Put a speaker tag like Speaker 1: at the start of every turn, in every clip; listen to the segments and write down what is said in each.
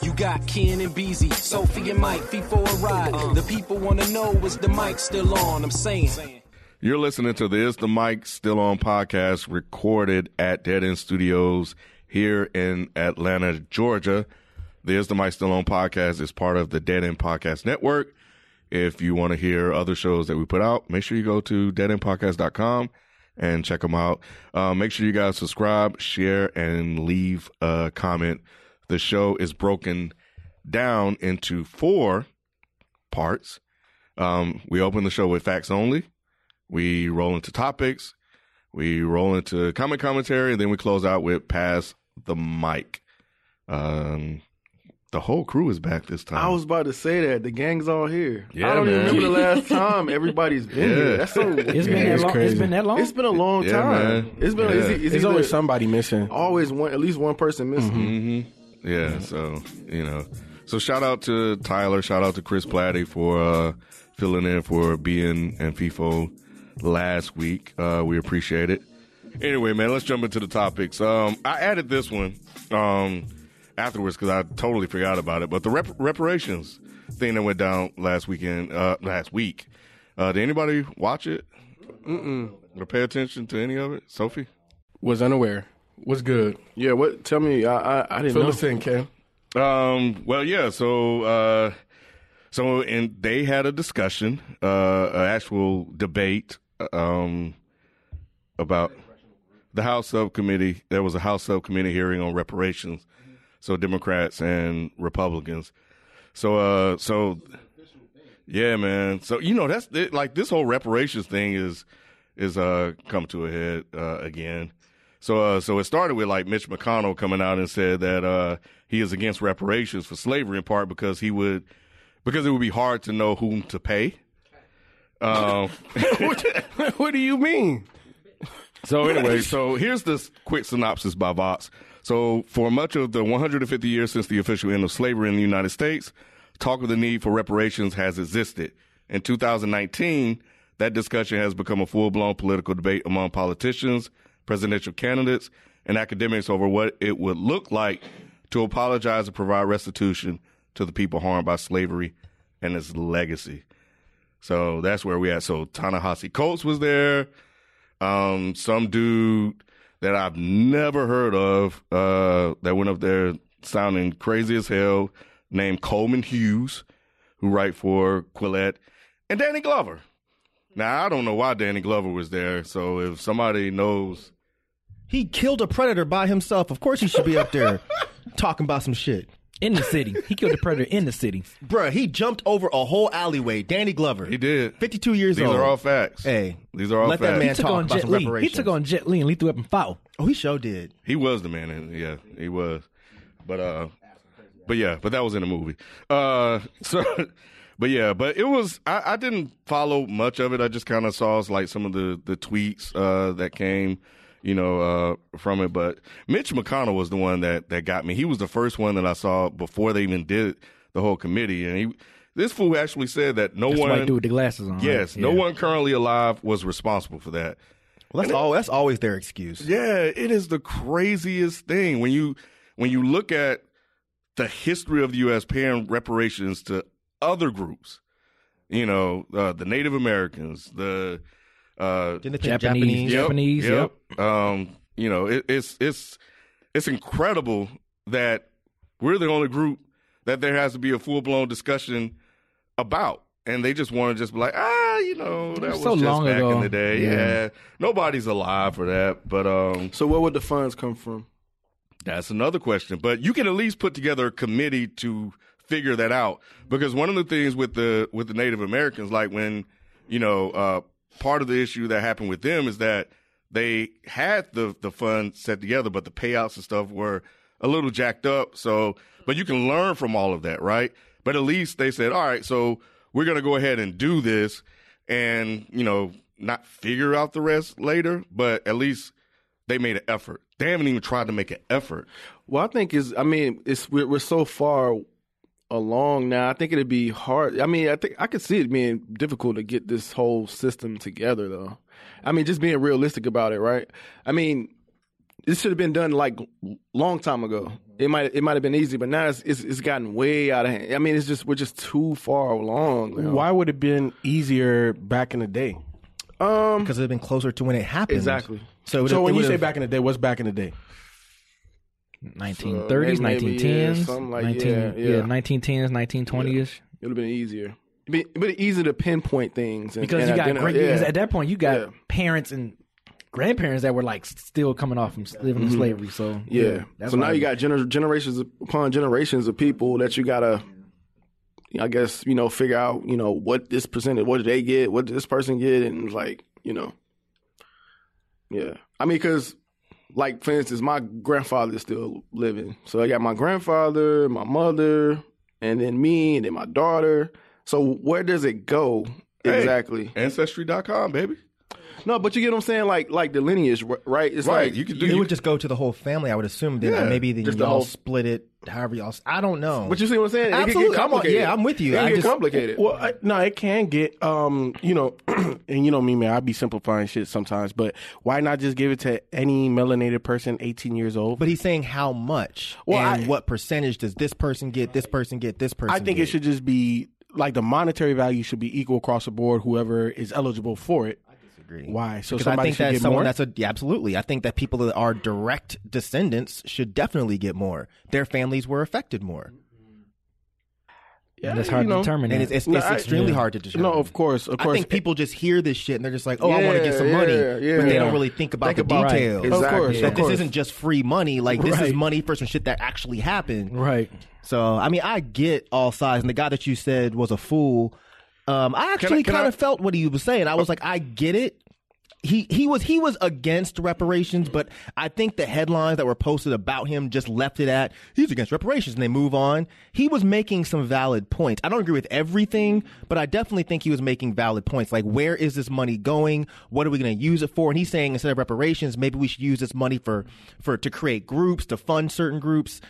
Speaker 1: You got Ken and Beezy, Sophie and Mike, feet for a ride. The people wanna know is the mic still on? I'm saying.
Speaker 2: You're listening to the Is the Mic Still On podcast recorded at Dead End Studios here in Atlanta, Georgia. The Is the Mic Still On podcast is part of the Dead End Podcast Network. If you want to hear other shows that we put out, make sure you go to deadendpodcast.com and check them out. Uh, make sure you guys subscribe, share, and leave a comment. The show is broken down into four parts. Um, we open the show with facts only. We roll into topics. We roll into comic commentary. And then we close out with pass the mic. Um, the whole crew is back this time.
Speaker 3: I was about to say that the gang's all here.
Speaker 2: Yeah,
Speaker 3: I don't even
Speaker 2: man.
Speaker 3: remember the last time everybody's been
Speaker 2: Yeah.
Speaker 3: here. That's so
Speaker 4: It's been that
Speaker 3: it's,
Speaker 4: long. It's been that long.
Speaker 3: it's been a long
Speaker 2: Yeah,
Speaker 3: time.
Speaker 2: man.
Speaker 3: It's been
Speaker 2: Yeah.
Speaker 3: it's, it's
Speaker 5: There's
Speaker 3: either-
Speaker 5: always somebody missing.
Speaker 3: always one at least one person missing.
Speaker 2: Mm-hmm. yeah, so you know, so shout out to Tyler. Shout out to Chris Platty for uh, filling in for being and FIFO last week. Uh, we appreciate it. Anyway, man, let's jump into the topics. Um, I added this one um, afterwards because I totally forgot about it. But the rep- reparations thing that went down last weekend, uh, last week. Uh, did anybody watch it? Mm-mm. Or pay attention to any of it? Sophie?
Speaker 5: Was unaware. Was good.
Speaker 3: Yeah, what? Tell me, I I, I didn't
Speaker 5: Fill
Speaker 3: know.
Speaker 5: us in, Cam.
Speaker 2: Um. Well, yeah. So, uh, so and they had a discussion, uh, an actual debate, um, about the House subcommittee. There was a House subcommittee hearing on reparations. So Democrats and Republicans. So, uh, so yeah, man. So you know that's it, like this whole reparations thing is is uh come to a head uh, again. So uh, so it started with like Mitch McConnell coming out and said that uh, he is against reparations for slavery in part because he would because it would be hard to know whom to pay. Um,
Speaker 5: what do you mean?
Speaker 2: so anyway, so here's this quick synopsis by Vox. So for much of the 150 years since the official end of slavery in the United States, talk of the need for reparations has existed. In 2019, that discussion has become a full-blown political debate among politicians, presidential candidates, and academics over what it would look like to apologize and provide restitution to the people harmed by slavery and its legacy. So that's where we at. So Tanahasi Coates was there um, some dude that I've never heard of uh, that went up there sounding crazy as hell, named Coleman Hughes, who write for Quillette, and Danny Glover. Now I don't know why Danny Glover was there. So if somebody knows,
Speaker 6: He killed a predator by himself. Of course he should be up there talking about some shit.
Speaker 4: in the city. He killed the predator in the city.
Speaker 6: Bruh, he jumped over a whole alleyway. Danny Glover.
Speaker 2: he did.
Speaker 6: 52 years
Speaker 2: These
Speaker 6: old.
Speaker 2: are all facts.
Speaker 6: Hey,
Speaker 2: these are all
Speaker 6: let
Speaker 2: facts.
Speaker 6: that man
Speaker 4: He took
Speaker 6: talk
Speaker 4: on
Speaker 6: about
Speaker 4: Jet
Speaker 6: some
Speaker 4: Li. He
Speaker 6: reparations.
Speaker 4: took on Jet Li and lethal weapon foul.
Speaker 6: Oh, he sure did.
Speaker 2: He was the man, and yeah, he was. But uh, but yeah, but that was in the movie. Uh, so, but yeah, but it was. I, I didn't follow much of it. I just kind of saw like some of the the tweets uh that came, you know, uh from it. But Mitch McConnell was the one that that got me. He was the first one that I saw before they even did the whole committee, and he. This fool actually said that no
Speaker 4: That's
Speaker 2: one,
Speaker 4: white dude with the glasses on. right?
Speaker 2: yes, no
Speaker 4: Yeah.
Speaker 2: one currently alive was responsible for that.
Speaker 6: Well, that's, all, that's always their excuse.
Speaker 2: Yeah, it is the craziest thing when you when you look at the history of the U.S. paying reparations to other groups. You know, uh, the Native Americans, the uh,
Speaker 6: Didn't they think
Speaker 4: Japanese, Japanese.
Speaker 2: Yep, yep. Um, you know, it, it's it's it's incredible that we're the only group that there has to be a full blown discussion about, and they just want to just be like, ah, you know, that was
Speaker 4: so
Speaker 2: just
Speaker 4: long
Speaker 2: back in
Speaker 4: ago.
Speaker 2: the day. Yeah.
Speaker 4: Yeah.
Speaker 2: nobody's alive for that, but um,
Speaker 3: So where would the funds come from?
Speaker 2: that's another question. But you can at least put together a committee to figure that out because one of the things with the with the Native Americans, like when you know, uh, part of the issue that happened with them is that they had the the fund set together, but the payouts and stuff were a little jacked up. So But you can learn from all of that, right? But at least they said, all right, so we're going to go ahead and do this and, you know, not figure out the rest later, but at least they made an effort. They haven't even tried to make an effort.
Speaker 3: Well, I think is I mean it's we're, we're so far along now. I think it'd be hard. I mean, I think I could see it being difficult to get this whole system together, though. I mean, just being realistic about it, right? I mean, this should have been done like long time ago.
Speaker 4: Mm-hmm.
Speaker 3: It might it might have been easy, but now it's, it's it's gotten way out of hand. I mean, it's just we're just too far along. now.
Speaker 5: Why would it have been easier back in the day?
Speaker 6: because they've been closer to when it happened.
Speaker 3: Um, Exactly.
Speaker 6: So, it,
Speaker 5: so
Speaker 6: it
Speaker 5: when you
Speaker 6: would've-
Speaker 5: say back in the day, what's back in the day?
Speaker 4: 1930s,
Speaker 3: maybe, yeah,
Speaker 4: 1910s,
Speaker 3: something like-
Speaker 4: 19,
Speaker 3: yeah,
Speaker 4: yeah,
Speaker 3: yeah.
Speaker 4: 1910s, 1920s.
Speaker 3: It would have been easier. It'd be- It'd be easier to pinpoint things and,
Speaker 4: Because
Speaker 3: and
Speaker 4: you got
Speaker 3: identi-
Speaker 4: great,
Speaker 3: yeah.
Speaker 4: at that point you got
Speaker 3: Yeah.
Speaker 4: parents and grandparents that were like still coming off from s- living in slavery. So
Speaker 3: Mm-hmm. Yeah.
Speaker 4: that's
Speaker 3: so now
Speaker 4: why-
Speaker 3: you got gener- generations upon generations of people that you gotta, I guess you know, figure out you know what this percentage, what did they get, what did this person get, and like you know, yeah. I mean, because like for instance, my grandfather is still living, so I got my grandfather, my mother, and then me, and then my daughter. So where does it go
Speaker 2: Hey.
Speaker 3: exactly?
Speaker 2: Ancestry.com, baby.
Speaker 3: No, but you get what I'm saying, like like the lineage, r- right? It's
Speaker 2: Right.
Speaker 3: like
Speaker 2: you can do
Speaker 6: You,
Speaker 2: you-
Speaker 6: would just go to the whole family, I would assume. Then
Speaker 2: Yeah,
Speaker 6: maybe then
Speaker 3: just
Speaker 6: y'all
Speaker 3: the whole-
Speaker 6: split it, however y'all. I don't know.
Speaker 3: But you see what I'm saying? It could get
Speaker 6: Absolutely. I'm-
Speaker 3: complicated.
Speaker 6: yeah, I'm with you.
Speaker 3: It could
Speaker 6: I
Speaker 3: get
Speaker 6: just-
Speaker 3: complicated.
Speaker 5: Well, I, no, it can get, um, you know, and you know me, man. I be simplifying shit sometimes, but why not just give it to any melanated person, eighteen years old?
Speaker 6: But he's saying how much
Speaker 5: Well,
Speaker 6: and
Speaker 5: I-
Speaker 6: what percentage does this person get? This person get? This person.
Speaker 5: I think
Speaker 6: get?
Speaker 5: it should just be like the monetary value should be equal across the board. Whoever is eligible for it. I disagree. Why? So
Speaker 6: Because I
Speaker 5: somebody
Speaker 6: think
Speaker 5: should
Speaker 6: that
Speaker 5: get
Speaker 6: someone
Speaker 5: more.
Speaker 6: that's a yeah, absolutely. I think that people that are direct descendants should definitely get more. Their families were affected more,
Speaker 5: yeah,
Speaker 4: that's hard
Speaker 5: you
Speaker 4: to
Speaker 5: know.
Speaker 4: determine.
Speaker 6: and
Speaker 4: that.
Speaker 6: it's it's,
Speaker 5: No,
Speaker 6: it's
Speaker 5: I-
Speaker 6: extremely hard to determine.
Speaker 5: No, of course, of
Speaker 6: I
Speaker 5: course.
Speaker 6: think people just hear this shit and they're just like, "Oh, I want to get
Speaker 3: Yeah,
Speaker 6: some money,"
Speaker 3: yeah,
Speaker 6: but they
Speaker 3: yeah.
Speaker 6: don't really think about
Speaker 3: Think
Speaker 6: the
Speaker 3: about-
Speaker 4: Right.
Speaker 6: details.
Speaker 3: Exactly.
Speaker 5: Of course,
Speaker 3: Yeah.
Speaker 5: of
Speaker 6: That this
Speaker 5: course.
Speaker 6: isn't just free money. Like this is
Speaker 5: Right.
Speaker 6: money for some shit that actually happened.
Speaker 4: right.
Speaker 6: So I mean, I get all sides, and the guy that you said was a fool. Um, I actually
Speaker 2: can
Speaker 6: kind
Speaker 2: I-
Speaker 6: of felt what he was saying. I was like, I get it. He he was he was against reparations, but I think the headlines that were posted about him just left it at he's against reparations, and they move on. He was making some valid points. I don't agree with everything, but I definitely think he was making valid points. Like, where is this money going? What are we going to use it for? And he's saying instead of reparations, maybe we should use this money for for to create groups to fund certain groups.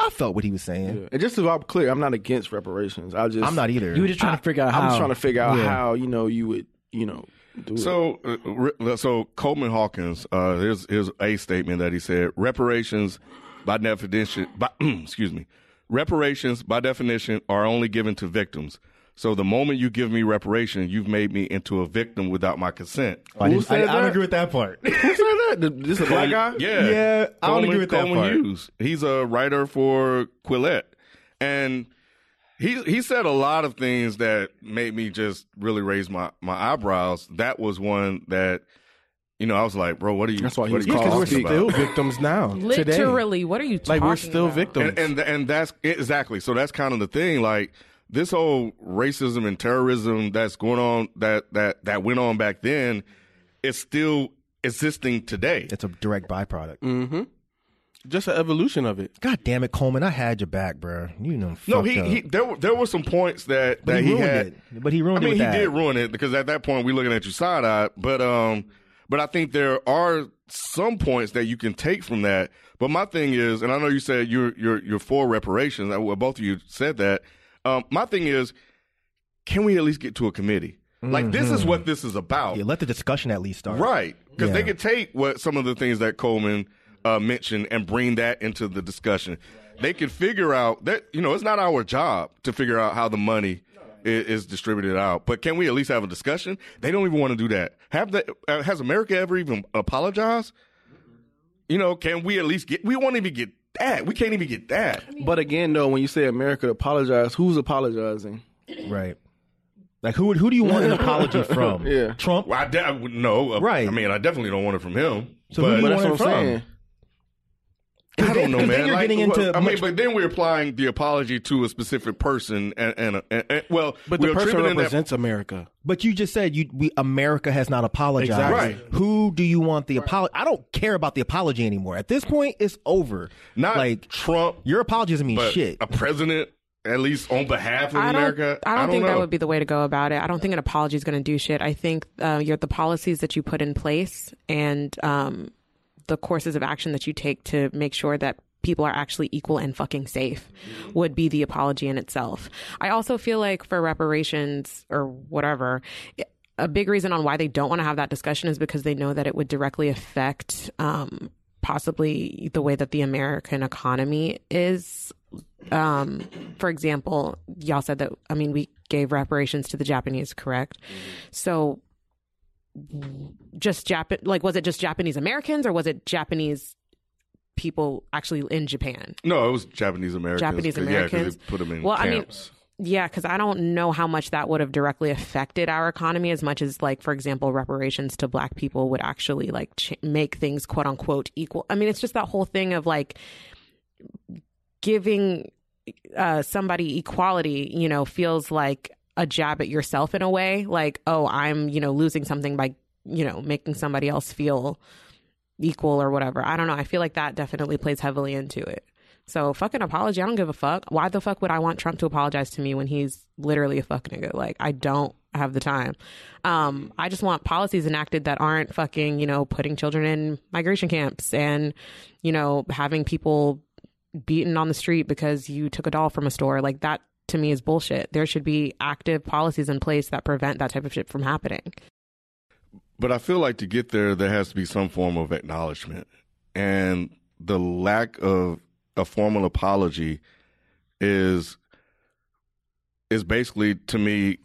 Speaker 6: I felt what he was saying.
Speaker 3: And just so I'm clear, I'm not against reparations. I just
Speaker 6: I'm not either.
Speaker 4: You were just trying to figure out how.
Speaker 3: I'm trying to figure out how you know you would you know do it.
Speaker 2: So, uh, re- so Coleman Hawkins, uh, here's, here's a statement that he said: reparations, by definition, by, excuse me, reparations by definition are only given to victims. So the moment you give me reparation, you've made me into a victim without my consent.
Speaker 6: I, didn't-
Speaker 3: said
Speaker 6: I- I don't
Speaker 3: that?
Speaker 6: agree with that part.
Speaker 3: Who said that? The- This a black guy?
Speaker 2: Yeah,
Speaker 6: Yeah, I don't
Speaker 2: Coleman-
Speaker 6: agree with that
Speaker 2: Coleman
Speaker 6: part.
Speaker 2: Hughes. He's a writer for Quillette, and he he said a lot of things that made me just really raise my my eyebrows. That was one that. You know, I was like, bro, what are you?
Speaker 3: That's why he
Speaker 2: what
Speaker 3: was
Speaker 2: are you
Speaker 5: Yeah, 'cause
Speaker 3: called
Speaker 5: we're
Speaker 2: talking about?
Speaker 5: still victims now. Today.
Speaker 7: Literally, what are you talking
Speaker 5: Like we're still
Speaker 7: about?
Speaker 5: victims.
Speaker 2: and, and and that's exactly so that's kind of the thing like this whole racism and terrorism that's going on that that that went on back then is still existing today
Speaker 6: It's a direct byproduct.
Speaker 2: Mm.
Speaker 5: just an evolution of it.
Speaker 6: God damn it, Coleman! I had your back, bro. You know,
Speaker 2: no
Speaker 6: fucked
Speaker 2: he,
Speaker 6: up.
Speaker 2: he there were there were some points that
Speaker 6: But
Speaker 2: that
Speaker 6: he
Speaker 2: he,
Speaker 6: ruined
Speaker 2: had
Speaker 6: it. But he ruined
Speaker 2: I mean
Speaker 6: it with
Speaker 2: he
Speaker 6: that.
Speaker 2: did ruin it because at that point we looking at you side eye but um but I think there are some points that you can take from that but my thing is and I know you said you're you're you're for reparations I- well, both of you said that um my thing is can we at least get to a committee? Like this is
Speaker 6: Mm-hmm.
Speaker 2: what this is about,
Speaker 6: Yeah, let the discussion at least start.
Speaker 2: right? Because they
Speaker 6: Yeah.
Speaker 2: could take what some of the things that Coleman uh, mentioned and bring that into the discussion. They could figure out that you know it's not our job to figure out how the money is, is distributed out, but can we at least have a discussion? They don't even want to do that. Have the uh, has America ever even apologized? You know, can we at least get? We won't even get that. We can't even get that.
Speaker 3: But again, though, when you say America apologize, who's apologizing?
Speaker 6: right. Like who? Who do you want an apology from?
Speaker 3: Yeah.
Speaker 6: Trump.
Speaker 2: Well, I de- I would- no, uh,
Speaker 6: Right.
Speaker 2: I mean, I definitely don't want it from him.
Speaker 6: So
Speaker 2: but
Speaker 6: who do you
Speaker 3: But that's what
Speaker 6: want it
Speaker 3: I'm
Speaker 6: from?
Speaker 3: saying.
Speaker 2: I don't know, man.
Speaker 6: Because Then you're
Speaker 2: Like,
Speaker 6: getting into.
Speaker 2: well, I
Speaker 6: much-
Speaker 2: mean, but then we're applying the apology to a specific person, and, and, and, and well,
Speaker 5: But
Speaker 2: we're
Speaker 5: the person
Speaker 2: attributing that-
Speaker 5: represents America.
Speaker 6: But you just said you we America has not apologized.
Speaker 5: Exactly. Right.
Speaker 6: Who do you want the apology? I don't care about the apology anymore. At this point, it's over.
Speaker 2: not
Speaker 6: like
Speaker 2: Trump,
Speaker 6: your apology doesn't mean
Speaker 2: but
Speaker 6: shit.
Speaker 2: a president, at least on behalf of
Speaker 7: I don't,
Speaker 2: America.
Speaker 7: I don't think
Speaker 2: know.
Speaker 7: that would be the way to go about it. I don't think an apology is going to do shit. I think uh, your, the policies that you put in place and um, the courses of action that you take to make sure that people are actually equal and fucking safe would be the apology in itself. I also feel like for reparations or whatever, a big reason on why they don't want to have that discussion is because they know that it would directly affect um, possibly the way that the American economy is um, for example, y'all said that, I mean, we gave reparations to the Japanese, correct? So just Japan, like, was it just Japanese Americans or was it Japanese people actually in Japan?
Speaker 2: No, it was Japanese Americans.
Speaker 7: Japanese
Speaker 2: 'cause- yeah, 'cause
Speaker 7: Americans.
Speaker 2: they put them in
Speaker 7: Well, I mean,
Speaker 2: camps.
Speaker 7: yeah, because I don't know how much that would have directly affected our economy as much as, like, for example, reparations to black people would actually, like, ch- make things quote unquote equal. I mean, it's just that whole thing of, like, giving uh, somebody equality, you know, feels like a jab at yourself in a way. Like, oh, I'm, you know, losing something by, you know, making somebody else feel equal or whatever. I don't know. I feel like that definitely plays heavily into it. So fucking apology. I don't give a fuck. Why the fuck would I want Trump to apologize to me when he's literally a fuck nigga? Like I don't have the time. Um, I just want policies enacted that aren't fucking, you know, putting children in migration camps and, you know, having people beaten on the street because you took a doll from a store. Like that to me is bullshit. There should be active policies in place that prevent that type of shit from happening.
Speaker 2: But I feel like to get there, there has to be some form of acknowledgement. And the lack of a formal apology is is basically to me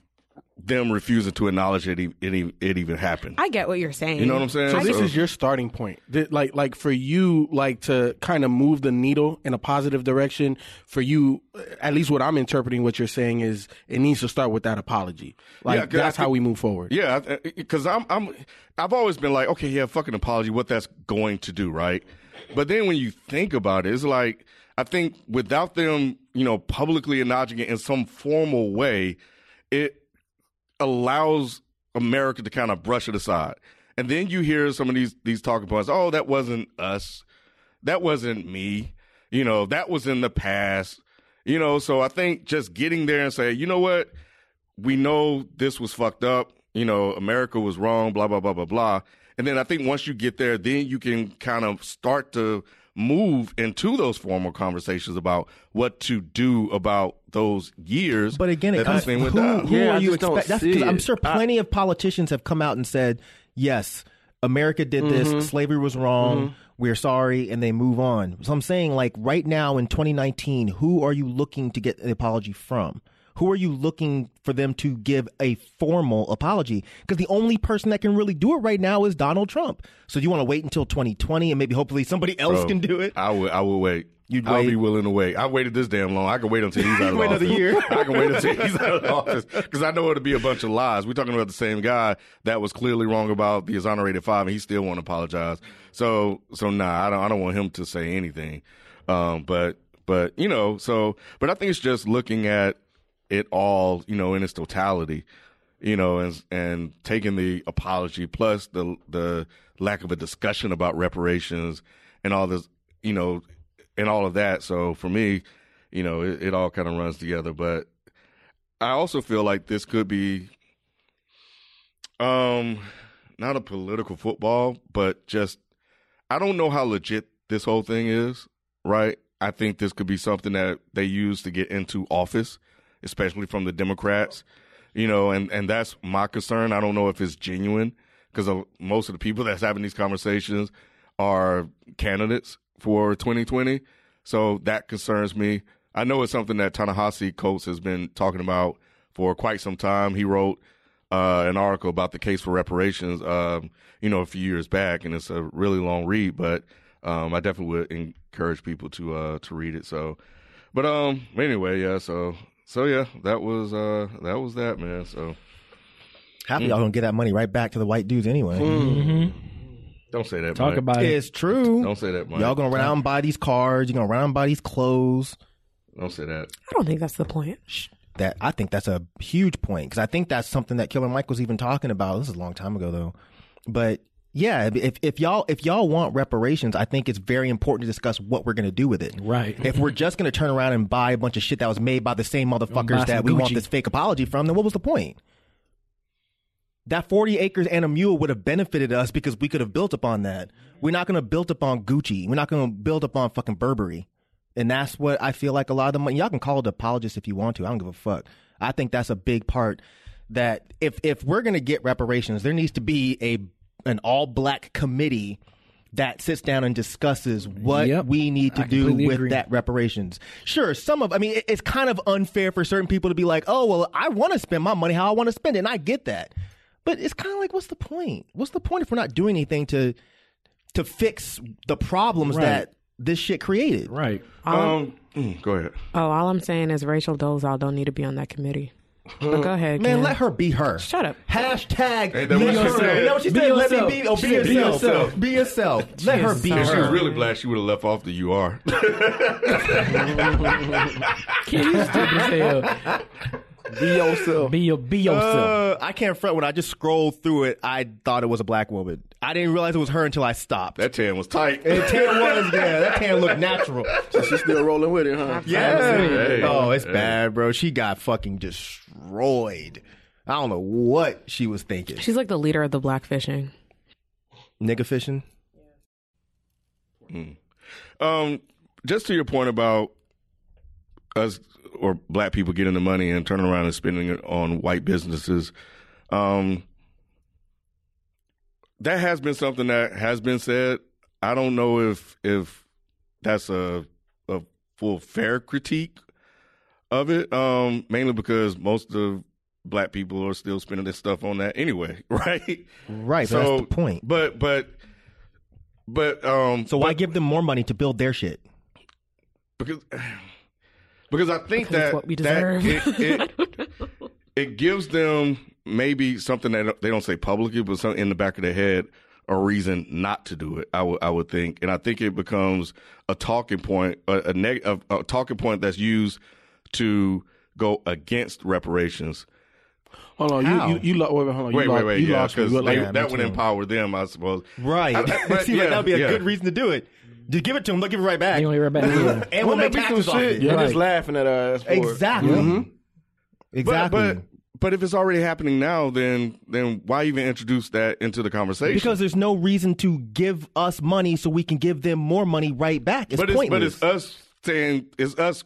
Speaker 2: them refusing to acknowledge it. e- It, e- it even happened.
Speaker 7: I get what you're saying.
Speaker 2: you know what I'm saying?
Speaker 5: So
Speaker 2: I
Speaker 5: this
Speaker 2: just-
Speaker 5: is your starting point. Th- Like like for you like to kind of move the needle in a positive direction for you at least what I'm interpreting what you're saying is it needs to start with that apology. Like
Speaker 2: 'cause I
Speaker 5: that's how
Speaker 2: think-
Speaker 5: we move forward.
Speaker 2: Yeah, because I'm I'm I've always been like, okay, yeah, fucking apology, what that's going to do, right? But then when you think about it, it's like I think without them, you know, publicly acknowledging it in some formal way, it allows America to kind of brush it aside. And then you hear some of these these talking points. Oh, that wasn't us. That wasn't me. You know, that was in the past. You know, so I think just getting there and say, you know what, we know this was fucked up. You know, America was wrong, blah, blah, blah, blah, blah. And then I think once you get there, then you can kind of start to move into those formal conversations about what to do about those years.
Speaker 6: But again, it
Speaker 2: that
Speaker 6: comes
Speaker 2: this thing
Speaker 6: who,
Speaker 2: went down.
Speaker 6: who
Speaker 3: Yeah, I
Speaker 6: are you
Speaker 3: just don't
Speaker 6: expect? That's
Speaker 3: see
Speaker 6: because I'm
Speaker 3: it.
Speaker 6: sure plenty of politicians have come out and said, "Yes, America did
Speaker 3: Mm-hmm.
Speaker 6: this. Slavery was wrong. We're sorry," and they move on. So I'm saying, like right now in 2019, who are you looking to get an apology from? Who are you looking for them to give a formal apology? Because the only person that can really do it right now is Donald Trump. So you want to wait until 2020 and maybe hopefully somebody else
Speaker 2: Bro,
Speaker 6: can do it.
Speaker 2: I would. I would wait.
Speaker 6: You'd
Speaker 2: I'll
Speaker 6: wait.
Speaker 2: be willing to wait. I waited this damn long. I can wait until he's out of
Speaker 6: wait
Speaker 2: office.
Speaker 6: another year.
Speaker 2: I can wait until he's out of office because I know it'll be a bunch of lies. We're talking about the same guy that was clearly wrong about the exonerated five, and he still won't apologize. So, so nah, I don't. I don't want him to say anything. Um, but, but you know, so, but I think it's just looking at it all, you know, in its totality, you know, and and taking the apology plus the the lack of a discussion about reparations and all this, you know, and all of that. So for me, you know, it, it all kind of runs together. But I also feel like this could be, um, not a political football, but just I don't know how legit this whole thing is, right? I think this could be something that they use to get into office, especially from the Democrats, you know, and, and that's my concern. I don't know if it's genuine because most of the people that's having these conversations are candidates for 2020. So that concerns me. I know it's something that Ta-Nehisi Coates has been talking about for quite some time. He wrote uh, an article about the case for reparations, um, you know, a few years back, and it's a really long read, but um, I definitely would encourage people to uh, to read it. So, but um, anyway, yeah. So, so yeah, that was uh, that was that, man. So,
Speaker 3: Hmm.
Speaker 6: Happy y'all gonna get that money right back to the white dudes anyway.
Speaker 2: Don't say that.
Speaker 4: Talk
Speaker 2: Mike.
Speaker 4: about it.
Speaker 6: It's true.
Speaker 2: Don't say that, Mike.
Speaker 6: Y'all gonna run out and buy these cards. You're gonna run out and buy these clothes.
Speaker 2: Don't say that.
Speaker 7: I don't think that's the point.
Speaker 6: That I think that's a huge point because I think that's something that Killer Mike was even talking about. This is a long time ago though, but yeah, if if y'all if y'all want reparations, I think it's very important to discuss what we're gonna do with it.
Speaker 4: Right.
Speaker 6: If we're just gonna turn around and buy a bunch of shit that was made by the same motherfuckers
Speaker 4: buy
Speaker 6: that
Speaker 4: some
Speaker 6: we want
Speaker 4: Gucci.
Speaker 6: this fake apology from, then what was the point? That 40 acres and a mule would have benefited us because we could have built upon that. We're not going to build upon Gucci. We're not going to build upon fucking Burberry. And that's what I feel like a lot of the money. Y'all can call it apologists if you want to. I don't give a fuck. I think that's a big part that if if we're going to get reparations, there needs to be a an all black committee that sits down and discusses what
Speaker 4: Yep.
Speaker 6: we need to
Speaker 4: I
Speaker 6: do
Speaker 4: completely
Speaker 6: with
Speaker 4: agree.
Speaker 6: that reparations. Sure, some of I mean it, it's kind of unfair for certain people to be like, "Oh, well, I want to spend my money how I want to spend it." And I get that. But it's kind of like what's the point? What's the point if we're not doing anything to to fix the problems
Speaker 4: Right.
Speaker 6: that this shit created?
Speaker 4: Right.
Speaker 2: Um, mm, go ahead.
Speaker 7: Oh, all I'm saying is Rachel Dolezal don't need to be on that committee. But go ahead,
Speaker 6: Man,
Speaker 7: Cam.
Speaker 6: let her be her.
Speaker 7: Shut up.
Speaker 6: Hashtag
Speaker 2: Ain't that what
Speaker 6: be
Speaker 2: she
Speaker 6: her.
Speaker 2: said?
Speaker 6: You know what she
Speaker 4: Be
Speaker 6: said? Let me
Speaker 4: yourself.
Speaker 6: be, oh, be,
Speaker 4: Be
Speaker 6: yourself.
Speaker 4: yourself.
Speaker 6: Be yourself. Let her be
Speaker 2: If she was
Speaker 6: her.
Speaker 2: really black, she would have left off the UR.
Speaker 4: Kid, you stupid as hell.
Speaker 3: Be yourself.
Speaker 4: Be your be yourself.
Speaker 6: Uh, I can't front. When I just scrolled through it, I thought it was a black woman. I didn't realize it was her until I stopped.
Speaker 2: that tan was tight.
Speaker 6: And tan was yeah. That tan looked natural.
Speaker 3: She's still rolling with it, huh?
Speaker 6: Yeah.
Speaker 2: Hey,
Speaker 6: oh, it's
Speaker 2: hey.
Speaker 6: bad, bro. She got fucking destroyed. I don't know what she was thinking.
Speaker 7: She's like the leader of the black fishing.
Speaker 6: Nigga fishing.
Speaker 2: Um, just to your point about us or black people getting the money and turning around and spending it on white businesses, um, that has been something that has been said. I don't know if if that's a a full fair critique of it, um, mainly because most of black people are still spending their stuff on that anyway, right?
Speaker 6: Right. but that's the point.
Speaker 2: But but but um,
Speaker 6: So why give them more money to build their shit?
Speaker 2: because because I think
Speaker 7: Because it's
Speaker 2: that
Speaker 7: what we
Speaker 2: that
Speaker 7: deserve.
Speaker 2: it, it, it gives them maybe something that they don't say publicly, but some in the back of their head a reason not to do it. I would I would think, and I think it becomes a talking point, a a, neg- a, a talking point that's used to go against reparations.
Speaker 5: Hold on,
Speaker 6: How?
Speaker 5: you you, you lo- wait, wait, hold on,
Speaker 2: Wait,
Speaker 5: you lo-
Speaker 2: wait, wait,
Speaker 5: you
Speaker 2: yeah,
Speaker 5: lost me.
Speaker 2: because
Speaker 5: You look like-
Speaker 2: that would empower them, I suppose. I- I-
Speaker 6: It
Speaker 2: but
Speaker 6: seems like
Speaker 2: yeah,
Speaker 6: that would be a
Speaker 2: yeah.
Speaker 6: good reason to do it. Just give it to them. They'll give it right back.
Speaker 4: You don't hear about it.
Speaker 6: and we'll make
Speaker 3: be some
Speaker 6: taxes off
Speaker 3: shit.
Speaker 6: it.
Speaker 3: You're
Speaker 4: Right.
Speaker 3: just laughing at her ass for it.
Speaker 6: Exactly.
Speaker 2: Mm-hmm.
Speaker 6: Mm-hmm.
Speaker 2: But,
Speaker 6: Exactly.
Speaker 2: but but if it's already happening now, then then why even introduce that into the conversation?
Speaker 6: because there's no reason to give us money so we can give them more money right back. It's
Speaker 2: but it's, but
Speaker 6: pointless.
Speaker 2: it's us saying it's us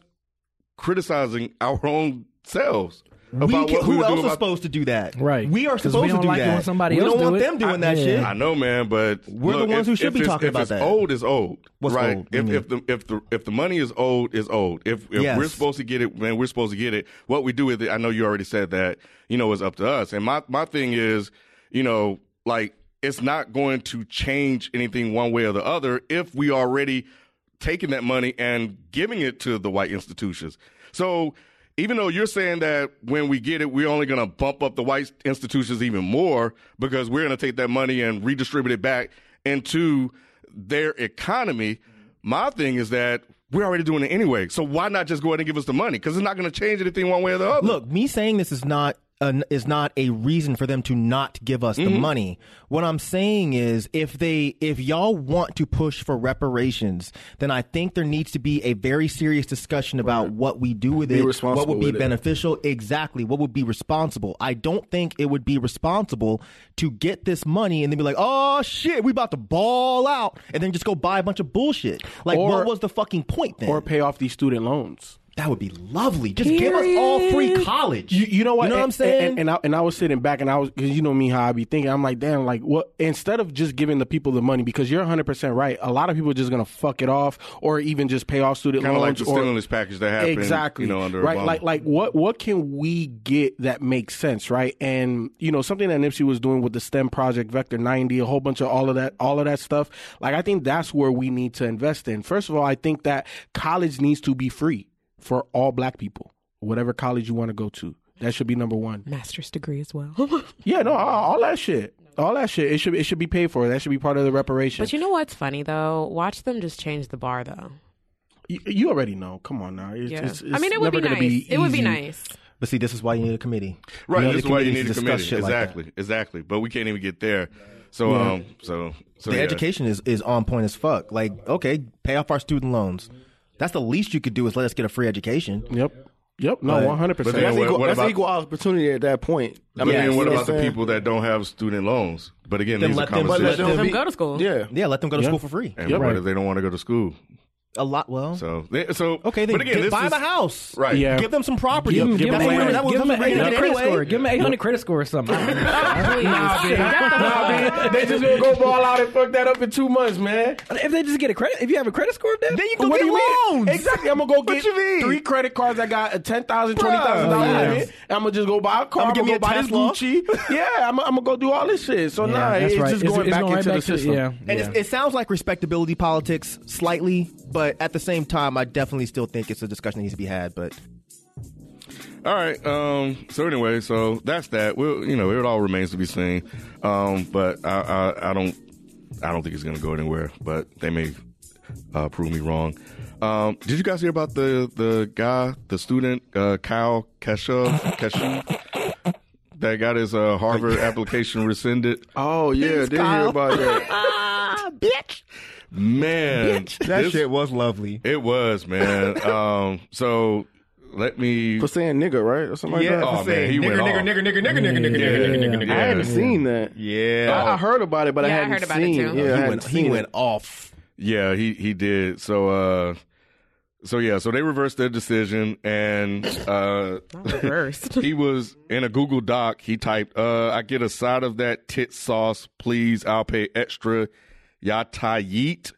Speaker 2: criticizing our own selves
Speaker 6: we
Speaker 2: about
Speaker 6: can-
Speaker 2: what we
Speaker 6: who
Speaker 2: would
Speaker 6: else
Speaker 2: do
Speaker 6: is
Speaker 2: about.
Speaker 6: supposed to do that?
Speaker 4: Right.
Speaker 6: We are
Speaker 4: 'Cause we
Speaker 6: supposed to
Speaker 4: don't
Speaker 6: do
Speaker 4: like it
Speaker 6: that.
Speaker 4: when somebody
Speaker 6: we
Speaker 4: else
Speaker 6: don't
Speaker 4: do
Speaker 6: want
Speaker 4: it.
Speaker 6: them doing
Speaker 4: I-
Speaker 6: that
Speaker 4: yeah.
Speaker 6: shit.
Speaker 2: I know, man, but
Speaker 6: We're the
Speaker 2: look,
Speaker 6: ones
Speaker 2: if-
Speaker 6: who should
Speaker 2: if
Speaker 6: be
Speaker 2: it's-
Speaker 6: talking
Speaker 2: if
Speaker 6: about
Speaker 2: it's
Speaker 6: that.
Speaker 2: Old is old,
Speaker 6: What's
Speaker 2: right?
Speaker 6: old?
Speaker 2: If,
Speaker 6: Mm.
Speaker 2: if the if the if the money is old, is old. If if
Speaker 6: Yes.
Speaker 2: we're supposed to get it, man, we're supposed to get it. What we do with it, I know you already said that. You know, it's up to us. And my my thing is, you know, like it's not going to change anything one way or the other if we already taking that money and giving it to the white institutions. So even though you're saying that when we get it, we're only going to bump up the white institutions even more because we're going to take that money and redistribute it back into their economy. My thing is that we're already doing it anyway. So why not just go ahead and give us the money? Because it's not going to change anything one way or the other.
Speaker 6: Look, me saying this is not an, is not a reason for them to not give us
Speaker 3: Mm-hmm.
Speaker 6: the money. What I'm saying is, if they if y'all want to push for reparations, then I think there needs to be a very serious discussion about what we do with
Speaker 3: Be
Speaker 6: it,
Speaker 3: responsible
Speaker 6: what would be
Speaker 3: with it.
Speaker 6: beneficial, exactly what would be responsible. I don't think it would be responsible to get this money and then be like, oh shit, we about to ball out, and then just go buy a bunch of bullshit. Like,
Speaker 5: Or-
Speaker 6: what was the fucking point then?
Speaker 5: or pay off these student loans.
Speaker 6: That would be lovely. Just give us all free college.
Speaker 5: You, you know what?
Speaker 6: You know what I'm
Speaker 5: And-
Speaker 6: saying?
Speaker 5: And, and I, and I was sitting back and I was, because you know me, how I be thinking. I'm like, damn, like, what? Instead of just giving the people the money, because you're 100% right, a lot of people are just going to fuck it off or even just pay off student
Speaker 2: Kind of like
Speaker 5: loans.
Speaker 2: the
Speaker 5: or,
Speaker 2: stimulus package that happened,
Speaker 5: exactly.
Speaker 2: you know, under
Speaker 5: right,
Speaker 2: Obama.
Speaker 5: like like what what can we get that makes sense, right? And you know something that Nipsey was doing with the STEM project, Vector ninety, a whole bunch of all of that, all of that stuff. Like I think that's where we need to invest in. First of all, I think that college needs to be free for all Black people, whatever college you want to go to. That should be number one.
Speaker 7: Master's degree as well.
Speaker 5: Yeah, no, all, all that shit. all that shit. It should it should be paid for. That should be part of the reparation.
Speaker 7: But you know what's funny though? Watch them just change the bar though.
Speaker 5: you, you already know. Come on now. It's,
Speaker 7: Yeah.
Speaker 5: it's, it's
Speaker 7: I mean, it would
Speaker 5: never
Speaker 7: be
Speaker 5: gonna
Speaker 7: nice. it would be
Speaker 5: easy.
Speaker 7: nice.
Speaker 6: But see, this is why you need a committee.
Speaker 2: Right.
Speaker 6: know,
Speaker 2: this is
Speaker 6: the
Speaker 2: why you
Speaker 6: committees
Speaker 2: need a
Speaker 6: discuss
Speaker 2: committee.
Speaker 6: shit like that.
Speaker 2: Exactly. exactly. But we can't even get there. So um. So so
Speaker 6: the
Speaker 2: yeah.
Speaker 6: education is, is on point as fuck. Like, okay, pay off our student loans. That's the least you could do is let us get a free education.
Speaker 5: Yep. Yep. No, one hundred
Speaker 2: But then
Speaker 3: That's,
Speaker 5: percent.
Speaker 2: what-
Speaker 3: equal,
Speaker 2: what
Speaker 3: that's
Speaker 2: about-
Speaker 3: equal opportunity at that point. I
Speaker 2: But then
Speaker 3: you
Speaker 2: what
Speaker 3: know
Speaker 2: about the
Speaker 3: I'm saying?
Speaker 2: people that don't have student loans? But again,
Speaker 6: Then
Speaker 2: these are
Speaker 6: let them- but
Speaker 2: conversations.
Speaker 6: let them-
Speaker 7: Let them go to school.
Speaker 3: Yeah.
Speaker 6: Yeah, let them go to school for free.
Speaker 2: and what if they don't want to go to school?
Speaker 6: A lot. Well,
Speaker 2: So they, so
Speaker 6: okay, then
Speaker 2: but again,
Speaker 6: get-
Speaker 2: this
Speaker 6: buy
Speaker 2: is,
Speaker 6: the house.
Speaker 2: Right.
Speaker 5: Yeah.
Speaker 6: Give them some property.
Speaker 5: Give them- give
Speaker 6: That's
Speaker 5: them
Speaker 6: what-
Speaker 5: land.
Speaker 6: that was-
Speaker 4: Give him
Speaker 6: that
Speaker 4: an
Speaker 6: was rated
Speaker 4: 800 credit
Speaker 6: anyway.
Speaker 4: score. Give him an 800 credit score or something.
Speaker 7: Please.
Speaker 3: they just gonna go ball out and fuck that up in two months, man.
Speaker 4: if they just get a credit, if you have a credit score, then
Speaker 6: Then you go
Speaker 5: what
Speaker 6: get
Speaker 5: do you mean?
Speaker 6: loans.
Speaker 5: Exactly. I'm gonna go get
Speaker 6: you mean?
Speaker 5: three credit cards that got a ten thousand, twenty thousand dollars
Speaker 6: Yeah.
Speaker 5: in it. And I'm gonna just go buy a car.
Speaker 6: I'ma
Speaker 5: I'm
Speaker 6: give
Speaker 5: gonna
Speaker 6: me
Speaker 5: go
Speaker 6: a
Speaker 5: buy
Speaker 6: Tesla.
Speaker 5: this Gucci. yeah, I'm, I'm gonna go do all this shit. So nah,
Speaker 4: that's
Speaker 5: it's
Speaker 4: right.
Speaker 5: just going back into the
Speaker 4: to-
Speaker 5: system.
Speaker 4: yeah,
Speaker 6: And
Speaker 4: yeah.
Speaker 6: it's, it sounds like respectability politics slightly, but at the same time, I definitely still think it's a discussion that needs to be had. But
Speaker 2: All right. Um, so anyway, so that's that. We'll, you know, it all remains to be seen. Um, but I, I, I don't, I don't think it's going to go anywhere. But they may uh, prove me wrong. Um, did you guys hear about the the guy, the student, uh, Kyle Kesha, Kesha, that got his uh, Harvard application rescinded?
Speaker 3: Oh yeah, did hear about that?
Speaker 2: Man, this-
Speaker 6: was lovely.
Speaker 2: It was man. um, so let me.
Speaker 3: For saying nigga, right, or something like that.
Speaker 2: oh man, he went off.
Speaker 6: nigga, nigga, nigga, nigga, nigga,
Speaker 3: I hadn't seen that.
Speaker 2: Yeah.
Speaker 3: I, I heard about it, but I
Speaker 7: Yeah, I
Speaker 3: hadn't
Speaker 7: heard about it,
Speaker 3: seen.
Speaker 7: too.
Speaker 3: Yeah, I
Speaker 6: He
Speaker 3: hadn't
Speaker 6: went,
Speaker 3: seen
Speaker 6: he
Speaker 3: it.
Speaker 6: went off.
Speaker 2: Yeah, he he did. So uh so yeah, so they reversed their decision and uh
Speaker 7: reversed.
Speaker 2: he was in a Google Doc, he typed, uh, I get a side of that tit sauce, please, I'll pay extra yata yeet.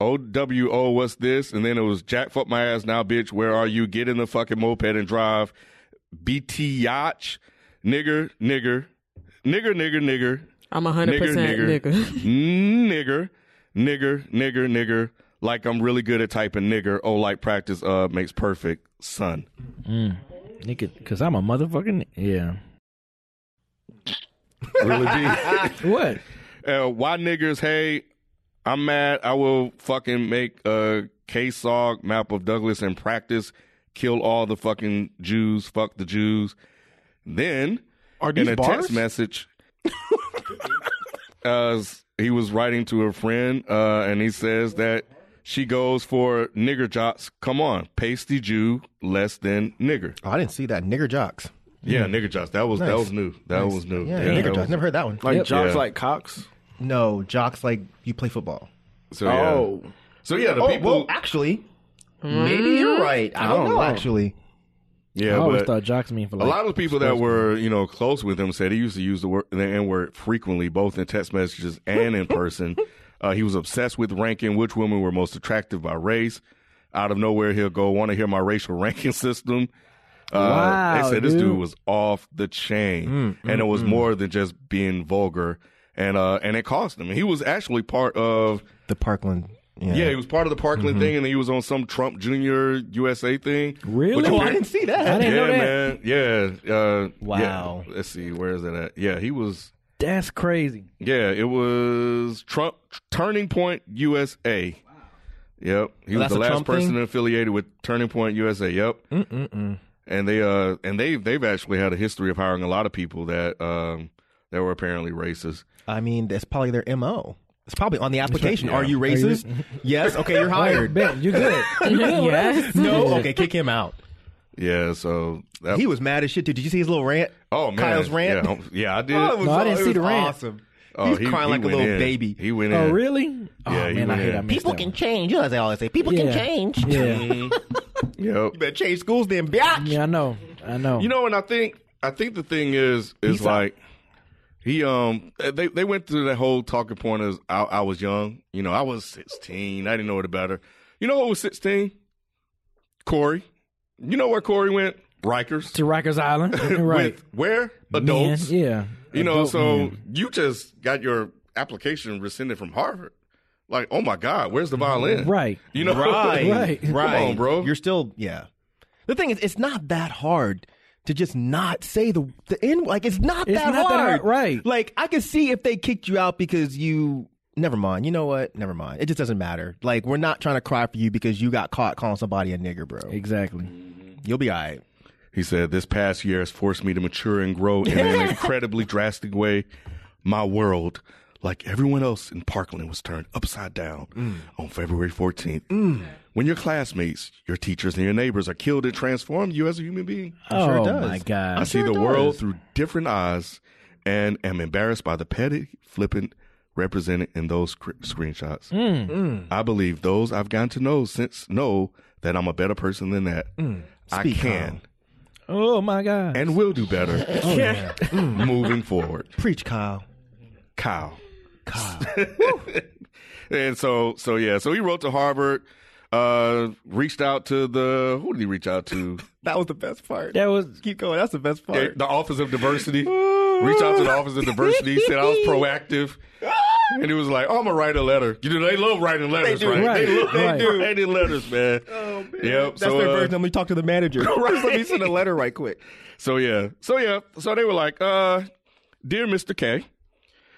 Speaker 2: O W O what's this? And then it was Jack fuck my ass now, bitch, where are you? Get in the fucking moped and drive. BT Yach, nigger, nigger, nigger, nigger, nigger, Mm,
Speaker 7: I'm 100% nigga.
Speaker 2: nigger, nigger, nigger, nigger. Like I'm really good at typing nigger. Oh, like practice uh makes perfect, son.
Speaker 4: nigga, because I'm a motherfucking yeah.
Speaker 2: Really G.
Speaker 4: What?
Speaker 2: uh, why niggers? Hey, I'm mad. I will fucking make a K-Sog map of Douglas and practice. Kill all the fucking Jews. Fuck the Jews. Then
Speaker 5: Are
Speaker 2: in
Speaker 5: these
Speaker 2: a
Speaker 5: bars?
Speaker 2: text message as he was writing to a friend uh, and he says that she goes for nigger jocks come on pasty jew less than nigger
Speaker 6: Oh, I didn't see that. Nigger jocks.
Speaker 2: yeah nigger jocks that was that
Speaker 6: Hmm. Nice.
Speaker 2: was new that was new
Speaker 6: Yeah,
Speaker 2: that
Speaker 6: nigger
Speaker 2: was-
Speaker 6: jocks. Never heard that one.
Speaker 3: like jocks
Speaker 2: Yeah.
Speaker 3: like cocks.
Speaker 6: No, jocks like you play football.
Speaker 2: so yeah
Speaker 3: Oh,
Speaker 2: so yeah the
Speaker 6: Oh,
Speaker 2: people
Speaker 6: well, actually, maybe you're right. Hmm? I don't, know, Actually,
Speaker 2: yeah
Speaker 4: I
Speaker 6: oh,
Speaker 4: always
Speaker 2: but
Speaker 4: thought jocks mean for
Speaker 2: a
Speaker 4: like
Speaker 2: lot of the people that were you know close with him said he used to use the word the n word frequently, both in text messages and in person. uh, he was obsessed with ranking which women were most attractive by race. Out of nowhere, he'll go want to hear my racial ranking system. Uh,
Speaker 4: Wow,
Speaker 2: they said this dude
Speaker 4: dude.
Speaker 2: was off the chain, and it was more than just being vulgar, and uh, and it cost him. He was actually part of
Speaker 6: the Parkland. Yeah.
Speaker 2: yeah, he was part of the Parkland thing, and he was on some Trump Junior USA thing.
Speaker 4: Really?
Speaker 2: which
Speaker 4: Oh,
Speaker 6: I didn't see that.
Speaker 4: I didn't
Speaker 2: yeah,
Speaker 4: know that.
Speaker 2: man. Yeah. Uh,
Speaker 6: Wow.
Speaker 2: yeah. Let's see. Where is it at? Yeah, he was.
Speaker 4: That's crazy.
Speaker 2: Yeah, it was Trump Turning Point USA. Yep, he was
Speaker 6: that's
Speaker 2: the
Speaker 6: a
Speaker 2: last
Speaker 6: Trump
Speaker 2: person
Speaker 6: thing?
Speaker 2: affiliated with Turning Point USA. Yep. Mm-mm-mm. And they uh and they they've actually had a history of hiring a lot of people that um that were apparently racist.
Speaker 6: I mean, that's probably their mo. It's probably on the application.
Speaker 2: Yeah.
Speaker 6: Are you
Speaker 4: you-
Speaker 6: racist? yes. Okay, you're hired.
Speaker 4: Ben, you good? You good?
Speaker 7: Yes.
Speaker 6: no. Okay, kick him out.
Speaker 2: Yeah, so that
Speaker 6: He was mad as shit, dude. Did you see his little rant?
Speaker 2: oh man,
Speaker 6: Kyle's rant.
Speaker 2: Yeah, yeah I did.
Speaker 6: Oh, it was,
Speaker 4: No, I didn't
Speaker 6: it
Speaker 4: see the
Speaker 6: was
Speaker 4: rant.
Speaker 6: Awesome.
Speaker 2: Oh,
Speaker 6: He's
Speaker 2: he-
Speaker 6: crying
Speaker 2: he
Speaker 6: like a
Speaker 2: went
Speaker 6: little
Speaker 2: in.
Speaker 6: baby.
Speaker 2: He went in.
Speaker 4: Oh, really? Oh
Speaker 2: Yeah, he
Speaker 4: man, I
Speaker 2: went
Speaker 4: hate
Speaker 2: in.
Speaker 4: I missed
Speaker 6: People
Speaker 4: that
Speaker 6: can
Speaker 4: one.
Speaker 6: change. You know, as they always say, people
Speaker 4: Yeah.
Speaker 6: can change.
Speaker 4: Yeah,
Speaker 2: Yep.
Speaker 6: You better change schools then, bitch.
Speaker 4: yeah, I know. I know.
Speaker 2: You know, and I think I think the thing is is like he um they they went through that whole talking point as I, I was young. You know, I was sixteen. I didn't know it better. You know who was sixteen? Corey. You know where Corey went? Rikers.
Speaker 4: to Rikers Island, right?
Speaker 2: With where
Speaker 4: Men,
Speaker 2: adults.
Speaker 4: yeah.
Speaker 2: You know,
Speaker 4: Adult
Speaker 2: so
Speaker 4: men.
Speaker 2: you just got your application rescinded from Harvard. Like, oh my God, where's the violin?
Speaker 4: Right.
Speaker 2: You know,
Speaker 6: Right.
Speaker 4: Right.
Speaker 2: Come on, bro.
Speaker 6: You're still, yeah. The thing is, it's not that hard to just not say the the N. Like it's not
Speaker 4: It's
Speaker 6: that
Speaker 4: not that
Speaker 6: hard,
Speaker 4: hard, right.
Speaker 6: Like I could see if they kicked you out because you. Never mind. You know what? Never mind. It just doesn't matter. Like we're not trying to cry for you because you got caught calling somebody a nigger, bro.
Speaker 4: Exactly.
Speaker 6: You'll be all right.
Speaker 2: He said, This past year has forced me to mature and grow in an incredibly drastic way. My world, like everyone else in Parkland, was turned upside down
Speaker 6: Mm.
Speaker 2: on February 14th. When your classmates, your teachers, and your neighbors are killed, it transformed you as a human being.
Speaker 4: Oh
Speaker 6: Uh, sure it does.
Speaker 4: my
Speaker 2: I
Speaker 4: god.
Speaker 2: see the world through different eyes and am embarrassed by the petty, flippant represented in those cr- screenshots.
Speaker 6: Mm.
Speaker 2: I believe those I've gotten to know since know that I'm a better person than that.
Speaker 6: Mm.
Speaker 2: I can
Speaker 4: Oh my god.
Speaker 2: and will do better moving forward.
Speaker 6: Preach, Kyle.
Speaker 2: Kyle. Kyle. and so, so yeah, so he wrote to Harvard, uh, reached out to the, who did he reach out to?
Speaker 6: That was the best part.
Speaker 4: that was
Speaker 6: Keep going. That's the best part.
Speaker 2: The Office of Diversity. reached out to the Office of Diversity, said I was proactive. And he was like, oh, I'm going to write a letter. You know, they love writing letters,
Speaker 6: do.
Speaker 2: right?
Speaker 4: Right.
Speaker 2: They love
Speaker 4: They do.
Speaker 2: writing letters, man. Oh, man. Yep.
Speaker 6: That's
Speaker 2: so,
Speaker 6: their
Speaker 2: uh,
Speaker 6: version. Let me talk to the manager. Just Let me send a letter right quick.
Speaker 2: So yeah. So yeah. So they were like, uh, dear Mr. K,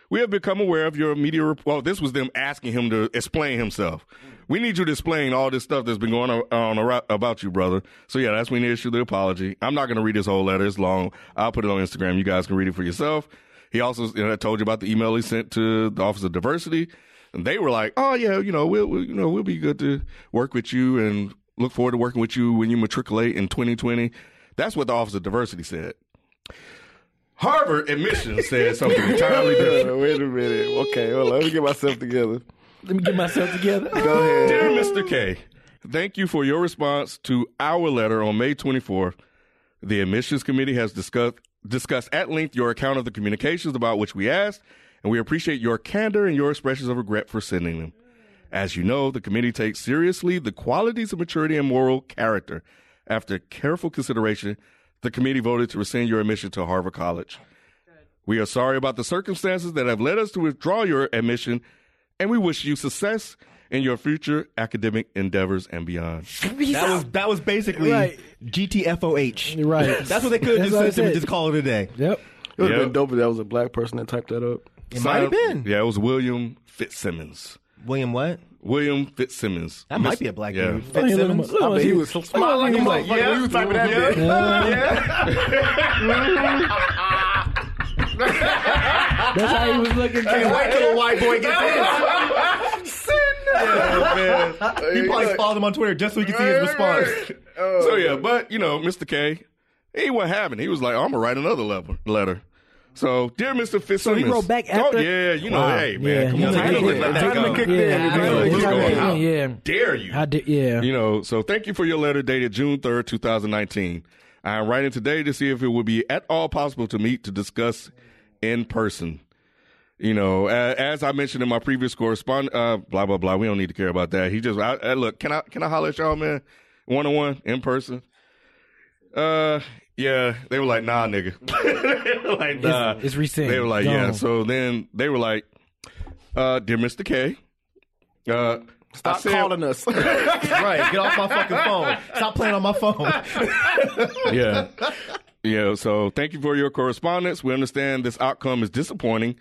Speaker 2: we have become aware of your media report. Well, this was them asking him to explain himself. We need you to explain all this stuff that's been going on, on ar- about you, brother. So yeah, that's when they issued the apology. I'm not going to read this whole letter. It's long. I'll put it on Instagram. You guys can read it for yourself. He also you know, I told you about the email he sent to the Office of Diversity. And they were like, oh yeah, you know, we'll, we'll you know, we'll be good to work with you and look forward to working with you when you matriculate in 2020. That's what the Office of Diversity said. Harvard admissions said something entirely different.
Speaker 3: Uh, wait a minute. Okay, hold on. Let me get myself together.
Speaker 4: let me get myself together.
Speaker 3: Go ahead.
Speaker 2: Dear Mr. K, thank you for your response to our letter on May 24th. The admissions committee has discussed discussed at length your account of the communications about which we asked, and we appreciate your candor and your expressions of regret for sending them. As you know, the committee takes seriously the qualities of maturity and moral character. After careful consideration, the committee voted to rescind your admission to Harvard College. We are sorry about the circumstances that have led us to withdraw your admission, and we wish you success in your future academic endeavors and beyond.
Speaker 6: That was that was basically
Speaker 4: Right.
Speaker 6: GTFOH.
Speaker 4: Right.
Speaker 6: That's what they could have
Speaker 4: That's what I
Speaker 6: just said and
Speaker 4: said.
Speaker 6: just call it a day.
Speaker 4: Yep.
Speaker 3: It would have
Speaker 2: Yep.
Speaker 3: been dope if that was a black person that typed that up.
Speaker 6: It might have been.
Speaker 2: Yeah, it was William Fitzsimmons.
Speaker 6: William what?
Speaker 2: William Fitzsimmons.
Speaker 6: That might be a black
Speaker 2: yeah.
Speaker 6: dude. Fitzsimmons.
Speaker 4: Look at him.
Speaker 3: I mean, he was
Speaker 4: Look
Speaker 3: smiling.
Speaker 4: at him.
Speaker 3: He was like, yeah. you typing that bitch?
Speaker 4: That's how he was looking. too.
Speaker 6: little white boy get this.
Speaker 2: Yeah, man.
Speaker 6: He probably followed him on Twitter just so he could see his response.
Speaker 3: Oh.
Speaker 2: so yeah, but you know, Mr. K, he wasn't having. it. He was like, "I'm gonna write another level- letter." So, dear Mr. Fitzsimmons, so
Speaker 4: wrote back after-
Speaker 2: yeah, you know,
Speaker 4: Wow.
Speaker 2: hey man,
Speaker 4: Yeah,
Speaker 2: come
Speaker 4: he
Speaker 2: on,
Speaker 4: was
Speaker 2: man,
Speaker 4: like,
Speaker 2: let
Speaker 6: yeah,
Speaker 2: that
Speaker 6: time to
Speaker 2: go.
Speaker 6: kick
Speaker 4: Yeah,
Speaker 6: in,
Speaker 2: You know,
Speaker 4: I-
Speaker 2: what's
Speaker 4: yeah,
Speaker 2: going
Speaker 4: yeah,
Speaker 2: on?
Speaker 4: yeah.
Speaker 2: Dare you?
Speaker 4: I did. Yeah.
Speaker 2: You know, so thank you for your letter dated June 3rd, 2019. I am writing today to see if it would be at all possible to meet to discuss in person. You know, a- as I mentioned in my previous correspond, uh, blah blah blah. We don't need to care about that. He just I, I, look. Can I can I holler at y'all, man? One on one in person. Uh, yeah. They were like, nah, nigga. They were like, nah.
Speaker 4: it's rescind.
Speaker 2: They were like, yeah.
Speaker 4: Gone.
Speaker 2: So then they were like, uh, dear Mister K, uh, I
Speaker 3: Stop
Speaker 2: said-
Speaker 3: calling us.
Speaker 6: Right. Get off my fucking phone. Stop playing on my phone.
Speaker 2: yeah. Yeah. So thank you for your correspondence. We understand this outcome is disappointing,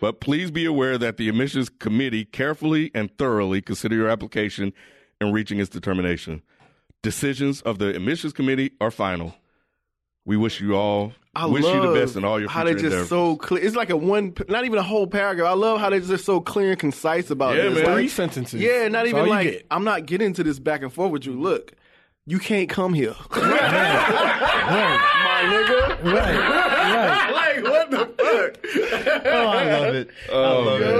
Speaker 2: but please be aware that the admissions committee carefully and thoroughly consider your application in reaching its determination. Decisions of the admissions committee are final. We wish you all
Speaker 3: I
Speaker 2: wish you
Speaker 3: love
Speaker 2: the best in all your future
Speaker 3: how they just
Speaker 2: endeavors.
Speaker 3: so clear. It's like a one, not even a whole paragraph. I love how they're just so clear and concise about
Speaker 2: Yeah,
Speaker 3: it. It's
Speaker 2: man.
Speaker 3: like-
Speaker 5: Three sentences.
Speaker 3: Yeah, not
Speaker 5: That's all
Speaker 3: even
Speaker 5: you
Speaker 3: like
Speaker 5: get.
Speaker 3: I'm not getting to this back and forth with you. Look, you can't come here, my nigga.
Speaker 4: Right.
Speaker 3: Like what the fuck?
Speaker 6: Oh, I love it.
Speaker 2: Oh,
Speaker 6: I love
Speaker 2: man.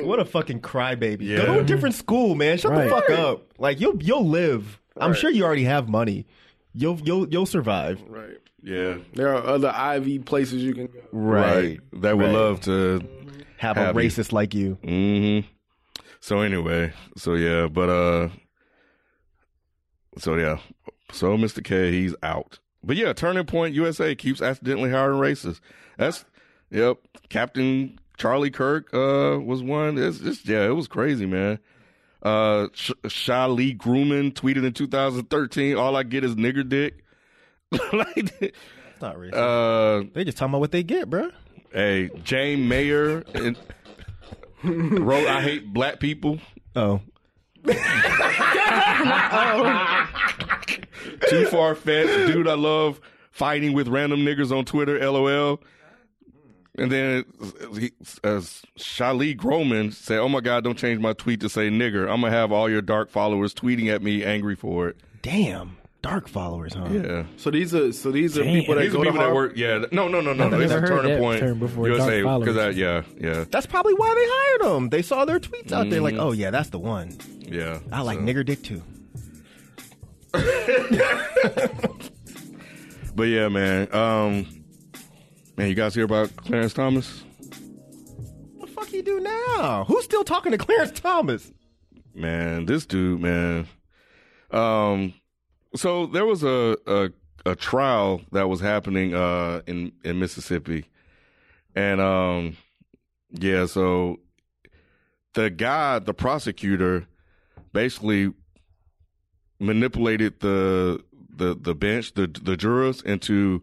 Speaker 6: it. What a fucking crybaby.
Speaker 2: Yeah.
Speaker 6: Go to a different school, man. Shut the
Speaker 4: Right.
Speaker 6: fuck up. Like you'll you'll live. I'm sure you already have money. You'll you'll you'll survive.
Speaker 3: right.
Speaker 2: yeah.
Speaker 3: There are other Ivy places you can go.
Speaker 2: They would
Speaker 6: Right.
Speaker 2: love to
Speaker 6: Have,
Speaker 2: Have
Speaker 6: a
Speaker 2: you.
Speaker 6: racist like you.
Speaker 2: hmm So anyway, so yeah, but uh, so yeah, so Mr. K, he's out. But yeah, Turning Point USA keeps accidentally hiring racists. That's yep. Captain Charlie Kirk uh was one. It's just yeah, it was crazy, man. Uh, Sh- Shalee Grumman tweeted in 2013, "All I get is nigger dick." like,
Speaker 6: It's not racist.
Speaker 2: Uh,
Speaker 6: they just talking about what they get, bro.
Speaker 2: hey, Jane Mayer and wrote "I Hate Black People."
Speaker 6: Oh,
Speaker 2: Too far fetched, dude. I love fighting with random niggas on Twitter. LOL. And then uh, he- uh, Shali Groman said, "Oh my God, don't change my tweet to say nigger. I'm gonna have all your dark followers tweeting at me, angry for it."
Speaker 6: damn. Dark followers, huh?
Speaker 2: Yeah.
Speaker 3: So these are so these are people that
Speaker 2: These are
Speaker 3: go to
Speaker 2: people that
Speaker 3: Harvard.
Speaker 2: work. Yeah, th- no, no, no, no, no.
Speaker 4: I've
Speaker 2: It's a
Speaker 4: never heard
Speaker 2: turning
Speaker 4: that
Speaker 2: point.
Speaker 4: term before,
Speaker 2: USA,
Speaker 4: dark
Speaker 2: because I,
Speaker 4: followers.
Speaker 2: yeah, yeah,
Speaker 6: That's probably why they hired them. They saw their tweets out there, like,
Speaker 2: Mm.
Speaker 6: oh yeah, that's the one.
Speaker 2: yeah.
Speaker 6: I like
Speaker 2: So-
Speaker 6: nigger dick too.
Speaker 2: But yeah, man. Um, man, you guys hear about Clarence Thomas?
Speaker 6: What the fuck you do now? Who's still talking to Clarence Thomas?
Speaker 2: Man, this dude, man. Um, so there was a a, a trial that was happening uh in in Mississippi, and um, yeah, so the guy, the prosecutor, basically manipulated the the the bench, the the jurors into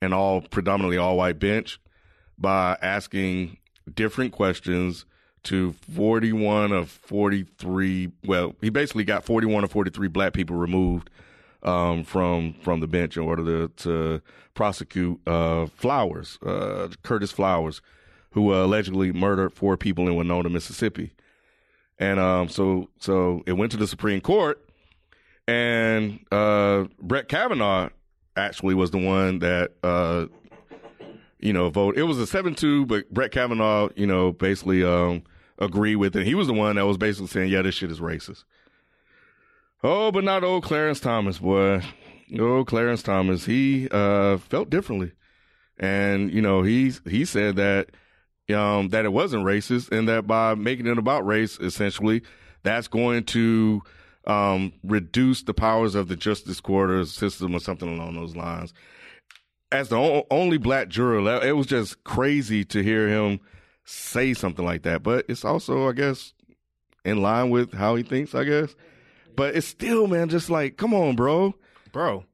Speaker 2: an all predominantly all white bench by asking different questions to 41 of 43 well he basically got 41 of 43 black people removed um, from from the bench in order to, to prosecute uh, Flowers uh, Curtis Flowers who uh, allegedly murdered four people in Winona Mississippi and um, so so it went to the Supreme Court and uh, Brett Kavanaugh actually was the one that uh, you know vote. It was a seven two, but Brett Kavanaugh, you know, basically um, agreed with it. He was the one that was basically saying, "Yeah, this shit is racist." Oh, but not old Clarence Thomas, boy. Old Clarence Thomas, he uh, felt differently, and you know he he said that um, that it wasn't racist, and that by making it about race, essentially, that's going to um, reduce the powers of the justice court or system or something along those lines. As the o- only black juror, that- it was just crazy to hear him say something like that. But it's also, I guess, in line with how he thinks, I guess. But it's still, man, just like, come on, bro.
Speaker 6: Bro.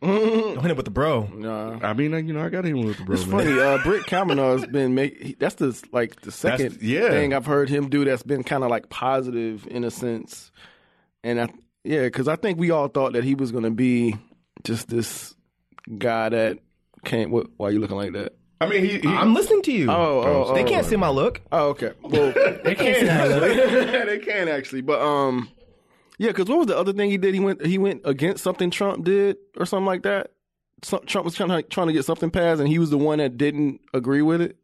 Speaker 6: Don't hit it with the bro.
Speaker 3: Nah.
Speaker 2: I mean, you know, I got him with the bro.
Speaker 3: Uh-huh. It's
Speaker 2: man.
Speaker 3: funny. Uh, Britt Kavanaugh has been make. That's the like the second
Speaker 2: yeah.
Speaker 3: thing I've heard him do that's been kind of like positive in a sense, and I yeah, because I think we all thought that he was going to be just this guy that can't. What, why are you looking like that?
Speaker 2: I mean, he, he
Speaker 6: I'm listening to you.
Speaker 3: Oh, oh, oh
Speaker 6: they can't see my look.
Speaker 3: Oh, okay. Well, they can actually. they can actually, but um, yeah. Because what was the other thing he did? He went he went against something Trump did or something like that. Some, Trump was trying to trying to get something passed, and he was the one that didn't agree with it.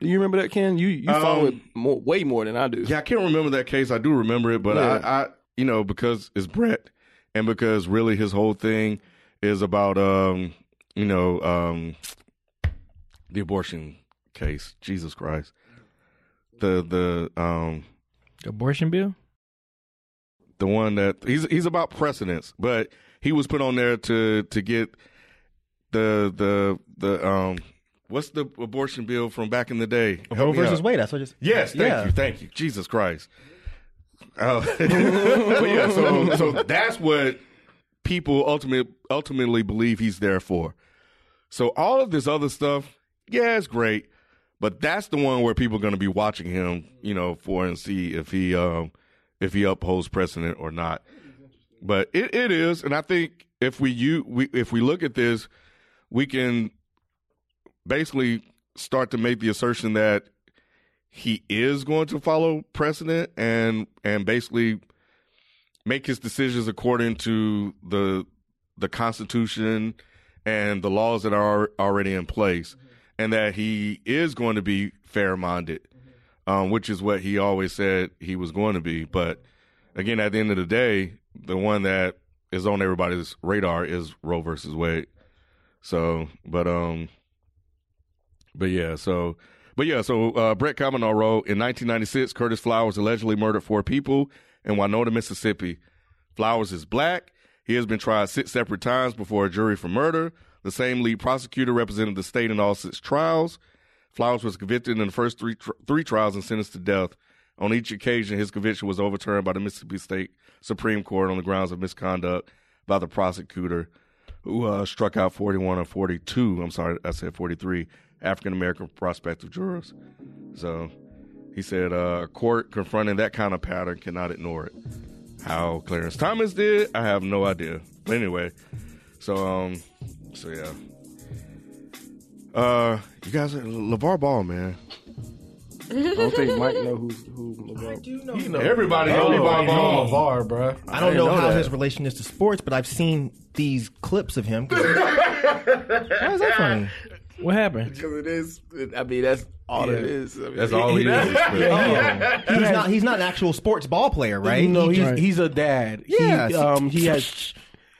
Speaker 3: Do you remember that, Ken? You you
Speaker 2: Um,
Speaker 3: follow it more, way more than I do.
Speaker 2: Yeah, I can't remember that case. I do remember it, but
Speaker 3: Yeah.
Speaker 2: I, I, you know, because it's Brett, and because really his whole thing is about, um, you know, um, the abortion case. Jesus Christ, the the um
Speaker 4: Abortion bill?
Speaker 2: the one that he's he's about precedence, but he was put on there to to get the the the um what's the abortion bill from back in the day?
Speaker 6: Roe
Speaker 2: Help me
Speaker 6: versus
Speaker 2: out.
Speaker 6: Wade. That's what I just.
Speaker 2: Yes, thank
Speaker 6: Yeah.
Speaker 2: you, thank you. Jesus Christ. Oh. but yeah, so so that's what people ultimate, ultimately believe he's there for. So all of this other stuff, yeah, it's great, but that's the one where people are going to be watching him, you know, for and see if he um if he upholds precedent or not. But it, it is, and I think if we you we if we look at this, we can basically start to make the assertion that he is going to follow precedent and and basically make his decisions according to the the constitution and the laws that are already in place and that he is going to be fair-minded um, which is what he always said he was going to be but again at the end of the day the one that is on everybody's radar is roe versus wade so but um but yeah, so but yeah, so uh, Brett Kavanaugh wrote in 1996, Curtis Flowers allegedly murdered four people in Winona, Mississippi. Flowers is black. He has been tried six separate times before a jury for murder. The same lead prosecutor represented the state in all six trials. Flowers was convicted in the first three tr- three trials and sentenced to death. On each occasion, his conviction was overturned by the Mississippi State Supreme Court on the grounds of misconduct by the prosecutor. who uh, struck out 41 or 42. I'm sorry, I said 43 African American prospective jurors. So he said, uh, a court confronting that kind of pattern cannot ignore it. How Clarence Thomas did, I have no idea. But anyway, so um, so yeah. Uh, you guys, LeVar Ball, man.
Speaker 3: I don't think Mike know who's who. LeVar.
Speaker 2: Everybody, knows LeVar Ball.
Speaker 8: Bar, bro.
Speaker 6: I don't know,
Speaker 3: know
Speaker 6: how
Speaker 3: that.
Speaker 6: his relation is to sports, but I've seen these clips of him. How is that funny?
Speaker 4: What happened?
Speaker 3: Because it is. I mean, that's all it is. I mean,
Speaker 2: That's all he is.
Speaker 6: He's not. He's not an actual sports ball player, right?
Speaker 5: No,
Speaker 6: He
Speaker 5: he's,
Speaker 6: just-
Speaker 5: he's a dad.
Speaker 6: Yes.
Speaker 5: He, um, he has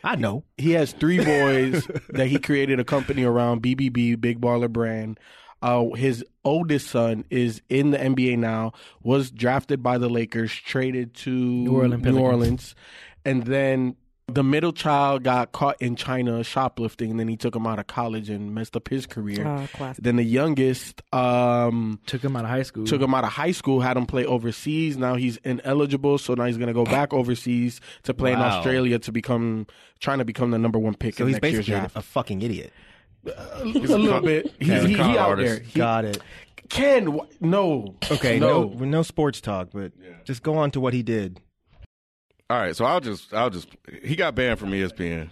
Speaker 6: I know.
Speaker 5: he has three boys that he created a company around BBB Big Baller Brand. Uh, his oldest son is in the NBA now. Was drafted by the Lakers, traded to New
Speaker 4: Orleans
Speaker 5: New
Speaker 4: Pelicans.
Speaker 5: Orleans, and then the middle child got caught in China shoplifting. And then he took him out of college and messed up his career.
Speaker 7: Oh, classic.
Speaker 5: Then the youngest. Um,
Speaker 4: Took him out of high school.
Speaker 5: took him out of high school, had him play overseas. Now he's ineligible, so now he's going to go back overseas to play in
Speaker 6: Wow.
Speaker 5: Australia to become trying to become the number one pick
Speaker 6: So
Speaker 5: in next
Speaker 6: he's
Speaker 5: year's
Speaker 6: basically a
Speaker 5: draft.
Speaker 6: fucking idiot.
Speaker 5: a little bit. He's,
Speaker 2: a
Speaker 5: he, he
Speaker 2: con
Speaker 5: out
Speaker 2: artist.
Speaker 5: there.
Speaker 6: Got it.
Speaker 5: Ken, wh- no.
Speaker 6: Okay. No.
Speaker 5: no.
Speaker 6: No, sports talk, but just go on to what he did.
Speaker 2: All right, so I'll just, I'll just. He got banned from E ESPN.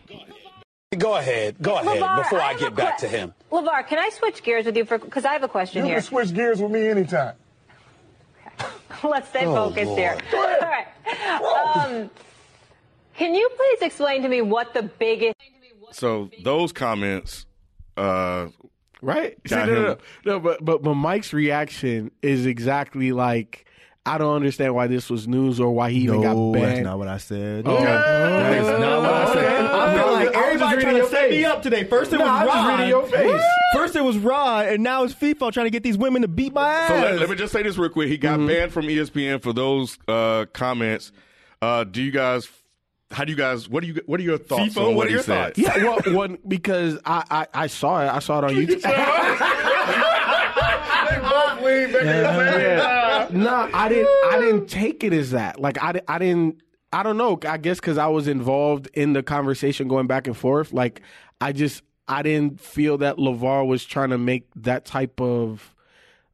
Speaker 1: Go ahead, go ahead,
Speaker 9: LeVar,
Speaker 1: before I
Speaker 9: have
Speaker 1: get
Speaker 9: a
Speaker 1: back
Speaker 9: que-
Speaker 1: to him.
Speaker 9: LeVar, can I switch gears with you for because I have a question here.
Speaker 8: switch gears with me anytime.
Speaker 9: Let's stay focused here. All right. Um, can you please explain to me what the biggest
Speaker 2: So those comments, uh,
Speaker 5: Right? See, no,
Speaker 2: Got
Speaker 5: no,
Speaker 2: him.
Speaker 5: no, no. But but but Mike's reaction is exactly like I don't understand why this was news or why he even got banned. Oh.
Speaker 6: that's not what I said.
Speaker 5: That is
Speaker 6: not what I said. I feel like everybody's trying to set me up today. First it was
Speaker 5: I was just
Speaker 6: Rod.
Speaker 5: reading your face.
Speaker 6: First it was Rod, and now it's FIFA trying to get these women to beat my ass.
Speaker 2: So let, let me just say this real quick. He got banned from E ESPN for those uh, comments. Uh, do you guys? How do you guys? What do you? What are your thoughts
Speaker 6: FIFA,
Speaker 2: on
Speaker 6: what
Speaker 2: what,
Speaker 6: are
Speaker 2: he
Speaker 6: your
Speaker 2: said?
Speaker 6: thoughts?
Speaker 5: Yeah, well, one because I, I I saw it. I saw it on YouTube. no, I didn't. I didn't take it as that. Like I, di- I didn't. I don't know. I guess because I was involved in the conversation going back and forth. Like I just, I didn't feel that Levar was trying to make that type of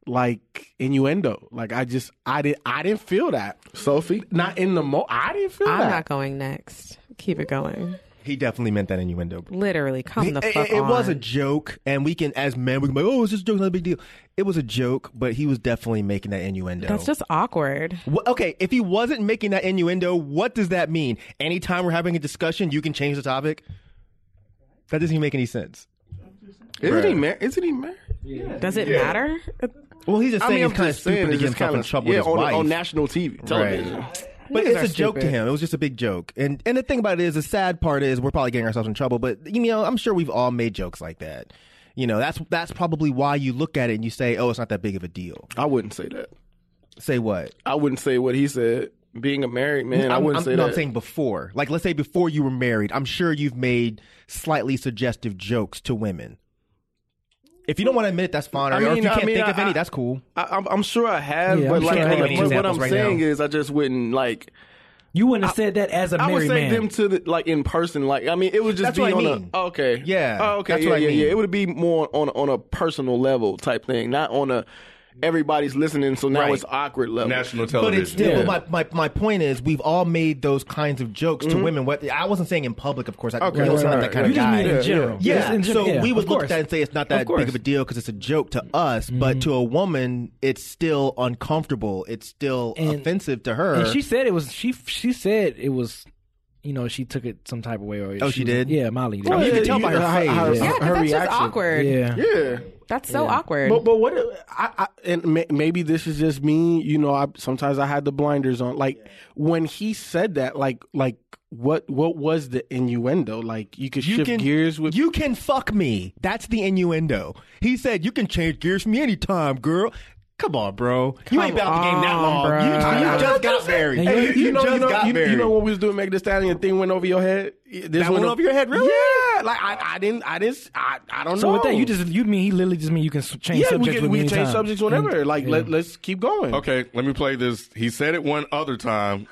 Speaker 5: like innuendo. Like I just, I didn't, I didn't feel that.
Speaker 3: Sophie.
Speaker 5: Not in the mo. I didn't feel
Speaker 7: I'm
Speaker 5: that.
Speaker 7: not going next. Keep it going.
Speaker 6: He definitely meant that innuendo. bro.
Speaker 7: Literally, come the
Speaker 6: it,
Speaker 7: fuck
Speaker 6: it- it was
Speaker 7: on.
Speaker 6: a joke, and we can, as men, we can be like, oh, it's just a joke, not a big deal. It was a joke, but he was definitely making that innuendo.
Speaker 7: That's just awkward.
Speaker 6: Wh- okay, if he wasn't making that innuendo, what does that mean? Anytime we're having a discussion, you can change the topic? That doesn't even make any sense.
Speaker 3: Isn't he married? Isn't he married?
Speaker 7: Does it matter?
Speaker 6: Well, he's just saying he's kind of
Speaker 3: just saying
Speaker 6: stupid to
Speaker 3: it's just
Speaker 6: get himself in
Speaker 3: kinda-
Speaker 6: trouble
Speaker 3: yeah,
Speaker 6: with his
Speaker 3: on,
Speaker 6: wife.
Speaker 3: on national TV, television.
Speaker 6: But
Speaker 5: Niggas
Speaker 6: it's
Speaker 5: are
Speaker 6: a joke to
Speaker 5: stupid.
Speaker 6: him. It was just a big joke. And and the thing about it is, the sad part is, we're probably getting ourselves in trouble. But you know, I'm sure we've all made jokes like that. You know, that's that's probably why you look at it and you say, "Oh, it's not that big of a deal."
Speaker 3: I wouldn't say that.
Speaker 6: Say what?
Speaker 3: I wouldn't say what he said. Being a married man, I
Speaker 6: I'm-
Speaker 3: wouldn't
Speaker 6: I'm-
Speaker 3: say
Speaker 6: no,
Speaker 3: that.
Speaker 6: I'm saying before. Like, let's say before you were married, I'm sure you've made slightly suggestive jokes to women. If you don't want to admit it, that's fine. Or,
Speaker 3: I
Speaker 6: or if
Speaker 3: mean,
Speaker 6: you
Speaker 3: I
Speaker 6: can't
Speaker 3: mean,
Speaker 6: think of
Speaker 3: I-
Speaker 6: any,
Speaker 3: I-
Speaker 6: that's cool.
Speaker 3: I, I'm, I'm sure I have,
Speaker 4: Yeah,
Speaker 3: but
Speaker 4: I'm
Speaker 3: like,
Speaker 4: sure I
Speaker 3: like,
Speaker 4: have
Speaker 3: what, what
Speaker 6: examples
Speaker 3: I'm
Speaker 6: right
Speaker 3: saying
Speaker 6: now.
Speaker 3: is, I just wouldn't like.
Speaker 4: You wouldn't have said that as a
Speaker 3: I would
Speaker 4: married
Speaker 3: say
Speaker 4: man.
Speaker 3: them to the, like in person. Like, I mean, it would just
Speaker 6: That's
Speaker 3: be
Speaker 6: what I
Speaker 3: on
Speaker 6: mean.
Speaker 3: a okay,
Speaker 6: Yeah,
Speaker 3: oh, okay,
Speaker 6: that's
Speaker 3: yeah,
Speaker 6: what I
Speaker 3: yeah,
Speaker 6: mean.
Speaker 3: yeah. It would be more on on a personal level type thing, not on a everybody's listening, so now
Speaker 6: Right.
Speaker 3: it's awkward level.
Speaker 2: National
Speaker 6: But
Speaker 2: television.
Speaker 6: it's still but my, my my point is we've all made those kinds of jokes to women. What I wasn't saying in public, of course. I, okay, was not that kind
Speaker 4: you
Speaker 6: of
Speaker 4: just
Speaker 6: guy.
Speaker 4: mean in general.
Speaker 6: Yeah,
Speaker 4: Just in gen-
Speaker 6: so
Speaker 4: yeah,
Speaker 6: we would
Speaker 4: of
Speaker 6: look at
Speaker 4: course.
Speaker 6: that and say it's not that
Speaker 4: course. Mm-hmm.
Speaker 6: big of a deal because it's a joke to us, but to a woman, it's still uncomfortable. It's still
Speaker 4: And-
Speaker 6: offensive to her.
Speaker 4: And she said it was she. She said it was. You know, she took it some type of way. Or
Speaker 6: Oh, she
Speaker 4: was-
Speaker 6: did?
Speaker 4: Yeah, Molly. Did.
Speaker 6: I mean, you
Speaker 4: yeah,
Speaker 6: can tell by her face.
Speaker 7: Yeah, 'cause that's just awkward.
Speaker 4: yeah.
Speaker 3: Yeah,
Speaker 7: That's so awkward.
Speaker 5: But but what I, I and may, maybe this is just me. You know, I sometimes I had the blinders on. Like when he said that, like like what what was the innuendo? Like you could
Speaker 6: you
Speaker 5: shift
Speaker 6: can
Speaker 5: gears with
Speaker 6: you can fuck me. That's the innuendo. He said you can change gears from me anytime, girl. Come on, bro. you ain't about the game that
Speaker 7: on,
Speaker 6: long.
Speaker 7: bro.
Speaker 6: You, you just got married.
Speaker 4: And
Speaker 6: you, just
Speaker 5: you know,
Speaker 6: got
Speaker 5: you,
Speaker 6: married.
Speaker 5: you know when we was doing Meg the Stallion, the thing went over your head. This
Speaker 6: that went over your head, really?
Speaker 5: Yeah, like I, I didn't, I didn't, I, I don't
Speaker 4: So
Speaker 5: know.
Speaker 4: with that, you just you mean he literally just mean you can s- change
Speaker 5: yeah, we
Speaker 4: subjects
Speaker 5: can
Speaker 4: with
Speaker 5: we
Speaker 4: me
Speaker 5: can change
Speaker 4: anytime.
Speaker 5: subjects whenever.
Speaker 4: And-
Speaker 5: like
Speaker 4: yeah.
Speaker 5: let, let's keep going.
Speaker 2: Okay, let me play this. He said it one other time.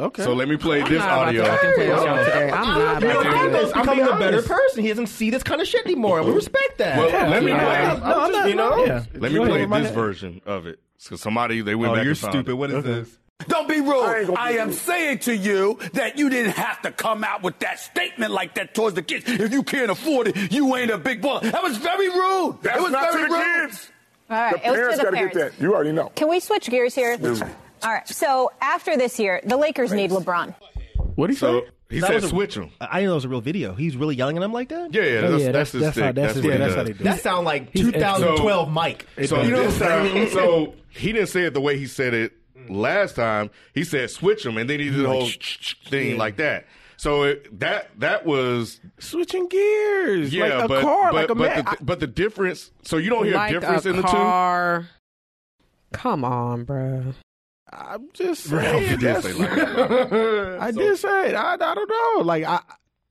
Speaker 5: Okay.
Speaker 2: So let me play this
Speaker 7: I'm not about
Speaker 2: audio.
Speaker 7: to fucking play this show today. I'm not
Speaker 6: You know,
Speaker 7: about to do this.
Speaker 6: He's
Speaker 5: I'm
Speaker 6: becoming
Speaker 5: being
Speaker 6: a better
Speaker 5: honest.
Speaker 6: person. He doesn't see this kind of shit anymore. We respect that.
Speaker 2: Well, let me
Speaker 5: Yeah.
Speaker 2: play.
Speaker 5: I'm just- you know?
Speaker 2: Let me play this version of it. Because somebody they went
Speaker 6: Oh,
Speaker 2: back.
Speaker 6: you're
Speaker 2: and found
Speaker 6: stupid.
Speaker 2: It.
Speaker 6: What is this?
Speaker 8: Don't be rude. I, am saying to you that you didn't have to come out with that statement like that towards the kids. If you can't afford it, you ain't a big baller. That was very rude.
Speaker 10: That's
Speaker 8: it was
Speaker 10: not to
Speaker 8: very
Speaker 10: the
Speaker 8: rude.
Speaker 10: kids.
Speaker 9: All right,
Speaker 10: The
Speaker 9: it was to
Speaker 10: parents
Speaker 9: the
Speaker 10: got to get
Speaker 9: parents.
Speaker 10: that. You already know.
Speaker 9: Can we switch gears here? All right. So after this year, the Lakers need LeBron.
Speaker 5: What do you
Speaker 2: So
Speaker 5: say?
Speaker 2: he
Speaker 6: That
Speaker 2: said,
Speaker 6: was a-
Speaker 2: "Switch them."
Speaker 6: I I didn't know it was a real video. He's really yelling at him like that.
Speaker 2: Yeah, yeah, that's,
Speaker 4: yeah,
Speaker 2: that's,
Speaker 4: that's-
Speaker 2: his
Speaker 4: that's
Speaker 2: thing.
Speaker 4: how- that's his-
Speaker 2: what
Speaker 4: yeah,
Speaker 2: he
Speaker 4: that's how
Speaker 2: does.
Speaker 4: they do it.
Speaker 6: That sound like
Speaker 4: He's
Speaker 6: 2012 Mike.
Speaker 2: So
Speaker 6: you know what I'm
Speaker 2: this
Speaker 6: saying?
Speaker 2: time, so he didn't say it the way he said it last time. He said switch them, and then he did the whole thing like that. So it, that that was
Speaker 5: Switching gears.
Speaker 2: yeah,
Speaker 5: like a
Speaker 2: but
Speaker 5: car,
Speaker 2: but,
Speaker 5: like a
Speaker 2: but,
Speaker 5: man.
Speaker 2: the, but the difference. So Oh, you don't hear
Speaker 7: like
Speaker 2: a difference
Speaker 7: a
Speaker 2: in the two.
Speaker 7: car. Come on, bro.
Speaker 5: I, am just
Speaker 2: Ralph, you
Speaker 5: saying.
Speaker 2: did
Speaker 5: that's-
Speaker 2: say like that.
Speaker 5: I
Speaker 2: So-
Speaker 5: did say it. I, I don't know. Like I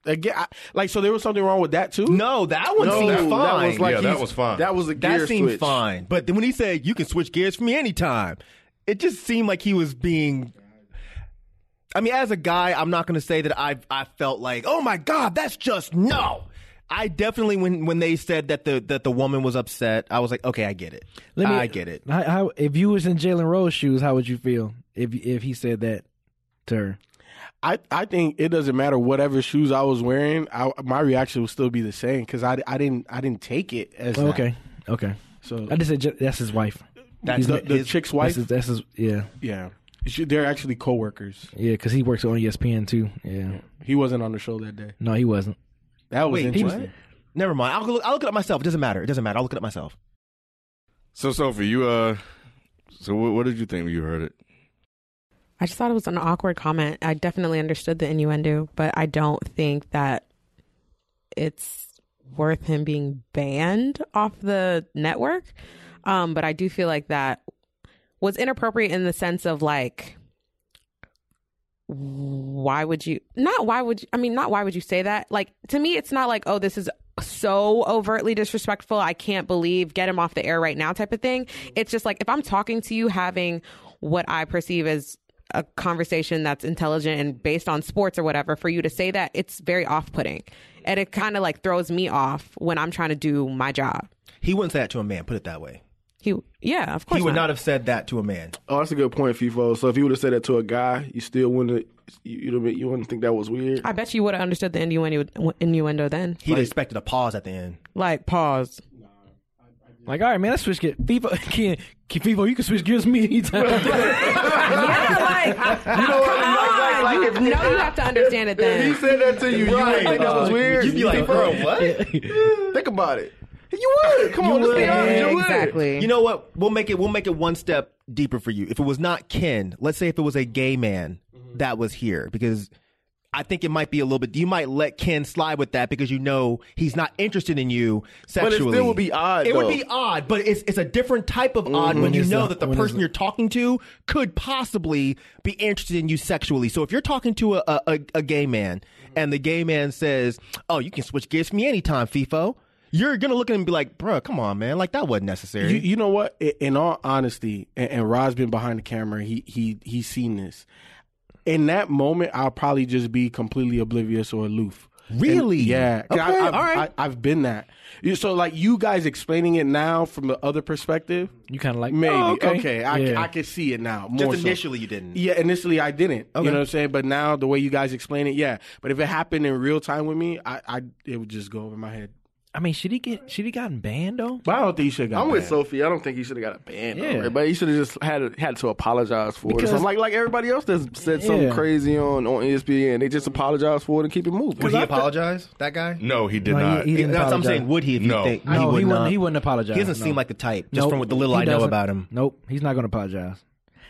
Speaker 5: again, I, like so there was something wrong with that too.
Speaker 6: No, that one
Speaker 5: No,
Speaker 6: seemed
Speaker 5: that was
Speaker 6: fine.
Speaker 2: like Yeah,
Speaker 6: He's-
Speaker 2: that was fine.
Speaker 3: That was a
Speaker 6: that
Speaker 3: gear
Speaker 6: seemed
Speaker 3: switch.
Speaker 6: fine. But then when he said you can switch gears for me anytime, it just seemed like he was being. I mean, as a guy, I'm not going to say that I I felt like, oh my god, that's just no. I definitely when when they said that the that the woman was upset, I was like, okay, I get it.
Speaker 4: Let me-
Speaker 6: I get it.
Speaker 4: How, how, if you was in Jalen Rose shoes, how would you feel if if he said that to her?
Speaker 5: I, I think it doesn't matter whatever shoes I was wearing. I, my reaction would still be the same because I, I didn't I didn't take it as that.
Speaker 4: Okay, okay.
Speaker 5: So
Speaker 4: I just said ju- that's his wife.
Speaker 6: That's
Speaker 4: He's
Speaker 5: the, the
Speaker 6: his-
Speaker 5: chick's wife.
Speaker 4: That's his, that's his yeah,
Speaker 5: yeah, She- they're actually coworkers.
Speaker 4: yeah. Because he works on E ESPN too. Yeah.
Speaker 5: He wasn't on the show that day.
Speaker 4: No, he wasn't.
Speaker 5: That was
Speaker 6: Wait,
Speaker 5: interesting.
Speaker 6: what? Never mind. I'll go look. I'll look it up myself. It doesn't matter. It doesn't matter. I'll look it up myself.
Speaker 2: So Sophie, you uh, so what, what did you think when you heard it?
Speaker 7: I just thought it was an awkward comment. I definitely understood the innuendo, but I don't think that it's worth him being banned off the network. Um, but I do feel like that was inappropriate in the sense of like, why would you not? Why would you? I mean, not why would you say that? Like to me, it's not like oh, this is so overtly disrespectful. I can't believe get him off the air right now type of thing. It's just like if I'm talking to you, having what I perceive as a conversation that's intelligent and based on sports or whatever for you to say that it's very off-putting and it kind of like throws me off when i'm trying to do my job
Speaker 6: He wouldn't say that to a man. Put it that way.
Speaker 7: he yeah of course
Speaker 6: He would not have said that to a man.
Speaker 3: Oh, that's a good point, FIFO. So if you would have said that to a guy, you still wouldn't. You, you'd have been- you wouldn't think that was weird.
Speaker 9: Ah,
Speaker 7: i bet you would have understood the innuendo, innuendo then
Speaker 6: He'd expected a pause at the end.
Speaker 7: like pause
Speaker 4: Like, all right, man, let's switch gears. FIFA, can, can FIFA, you can switch gears me anytime.
Speaker 7: yeah like
Speaker 3: Like- like- like if-
Speaker 7: no you have to understand it then
Speaker 3: He said that to you. You wouldn't think that was weird.
Speaker 6: Uh, You'd be like, bro, what?
Speaker 3: think about it. You would. Come on, let's be honest. You would.
Speaker 7: exactly
Speaker 6: You know what? We'll make it. We'll make it one step deeper for you. If it was not Ken, let's say if it was a gay man that was here, because I think it might be a little bit. You might let Ken slide with that because you know he's not interested in you
Speaker 3: it
Speaker 6: sexually.
Speaker 3: still would be odd,
Speaker 6: It
Speaker 3: though.
Speaker 6: would be odd, but it's it's a different type of odd Mm-hmm. when you
Speaker 4: it's
Speaker 6: know
Speaker 4: the-
Speaker 6: that the
Speaker 4: when it's
Speaker 6: person
Speaker 4: the-
Speaker 6: you're talking to could possibly be interested in you sexually. So if you're talking to a a, a, a gay man and the gay man says, "Oh, you can switch gears for me anytime, FIFO." You're gonna look at him and be like, "Bruh, come on, man! Like that wasn't necessary."
Speaker 5: You, you know what? I- In all honesty, and, and Rod's been behind the camera. He he he's seen this. In that moment, I'll probably just be completely oblivious or aloof. And-
Speaker 6: Really?
Speaker 5: yeah. 'Cause
Speaker 6: Okay,
Speaker 5: I, have
Speaker 6: all right.
Speaker 5: I, have been that. You- So, like, you guys explaining it now from the other perspective,
Speaker 4: you kind of like,
Speaker 5: maybe
Speaker 4: oh,
Speaker 5: okay. I,
Speaker 4: Yeah.
Speaker 5: I can see it now. More
Speaker 6: Just
Speaker 5: so.
Speaker 6: initially, you didn't.
Speaker 5: Yeah, initially I didn't.
Speaker 6: Okay.
Speaker 5: You know what I'm saying? But now the way you guys explain it, yeah. But if it happened in real time with me, I, I it would just go over my head.
Speaker 4: I mean, should he get, should he gotten banned though?
Speaker 5: But I don't think you should.
Speaker 3: I'm with Sophie. I don't think he should have got a ban.
Speaker 4: Yeah.
Speaker 3: over it, but he should have just had had to apologize for
Speaker 4: Because-
Speaker 3: it. So, like like everybody else that's said something
Speaker 4: Yeah.
Speaker 3: crazy on on E ESPN, they just apologize for it and keep it moving.
Speaker 6: Would he apologize? That guy?
Speaker 2: No, he did
Speaker 4: No, he-
Speaker 2: not.
Speaker 4: he didn't
Speaker 6: That's what I'm
Speaker 4: apologize.
Speaker 6: saying. Would he? If
Speaker 2: No.
Speaker 6: you think
Speaker 4: No, he,
Speaker 6: would
Speaker 4: wouldn't.
Speaker 6: not.
Speaker 4: He wouldn't apologize.
Speaker 6: He doesn't
Speaker 4: no.
Speaker 6: seem like the type, just
Speaker 4: Nope,
Speaker 6: from what the little
Speaker 4: he
Speaker 6: I know
Speaker 4: doesn't.
Speaker 6: about him.
Speaker 4: Nope, he's not going to apologize.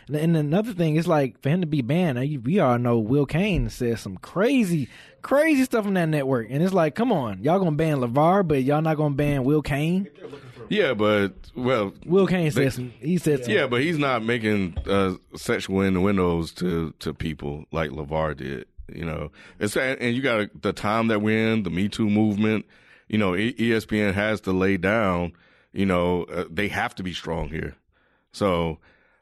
Speaker 4: And- And another thing is like for him to be banned. uh, you- We all know Will Kane says some crazy, crazy stuff on that network, and it's like, come on, y'all going to ban Levar, but y'all not going to ban Will Kane.
Speaker 2: Yeah, but well,
Speaker 4: Will Kane
Speaker 2: They-
Speaker 4: said some. He said some.
Speaker 2: yeah, but he's not making uh, sexual innuendos to to people like Levar did. You know, it's and you got the time that we're in, the Me Too movement. You know, E- ESPN has to lay down. You know, uh, they have to be strong here. So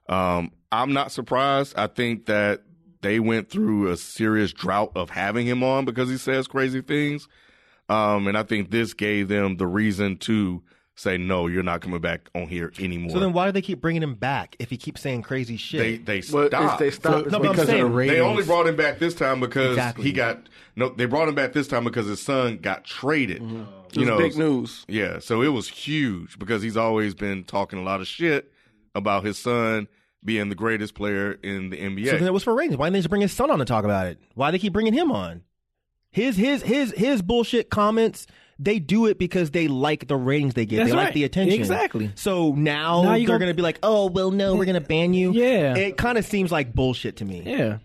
Speaker 2: um, I'm not surprised. I think that they went through a serious drought of having him on because he says crazy things. Um, and I think this gave them the reason to say, no, you're not coming back on here anymore.
Speaker 6: So then why do they keep bringing him back if he keeps saying crazy shit?
Speaker 2: they they
Speaker 3: Well,
Speaker 2: stopped.
Speaker 3: if they stop, it's
Speaker 6: No, but I'm
Speaker 3: because of the
Speaker 6: saying-
Speaker 3: ratings.
Speaker 2: They only brought him back this time because
Speaker 6: Exactly.
Speaker 2: he got no. They brought him back this time because his son got traded.
Speaker 3: It was big news.
Speaker 2: Yeah, so it was huge because he's always been talking a lot of shit about his son being the greatest player in the NBA.
Speaker 6: So then it was for ratings. Why didn't they just bring his son on to talk about it? Why they keep bringing him on? His his his his bullshit comments. They do it because they like the ratings they get.
Speaker 4: That's
Speaker 6: they like
Speaker 4: right.
Speaker 6: the attention.
Speaker 4: Exactly.
Speaker 6: So now,
Speaker 4: Now
Speaker 6: they're
Speaker 4: you
Speaker 6: going
Speaker 4: go-
Speaker 6: to be like, "Oh, well, no, we're going to ban you."
Speaker 4: Yeah.
Speaker 6: It kind of seems like bullshit to me.
Speaker 4: Yeah.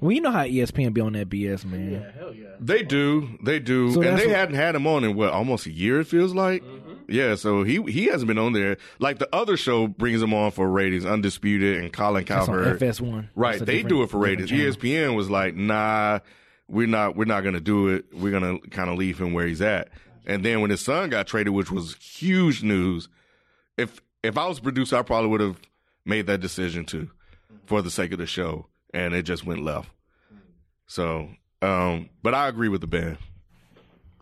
Speaker 4: Well, you know how E ESPN be on that BS, man.
Speaker 2: They do, they do,
Speaker 4: So
Speaker 2: and
Speaker 4: that's
Speaker 2: they
Speaker 4: what-
Speaker 2: hadn't had him on in what almost a year. It feels like, yeah. So he he hasn't been on there. Like the other show brings him on for ratings, Undisputed and Colin
Speaker 4: That's on
Speaker 2: Cowherd.
Speaker 4: FS1.
Speaker 2: Right,
Speaker 4: That's a
Speaker 2: they
Speaker 4: different-
Speaker 2: do it for ratings. E
Speaker 4: different channel.
Speaker 2: ESPN was like, nah, we're not we're not gonna do it. We're gonna kind of leave him where he's at. And then when his son got traded, which was huge news, if if I was a producer, I probably would have made that decision too, for the sake of the show, and it just went left. So, um, but I agree with the band.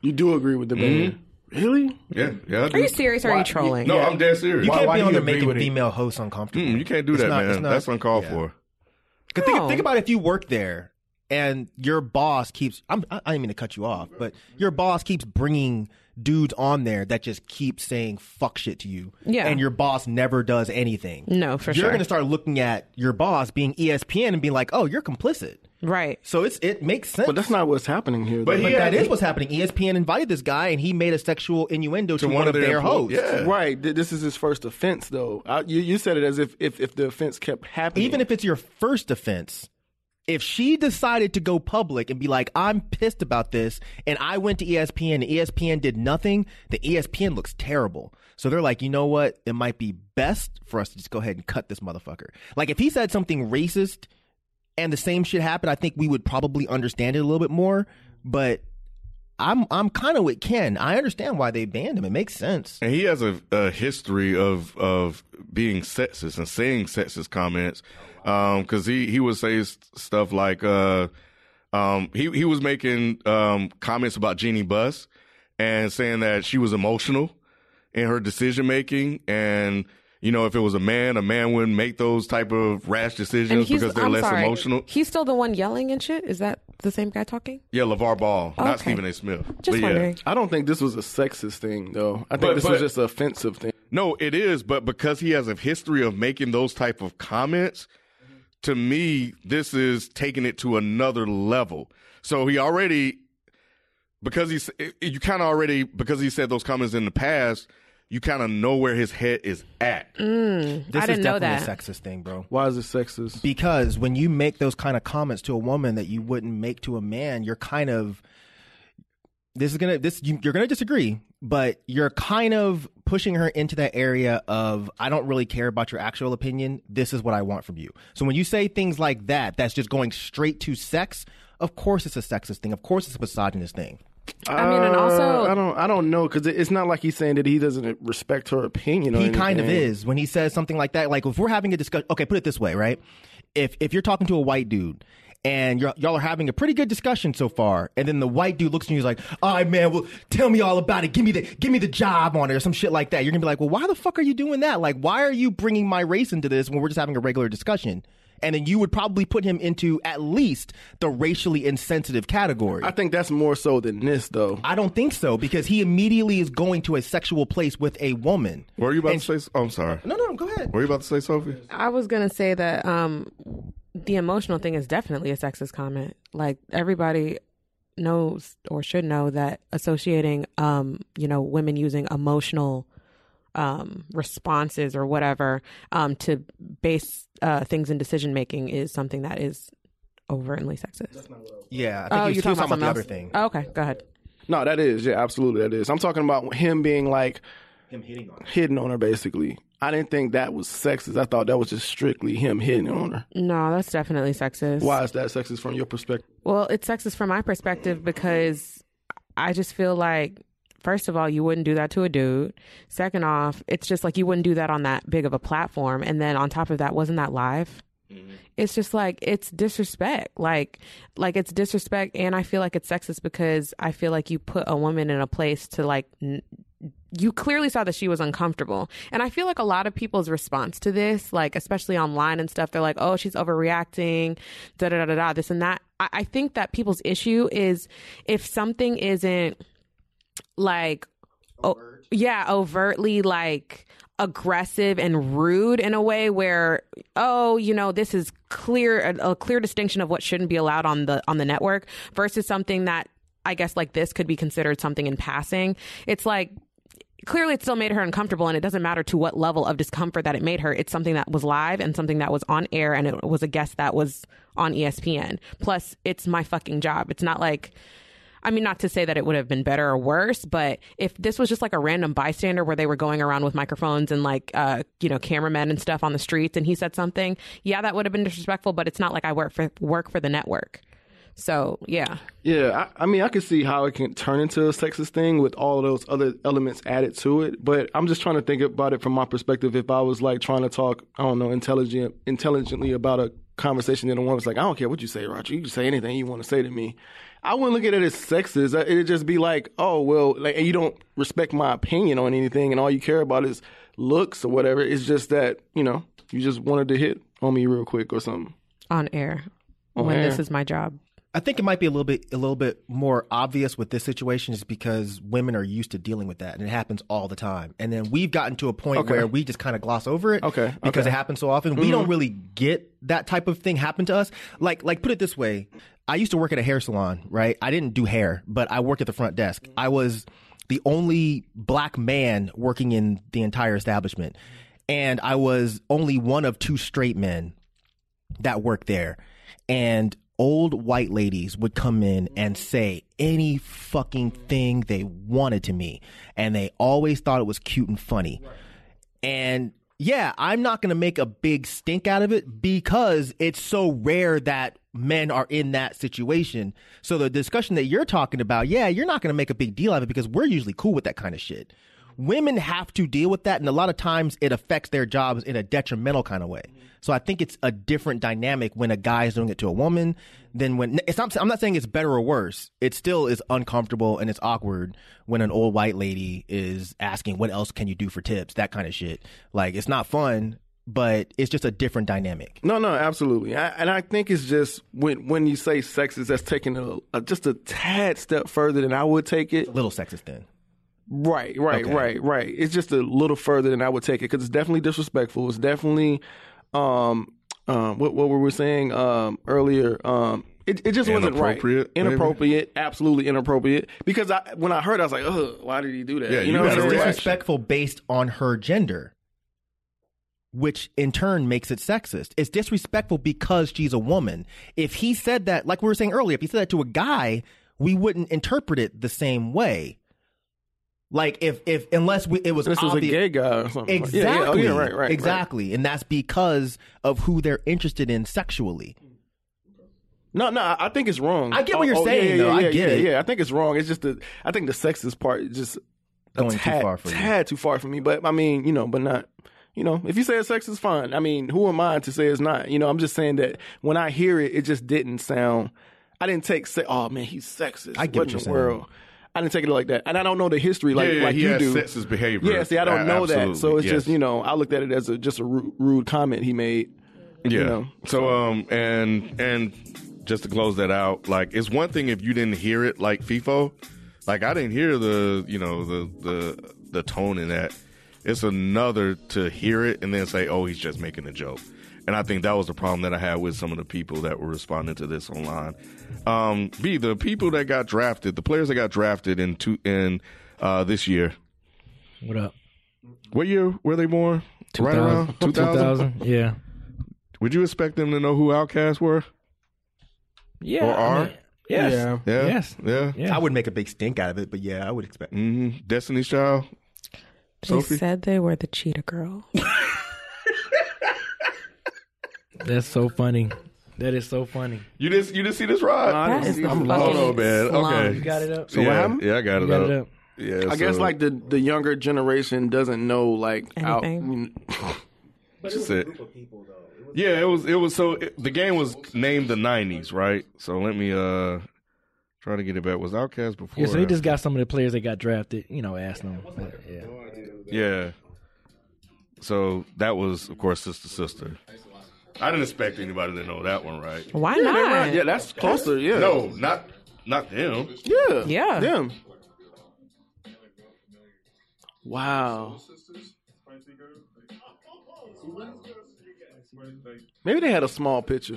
Speaker 3: You do agree with the man. Really?
Speaker 2: Yeah, yeah. I
Speaker 7: Are
Speaker 2: do.
Speaker 7: you serious? Or are you trolling?
Speaker 2: No, I'm dead serious.
Speaker 6: You
Speaker 2: Why-
Speaker 6: can't
Speaker 2: why
Speaker 6: be
Speaker 2: do
Speaker 6: on
Speaker 2: you
Speaker 6: there
Speaker 2: agree
Speaker 6: making
Speaker 2: with it?
Speaker 6: female hosts uncomfortable.
Speaker 2: Mm, you can't do
Speaker 6: It's
Speaker 2: that,
Speaker 6: not- it's
Speaker 2: man.
Speaker 6: not-
Speaker 2: That's uncalled
Speaker 6: yeah.
Speaker 2: for.
Speaker 6: 'Cause Think,
Speaker 7: No.
Speaker 6: think about if you work there and your boss keeps. I'm, I I didn't mean to cut you off, but your boss keeps bringing dudes on there that just keep saying fuck shit to you.
Speaker 7: Yeah.
Speaker 6: And your boss never does anything.
Speaker 7: No, for
Speaker 6: you're
Speaker 7: sure.
Speaker 6: going to start looking at your boss being ESPN and being like, oh, you're complicit.
Speaker 7: right.
Speaker 6: So it's it makes sense.
Speaker 3: But that's not what's happening here.
Speaker 2: But
Speaker 3: though.
Speaker 6: But
Speaker 2: he
Speaker 6: that is what's happening. E ESPN invited this guy, and he made a sexual innuendo to, one, of their,
Speaker 2: employees.
Speaker 6: hosts.
Speaker 2: Yeah.
Speaker 3: Right. Th- This is his first offense, though. I, you, you said it as if, if if the offense kept happening.
Speaker 6: even if it's your first offense, if she decided to go public and be like, I'm pissed about this, and I went to E ESPN and ESPN did nothing, the E ESPN looks terrible. So they're like, you know what? It might be best for us to just go ahead and cut this motherfucker. Like, if he said something racist and the same shit happened, I think we would probably understand it a little bit more. But I'm I'm kind of with Ken. I understand why they banned him. It makes sense.
Speaker 2: And he has a, a history of of being sexist and saying sexist comments, because he he would say s- stuff like, uh, um, he he was making um, comments about Jeannie Buss and saying that she was emotional in her decision making, and you know if it was a man, a man wouldn't make those type of rash
Speaker 7: And
Speaker 2: decisions
Speaker 7: he's,
Speaker 2: because they're
Speaker 7: I'm
Speaker 2: less
Speaker 7: sorry.
Speaker 2: emotional.
Speaker 7: He's still the one yelling and shit. Is that the same guy talking?
Speaker 2: Yeah, LeVar Ball, not
Speaker 7: Okay.
Speaker 2: Stephen A. Smith. But
Speaker 7: Just
Speaker 2: yeah.
Speaker 7: wondering.
Speaker 3: I don't think this was a sexist thing, though. I think
Speaker 2: But-
Speaker 3: this
Speaker 2: but-
Speaker 3: was just an offensive thing.
Speaker 2: No, it is, but because he has a history of making those type of comments, to me, this is taking it to another level. So he already, because he's, you kind of already, because he said those comments in the past, you kind of know where his head is at.
Speaker 6: Mm. This
Speaker 7: I didn't
Speaker 6: is
Speaker 7: know
Speaker 6: definitely
Speaker 7: that.
Speaker 6: a sexist thing, bro.
Speaker 3: Why is it sexist?
Speaker 6: because when you make those kind of comments to a woman that you wouldn't make to a man you're kind of this is gonna this you, you're gonna disagree but you're kind of pushing her into that area of i don't really care about your actual opinion this is what i want from you so when you say things like that that's just going straight to sex of course it's a sexist thing of course it's a misogynist thing
Speaker 7: I mean, and
Speaker 3: Uh,
Speaker 7: also-
Speaker 3: I don't, I don't know, because it's not like he's saying that he doesn't respect her opinion. Or
Speaker 6: he kind of
Speaker 3: anything.
Speaker 6: is when he says something like that. Like if we're having a discussion, okay, put it this way, right? If if you're talking to a white dude and you're, y'all are having a pretty good discussion so far, and then the white dude looks at you and he's like, "All right, man, well, tell me all about it. Give me the give me the job on it or some shit like that." You're gonna be like, "Well, why the fuck are you doing that? Like, why are you bringing my race into this when we're just having a regular discussion?" And then you would probably put him into at least the racially insensitive category.
Speaker 3: I think that's more so than this, though.
Speaker 6: I don't think so because he immediately is going to a sexual place with a woman.
Speaker 2: Were you about
Speaker 6: And-
Speaker 2: to say? Oh, I'm sorry.
Speaker 6: No, no, go ahead.
Speaker 2: Were you about to say, Sophie?
Speaker 7: I was gonna say that um, the emotional thing is definitely a sexist comment. Like everybody knows or should know that associating, um, you know, women using emotional um, responses or whatever um, to base uh, things in decision making is something that is overtly sexist.
Speaker 6: Yeah, I
Speaker 7: Oh,
Speaker 6: think he was, he was talking about the other
Speaker 7: something
Speaker 6: thing.
Speaker 7: else? Oh, okay, go ahead.
Speaker 3: No, that is. Yeah, absolutely, that is. I'm talking about him being like
Speaker 6: Him hitting on.
Speaker 3: hitting on her, basically. I didn't think that was sexist. I thought that was just strictly him hitting on her.
Speaker 7: No, that's definitely sexist.
Speaker 3: Why is that sexist from your perspective?
Speaker 7: Well, it's sexist from my perspective because I just feel like, first of all, you wouldn't do that to a dude. Second off, it's just like you wouldn't do that on that big of a platform. And then on top of that, wasn't that live? It's just like it's disrespect. Like like it's disrespect and I feel like it's sexist because I feel like you put a woman in a place to like n- you clearly saw that she was uncomfortable. And I feel like a lot of people's response to this, like especially online and stuff, they're like, oh, she's overreacting, da da da da da, this and that. I, I think that people's issue is if something isn't like o- yeah overtly like aggressive and rude in a way where oh you know this is clear a, a clear distinction of what shouldn't be allowed on the on the network versus something that i guess like this could be considered something in passing it's like clearly it still made her uncomfortable and it doesn't matter to what level of discomfort that it made her it's something that was live and something that was on air and it was a guest that was on E espn plus it's my fucking job it's not like I mean, not to say that it would have been better or worse, but if this was just like a random bystander where they were going around with microphones and like, uh, you know, cameramen and stuff on the streets and he said something, yeah, that would have been disrespectful, but it's not like I work for, work for the network. So, yeah.
Speaker 3: Yeah, I, I mean, I can see how it can turn into a sexist thing with all of those other elements added to it. But I'm just trying to think about it from my perspective. If I was like trying to talk, I don't know, intelligent, intelligently about a conversation, and a woman's like, "I don't care what you say, Roger. You can say anything you want to say to me." I wouldn't look at it as sexist. Uh, It'd just be like, "Oh, well, like and you don't respect my opinion on anything, and all you care about is looks or whatever." It's just that you know you just wanted to hit on me real quick or something.
Speaker 7: On air. when
Speaker 3: air.
Speaker 7: this is my job.
Speaker 6: I think it might be a little bit a little bit more obvious with this situation is because women are used to dealing with that and it happens all the time. And then we've gotten to a point where we just kind of gloss over it
Speaker 3: Okay, Mm-hmm.
Speaker 6: because it happens so often. We don't really get that type of thing happen to us. Like like put it this way, I used to work at a hair salon, right? I didn't do hair, but I worked at the front desk. I was the only black man working in the entire establishment. And I was only one of two straight men that worked there and old white ladies would come in and say any fucking thing they wanted to me and they always thought it was cute and funny and yeah i'm not gonna make a big stink out of it because it's so rare that men are in that situation so the discussion that you're talking about yeah you're not gonna make a big deal out of it because we're usually cool with that kind of shit women have to deal with that and a lot of times it affects their jobs in a detrimental kind of way so i think it's a different dynamic when a guy is doing it to a woman than when it's not, i'm not saying it's better or worse it still is uncomfortable and it's awkward when an old white lady is asking what else can you do for tips that kind of shit like it's not fun but it's just a different dynamic
Speaker 3: No, no, absolutely. I, and I think it's just when when you say sexist, that's taking a, a just a tad step further than I would take it.
Speaker 6: little sexist then
Speaker 3: Right, right, right, right. It's just a little further than I would take it because it's definitely disrespectful. It's definitely, um, um, what what were we saying um earlier? Um, it it just wasn't right.
Speaker 2: Inappropriate, maybe?
Speaker 3: inappropriate, absolutely inappropriate. Because I when I heard, it, I was like, ugh, why did he do that?
Speaker 2: Yeah, you
Speaker 3: know what
Speaker 2: gotta
Speaker 3: I'm
Speaker 6: it's
Speaker 3: saying?
Speaker 6: disrespectful based on her gender, which in turn makes it sexist. It's disrespectful because she's a woman. If he said that, like we were saying earlier, if he said that to a guy, we wouldn't interpret it the same way. Like if if unless we it was
Speaker 3: This was a
Speaker 6: obvious-
Speaker 3: gay guy or something. Like-
Speaker 6: Exactly.
Speaker 3: Yeah, yeah, oh, yeah, right, right, right.
Speaker 6: Exactly, and that's because of who they're interested in sexually.
Speaker 3: No, no, I I think it's wrong.
Speaker 6: I get what
Speaker 3: Oh,
Speaker 6: you're
Speaker 3: oh, yeah,
Speaker 6: saying,
Speaker 3: yeah,
Speaker 6: though. I
Speaker 3: yeah,
Speaker 6: get
Speaker 3: yeah,
Speaker 6: it.
Speaker 3: Yeah, I think it's wrong. It's just the I think the sexist part is just a
Speaker 6: Going too
Speaker 3: tad,
Speaker 6: far for you.
Speaker 3: tad too far for me. But I mean, you know, but not. You know, if you say it's sexist, fine. I mean, who am I to say it's not? You know, I'm just saying that when I hear it, it just didn't sound. I didn't take. Se- oh man, he's sexist.
Speaker 6: I get what
Speaker 3: in
Speaker 6: you're
Speaker 3: the
Speaker 6: saying.
Speaker 3: world? I didn't take it like that, and I don't know the history like
Speaker 2: Yeah, yeah,
Speaker 3: like
Speaker 2: he
Speaker 3: you
Speaker 2: has
Speaker 3: do.
Speaker 2: sexist behavior.
Speaker 3: Yeah, see, I don't
Speaker 2: A-
Speaker 3: know that, so
Speaker 2: absolutely,
Speaker 3: it's just
Speaker 2: yes.
Speaker 3: you know, I looked at it as a just a rude, rude comment he made.
Speaker 2: Yeah.
Speaker 3: know?
Speaker 2: So um and and just to close that out, like it's one thing if you didn't hear it like FIFO. Like I didn't hear the you know the the the tone in that. It's another to hear it and then say, "Oh, he's just making a joke." And I think that was the problem that I had with some of the people that were responding to this online. Um, B, the people that got drafted, the players that got drafted in two in uh, this year.
Speaker 4: What up?
Speaker 2: What year were they born? Right around two thousand.
Speaker 4: 2000? Yeah.
Speaker 2: Would you expect them to know who Outcasts were?
Speaker 4: Yeah.
Speaker 2: Or
Speaker 4: I
Speaker 2: are?
Speaker 4: mean, yes.
Speaker 5: Yeah.
Speaker 2: Yeah.
Speaker 4: Yes.
Speaker 2: Yeah.
Speaker 4: Yeah.
Speaker 6: I would make a big stink out of it, but yeah, I would expect.
Speaker 2: hmm Destiny's Child.
Speaker 7: She
Speaker 2: Sophie?
Speaker 7: said they were the cheetah girl.
Speaker 4: That's so funny. That is so funny.
Speaker 2: You didn't you didn't see this rod?
Speaker 7: That is the
Speaker 2: I'm
Speaker 7: fucking
Speaker 2: low, man.
Speaker 7: slums.
Speaker 2: Okay.
Speaker 4: You got it up?
Speaker 2: yeah,
Speaker 3: what happened?
Speaker 2: Yeah, I got it,
Speaker 4: You got
Speaker 2: up.
Speaker 4: it up.
Speaker 2: Yeah,
Speaker 3: I guess
Speaker 2: so
Speaker 3: like the the younger generation doesn't know like out,
Speaker 7: Anything.
Speaker 2: she said- Yeah, it was. It was so it, the game was named the '90s, right? So let me uh try to get it back. Was Outcast before?
Speaker 4: Yeah, so he just got some of the players that got drafted, you know, asked them. But, yeah.
Speaker 2: Yeah. So that was, of course, sister sister. I didn't expect anybody to know that one, right?
Speaker 7: Why
Speaker 3: Yeah, they
Speaker 7: not?
Speaker 3: right. yeah, that's closer. Yeah,
Speaker 2: No, not not them.
Speaker 3: yeah,
Speaker 7: Yeah.
Speaker 3: them. Wow. Maybe they had a small picture.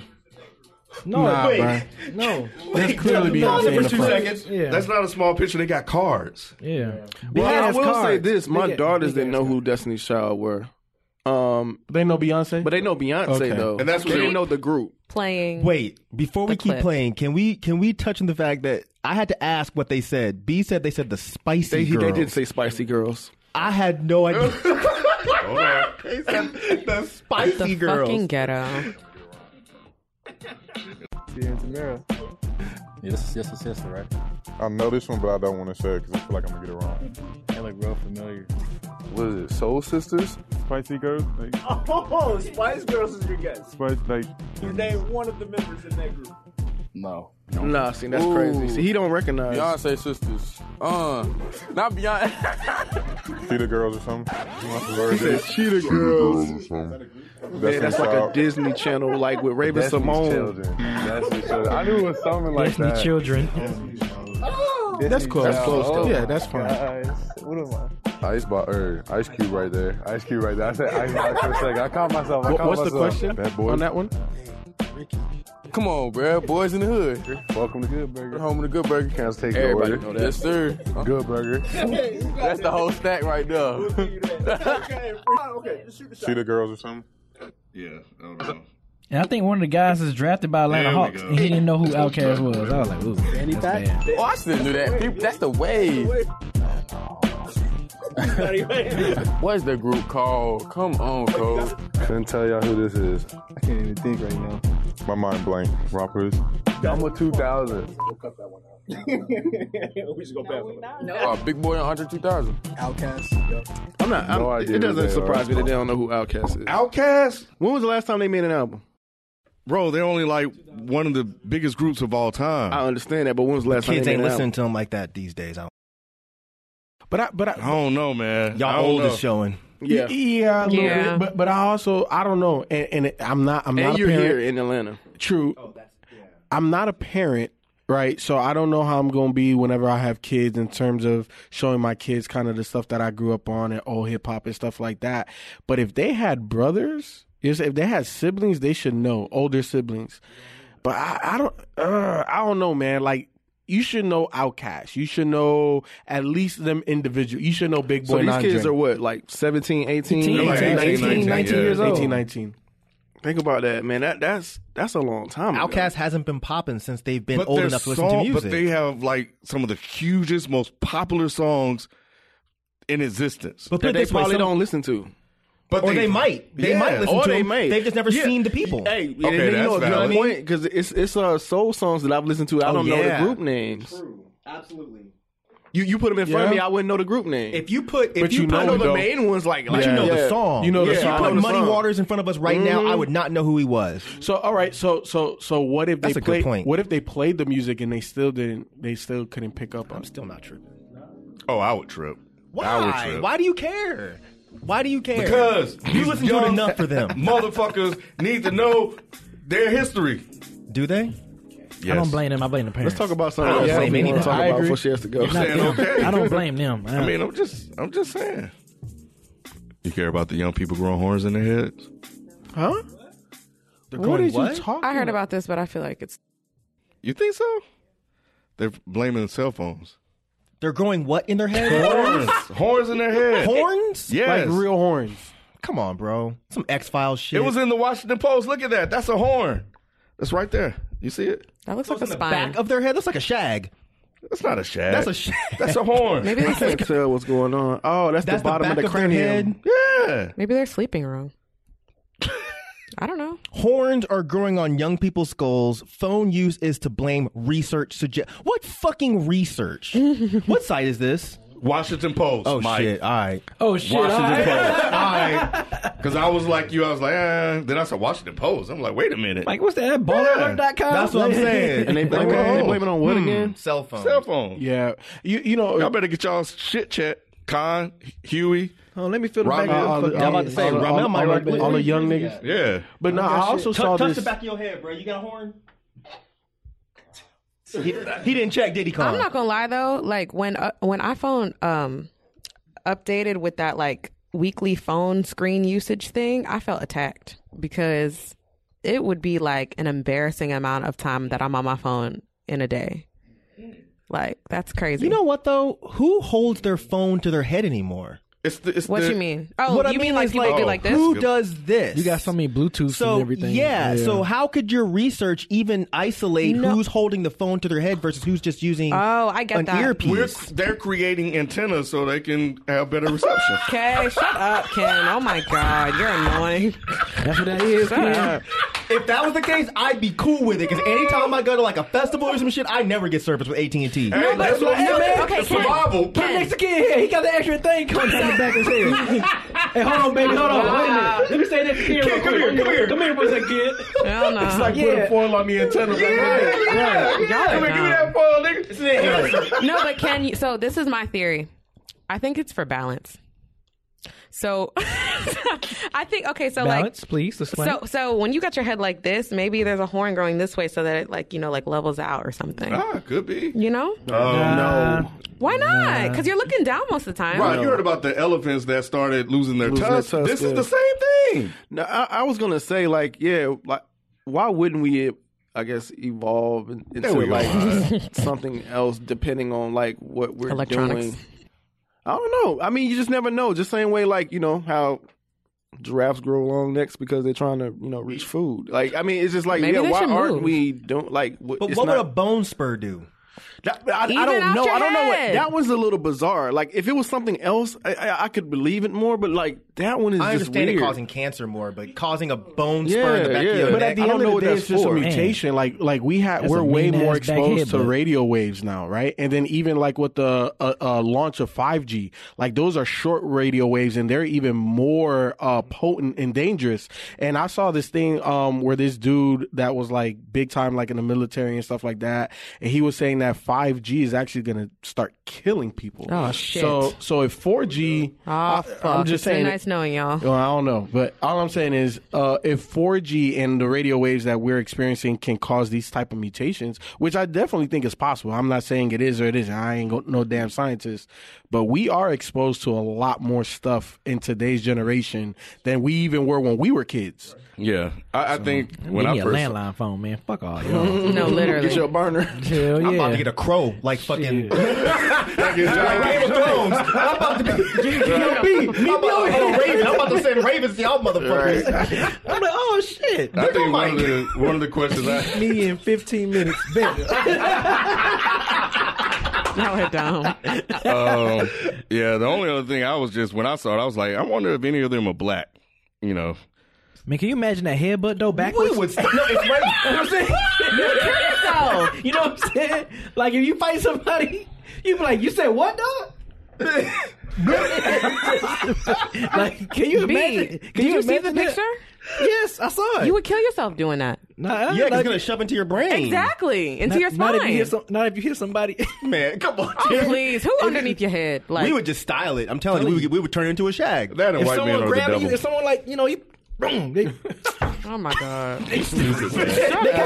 Speaker 4: No,
Speaker 5: Nah,
Speaker 4: wait.
Speaker 5: bruh.
Speaker 4: No.
Speaker 5: That's clearly Beyonce in the front.
Speaker 4: Yeah.
Speaker 2: That's not a small picture. They got cards.
Speaker 4: Yeah.
Speaker 3: Well, I will say this: my
Speaker 4: Big ass-
Speaker 3: daughters
Speaker 4: big
Speaker 3: didn't
Speaker 4: ass
Speaker 3: know who Destiny's Child were, um,
Speaker 5: They know Beyonce,
Speaker 3: but they know Beyonce
Speaker 5: Okay.
Speaker 3: though,
Speaker 2: And that's what
Speaker 3: they
Speaker 2: they-
Speaker 3: didn't know the group.
Speaker 7: Playing.
Speaker 6: Wait, before we
Speaker 7: The
Speaker 6: keep
Speaker 7: clip.
Speaker 6: playing, can we can we touch on the fact that I had to ask what they said? B said they said the spicy
Speaker 3: They
Speaker 6: girls.
Speaker 3: they did say Spicy Girls.
Speaker 6: I had no idea.
Speaker 2: Hold on.
Speaker 6: the
Speaker 7: What
Speaker 6: spicy
Speaker 7: the
Speaker 6: girls.
Speaker 7: fucking ghetto.
Speaker 10: Yes, yes, yes, yes, right?
Speaker 11: I know this one, but I don't want to say it because I feel like I'm gonna get it wrong.
Speaker 10: They look real familiar.
Speaker 11: What is it? Soul Sisters? Spicy Girls? Like,
Speaker 8: Oh, Spice Girls is your guess.
Speaker 11: spice, like
Speaker 8: You name one of the members in that group.
Speaker 10: No.
Speaker 3: Nah, see, that's
Speaker 11: Ooh.
Speaker 3: crazy. See, he don't recognize.
Speaker 11: Beyonce Sisters. Uh, not Beyonce. Cheetah Girls or something. he said Cheetah Girls. or something.
Speaker 3: Yeah, that's like a Disney Channel, like with Raven Simone.
Speaker 11: I knew it was something like
Speaker 4: Destiny
Speaker 11: that.
Speaker 4: Children.
Speaker 5: that's close.
Speaker 11: That's close, though.
Speaker 5: Yeah, that's fine.
Speaker 10: What am I?
Speaker 11: Ice Bar, er, Ice Cube right there. Ice Cube right there. I said Ice Bar for a second. I caught myself. I
Speaker 5: What-
Speaker 11: caught
Speaker 5: what's the
Speaker 11: myself.
Speaker 5: question
Speaker 11: Bad boys.
Speaker 5: on that one?
Speaker 8: Come on, bruh. Boys in the hood.
Speaker 11: Welcome to Good Burger.
Speaker 8: Home of the good burger.
Speaker 11: Can't take your
Speaker 3: Everybody
Speaker 11: order.
Speaker 3: know that.
Speaker 8: sir.
Speaker 11: Good Burger.
Speaker 8: That's the whole stack right there.
Speaker 11: Cheetah Girls or something.
Speaker 2: Yeah, I don't know.
Speaker 4: And I think one of the guys is drafted by
Speaker 2: There
Speaker 4: Atlanta
Speaker 2: we
Speaker 4: Hawks,
Speaker 2: go.
Speaker 4: and he didn't know who Outkast was. I was like, ooh, that's bad.
Speaker 8: Oh, I shouldn't do that. People, that's the wave. What's the group called? Come on, Cole.
Speaker 11: Couldn't tell y'all who this is.
Speaker 10: I can't even think right now.
Speaker 11: My mind blank. Rappers. I'm a 2000. Oh,
Speaker 8: Uh, big boy on 102,000.
Speaker 3: I'm not. I'm,
Speaker 11: No idea
Speaker 3: it
Speaker 11: who
Speaker 3: doesn't
Speaker 11: they
Speaker 3: surprise
Speaker 11: are.
Speaker 3: me that they don't know who Outkast is.
Speaker 2: Outcast,
Speaker 3: When was the last time they made an album?
Speaker 2: bro. They're only like one of the biggest groups of all time.
Speaker 3: I understand that, but when was the last time
Speaker 6: Kids
Speaker 3: they made
Speaker 6: ain't
Speaker 3: an
Speaker 6: listening to them like that these days. I,
Speaker 5: But I, but I,
Speaker 2: I don't know, man. I
Speaker 6: y'all
Speaker 2: don't
Speaker 6: old
Speaker 2: know.
Speaker 6: is showing.
Speaker 3: album? Yeah,
Speaker 5: Yeah, a little
Speaker 7: Yeah.
Speaker 5: bit, but but I also I don't know, and, and it- I'm not I'm
Speaker 3: and
Speaker 5: not a
Speaker 3: you're
Speaker 5: parent.
Speaker 3: here in Atlanta.
Speaker 5: True. I'm not a parent, right? So I don't know how I'm going to be whenever I have kids in terms of showing my kids kind of the stuff that I grew up on and old hip hop and stuff like that. But if they had brothers, yes, if they had siblings, they should know older siblings. But I, I don't, uh, I don't know, man. Like. You should know Outkast. You should know at least them individual. You should know Big Boy.
Speaker 3: So these
Speaker 5: Nondre.
Speaker 3: kids are what, like 17, 18?
Speaker 4: 18,
Speaker 3: They're like
Speaker 4: 18,
Speaker 3: 19.
Speaker 4: 19, 19 years old.
Speaker 5: 18, 19.
Speaker 3: Think about that, man. That that's that's a long time. ago.
Speaker 6: Outkast hasn't been popping since they've been
Speaker 2: But
Speaker 6: old
Speaker 2: their
Speaker 6: enough to listen to
Speaker 2: song-
Speaker 6: music.
Speaker 2: But they have like some of the hugest, most popular songs in existence.
Speaker 6: But put
Speaker 3: that
Speaker 6: it
Speaker 3: they
Speaker 6: this way,
Speaker 3: probably
Speaker 6: some-
Speaker 3: don't listen to.
Speaker 2: But
Speaker 6: or they might. They
Speaker 2: Yeah.
Speaker 6: might listen
Speaker 3: or
Speaker 6: to
Speaker 3: they
Speaker 6: them.
Speaker 3: may.
Speaker 6: They've just never
Speaker 3: Yeah.
Speaker 6: seen the people.
Speaker 3: Hey, okay,
Speaker 2: Okay,
Speaker 3: you
Speaker 2: that's
Speaker 3: know a
Speaker 2: valid.
Speaker 3: good point because it's it's uh, soul songs that I've listened to. I
Speaker 6: Oh,
Speaker 3: don't know
Speaker 6: yeah.
Speaker 3: the group names.
Speaker 6: Absolutely.
Speaker 3: You you put them in front of me,
Speaker 5: Yeah.
Speaker 3: I wouldn't know the group name.
Speaker 6: If you put, if
Speaker 5: But
Speaker 6: you,
Speaker 5: you
Speaker 6: put,
Speaker 3: I
Speaker 5: know
Speaker 3: know
Speaker 5: it,
Speaker 3: the
Speaker 5: though.
Speaker 3: main ones like
Speaker 6: but
Speaker 3: like
Speaker 6: you know
Speaker 3: yeah.
Speaker 6: the song.
Speaker 5: You know the
Speaker 6: If
Speaker 5: song.
Speaker 6: you
Speaker 5: I
Speaker 6: put
Speaker 5: know the
Speaker 6: Muddy
Speaker 3: song.
Speaker 6: Waters in front of us right now, I would not know who he was.
Speaker 5: So all right, so so so what if
Speaker 6: That's a
Speaker 5: they
Speaker 6: good
Speaker 5: played
Speaker 6: point.
Speaker 5: what if they played the music and they still didn't they still couldn't pick up on it?
Speaker 6: Still not true.
Speaker 2: Oh, I would trip. I would
Speaker 6: Why?
Speaker 2: trip.
Speaker 6: Why do you care? Why do you care?
Speaker 2: Because
Speaker 6: you listen to it
Speaker 2: young
Speaker 6: enough for them.
Speaker 2: Motherfuckers need to know their history.
Speaker 6: Do they?
Speaker 4: I don't blame them. I blame the parents.
Speaker 3: Let's talk about
Speaker 6: I
Speaker 3: something
Speaker 6: don't
Speaker 3: else.
Speaker 6: blame
Speaker 3: Something we want to
Speaker 6: anybody.
Speaker 3: talk
Speaker 5: I
Speaker 3: about
Speaker 5: agree.
Speaker 3: before she has to go.
Speaker 4: Not
Speaker 2: saying,
Speaker 4: them.
Speaker 2: okay.
Speaker 4: I don't blame them.
Speaker 2: I mean, I'm just, I'm just saying. You care about the young people growing horns in their heads?
Speaker 5: Huh?
Speaker 6: They're
Speaker 5: What
Speaker 6: going,
Speaker 5: did
Speaker 6: what?
Speaker 5: you talk?
Speaker 7: I heard about this, but I feel like it's
Speaker 2: You think so? They're blaming cell phones.
Speaker 6: They're growing what in their head?
Speaker 2: Horns, horns in their head.
Speaker 6: Horns?
Speaker 2: Yes.
Speaker 5: Like real horns.
Speaker 6: Come on, bro. Some X Files shit.
Speaker 2: it was in the Washington Post. Look at that. That's a horn. That's right there. You see it?
Speaker 7: that looks like a
Speaker 6: the
Speaker 7: spine.
Speaker 6: back of their head. Looks like a shag.
Speaker 2: That's not a shag.
Speaker 6: That's a shag.
Speaker 2: That's a horn.
Speaker 7: maybe
Speaker 3: I
Speaker 7: that's
Speaker 3: can't
Speaker 7: like
Speaker 3: tell what's going on. Oh, that's,
Speaker 6: That's
Speaker 3: the bottom
Speaker 6: back
Speaker 3: of the
Speaker 6: their
Speaker 3: cranium.
Speaker 6: head.
Speaker 2: Yeah.
Speaker 7: maybe they're sleeping wrong. I don't know.
Speaker 6: Horns are growing on young people's skulls. Phone use is to blame. Research suggest what fucking research? what site is this?
Speaker 2: Washington Post.
Speaker 6: Oh,
Speaker 2: Mike.
Speaker 6: shit. All right.
Speaker 4: Oh, shit.
Speaker 2: Washington
Speaker 4: All right.
Speaker 2: Post. All right. Because I was like you. I was like, eh. then I said Washington Post. I'm like, wait a minute.
Speaker 4: Like, what's that? Baller.com?
Speaker 6: That's what I'm saying.
Speaker 3: And they blame, it, they
Speaker 2: oh.
Speaker 3: blame it on what again?
Speaker 6: Cell phone.
Speaker 2: Cell phone.
Speaker 5: Yeah, you you know
Speaker 2: Y'all better get y'all shit checked. Con, Huey.
Speaker 4: Oh, let me fill the
Speaker 2: Rob-
Speaker 4: back of this
Speaker 2: uh,
Speaker 4: fucking-
Speaker 6: I'm about to say,
Speaker 5: all,
Speaker 6: Ramel
Speaker 5: all- all
Speaker 6: might like,
Speaker 5: the-
Speaker 6: what-
Speaker 5: all
Speaker 6: what
Speaker 5: the
Speaker 6: you
Speaker 5: young
Speaker 6: got?
Speaker 5: niggas.
Speaker 2: Yeah.
Speaker 5: But no, I also
Speaker 6: Touch,
Speaker 5: saw
Speaker 6: touch
Speaker 5: this.
Speaker 6: the back of your head, bro. You got a horn? He, he didn't check, did he, Con?
Speaker 7: I'm not gonna lie though, like when uh, when iPhone um updated with that like weekly phone screen usage thing, I felt attacked because it would be like an embarrassing amount of time that I'm on my phone in a day. Like that's crazy.
Speaker 6: You know what though? Who holds their phone to their head anymore?
Speaker 2: It's the, it's
Speaker 7: what
Speaker 2: the,
Speaker 7: you mean? Oh,
Speaker 6: what
Speaker 7: you mean, like
Speaker 6: is,
Speaker 7: people do like this?
Speaker 6: Who does this?
Speaker 4: You got so many Bluetooths
Speaker 6: So
Speaker 4: and everything.
Speaker 6: yeah, so how could your research even isolate
Speaker 7: No.
Speaker 6: who's holding the phone to their head versus who's just using
Speaker 7: Oh, I get
Speaker 6: an
Speaker 7: that.
Speaker 6: earpiece?
Speaker 2: We're, they're creating antennas so they can have better reception.
Speaker 7: Okay, shut up, Ken. Oh my God, you're annoying.
Speaker 4: that's what that is.
Speaker 7: Shut
Speaker 4: kid.
Speaker 7: up.
Speaker 6: if that was the case, I'd be cool with it because anytime I go to like a festival or some shit, I never get service with AT and T.
Speaker 2: Hey, that's what I'm
Speaker 4: Hey,
Speaker 2: saying.
Speaker 4: man,
Speaker 2: It's
Speaker 4: okay,
Speaker 2: survival.
Speaker 4: Put the Mexican here. He got the extra thing coming down the back of his head. hey, hold on, baby. Hold on. Wait a
Speaker 6: Ah.
Speaker 4: minute. Let me say that to Kid. real
Speaker 6: come here,
Speaker 4: quick.
Speaker 6: come here.
Speaker 4: Come here for a second, kid.
Speaker 7: Hell no.
Speaker 2: like putting foil on the antenna.
Speaker 7: Y'all are
Speaker 2: Give me
Speaker 7: dumb.
Speaker 2: that foil, nigga.
Speaker 7: no, but can you? So this is my theory. I think it's for balance. So I think okay. So
Speaker 4: Balance,
Speaker 7: like
Speaker 4: please. Display.
Speaker 7: so so when you got your head like this, maybe there's a horn growing this way so that it like you know like levels out or something.
Speaker 4: Uh,
Speaker 2: Ah, could be.
Speaker 7: You know
Speaker 2: Oh, no.
Speaker 7: why not? Because you're looking down most of the time.
Speaker 2: Right, you heard about the elephants that started losing their
Speaker 3: Losing their
Speaker 2: tusks.
Speaker 3: tusks,
Speaker 2: This is
Speaker 3: yeah.
Speaker 2: the same thing.
Speaker 3: No, I, I was gonna say like, yeah, like why wouldn't we? I guess evolve in- into
Speaker 2: we go,
Speaker 3: like something else, depending on like what we're
Speaker 7: Electronics.
Speaker 3: doing. I don't know. I mean, you just never know. Just same way, like you know how giraffes grow long necks because they're trying to you know reach food. Like I mean, it's just like
Speaker 7: Maybe
Speaker 3: yeah,
Speaker 7: they
Speaker 3: why
Speaker 7: should
Speaker 3: aren't
Speaker 7: move.
Speaker 3: we don't like? What,
Speaker 6: But
Speaker 3: it's
Speaker 6: what
Speaker 3: not,
Speaker 6: would a bone spur do?
Speaker 3: that, I, I
Speaker 7: Even
Speaker 3: don't
Speaker 7: out
Speaker 3: know.
Speaker 7: your
Speaker 3: I don't know what
Speaker 7: head.
Speaker 3: that one's a little bizarre. Like if it was something else, I, I, I could believe it more. But like that one is
Speaker 6: I
Speaker 3: just
Speaker 6: understand
Speaker 3: weird.
Speaker 6: it causing cancer more, but causing a bone spur in the
Speaker 3: Yeah,
Speaker 6: back
Speaker 3: yeah.
Speaker 6: of your
Speaker 3: But
Speaker 5: But
Speaker 6: neck.
Speaker 5: at the
Speaker 3: I
Speaker 5: end
Speaker 3: don't
Speaker 5: of
Speaker 3: know
Speaker 5: the
Speaker 3: what
Speaker 5: day,
Speaker 3: that's
Speaker 5: it's just
Speaker 3: for.
Speaker 5: a
Speaker 3: Man.
Speaker 5: mutation. Like, like we have,
Speaker 4: That's
Speaker 5: we're
Speaker 4: a
Speaker 5: way
Speaker 4: mean
Speaker 5: more
Speaker 4: ass back
Speaker 5: exposed
Speaker 4: head,
Speaker 5: to
Speaker 4: bud.
Speaker 5: radio waves now, right? And then even like with the uh, uh, launch of five G, like those are short radio waves, and they're even more uh, potent and dangerous. And I saw this thing um, where this dude that was like big time, like in the military and stuff like that, and he was saying that five G is actually going to start killing people.
Speaker 7: Oh, shit.
Speaker 5: So, so if four G,
Speaker 7: Oh, fuck.
Speaker 5: am just
Speaker 7: It's been
Speaker 5: saying.
Speaker 7: Nice knowing y'all.
Speaker 5: Well, I don't know, but all I'm saying is, uh, if 4G and the radio waves that we're experiencing can cause these type of mutations, which I definitely think is possible. I'm not saying it is or it isn't. I ain't go, no damn scientist, but we are exposed to a lot more stuff in today's generation than we even were when we were kids.
Speaker 2: Yeah, I, I think when
Speaker 4: Give
Speaker 2: I
Speaker 4: me a
Speaker 2: first
Speaker 4: landline phone, man. Fuck all y'all.
Speaker 7: No, literally.
Speaker 3: Get your burner.
Speaker 4: Hell yeah.
Speaker 6: I'm about to get a crow, like fucking Game of Thrones. I'm about to be, you know, me, me, I'm, about, I'm, a raven. I'm about to send ravens to y'all motherfuckers. I'm like, oh shit.
Speaker 2: I think one of
Speaker 6: Mike.
Speaker 2: the one of the questions I
Speaker 4: me in 15 minutes. Bet.
Speaker 7: Y'all are dumb.
Speaker 2: um, yeah the only other thing I was just when I saw it I was like I wonder if any of them are black you know
Speaker 4: Man, can you imagine that headbutt though backwards?
Speaker 6: We would, no, it's right.
Speaker 4: I'm saying? You're curious though. You know what I'm saying? Like if you fight somebody, you be like, you said what dog? like, can you
Speaker 7: B,
Speaker 4: imagine? Can
Speaker 7: did you see the
Speaker 4: imagine that?
Speaker 7: picture?
Speaker 4: Yes, I saw it.
Speaker 7: You would kill yourself doing that.
Speaker 6: Yeah,
Speaker 4: nah,
Speaker 6: 'cause
Speaker 4: like-
Speaker 6: it's gonna shove into your brain.
Speaker 7: Exactly, into
Speaker 4: not,
Speaker 7: your
Speaker 4: Not if you
Speaker 7: spine.
Speaker 4: hit some, not if you hit somebody.
Speaker 6: Man, come on.
Speaker 7: Oh,
Speaker 6: dude.
Speaker 7: please, who underneath your head? Like
Speaker 6: we would just style it. I'm telling you, we would, we would turn it into a shag.
Speaker 2: That and
Speaker 4: if
Speaker 2: white men
Speaker 4: someone
Speaker 2: are the
Speaker 4: grabbing you,
Speaker 2: devil.
Speaker 4: if someone like you know you. Boom, they,
Speaker 7: oh my god.
Speaker 4: they have, they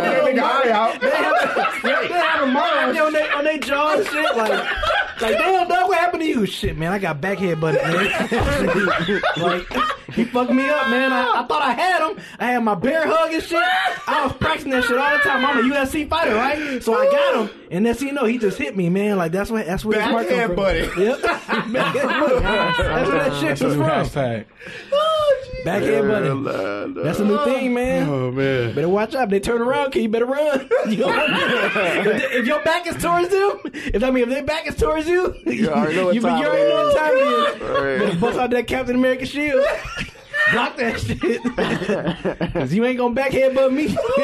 Speaker 4: have a mind on their on their jaw and shit like like damn dog what happened to you shit man I got back head butted man like he fucked me up man I, I thought I had him I had my bear hug and shit I was practicing that shit all the time I'm a UFC fighter right so I got him and next thing you know he just hit me man like that's what that's where his mark
Speaker 6: Backhand
Speaker 4: come from.
Speaker 6: buddy.
Speaker 4: yep Backhand buddy. that's where that shit was from backhand buddy that's a new thing man
Speaker 2: oh man
Speaker 4: Better watch out. If They turn around, kid. You better run. You know what I mean? if, they- if your back is towards them, if I mean if their back is towards you, you,
Speaker 3: already know what
Speaker 4: you,
Speaker 3: time
Speaker 4: already
Speaker 3: it
Speaker 4: know what
Speaker 3: is.
Speaker 4: time it is.
Speaker 3: All right.
Speaker 4: Better bust out that Captain America shield. Block that shit. Because you ain't going to backhead but me.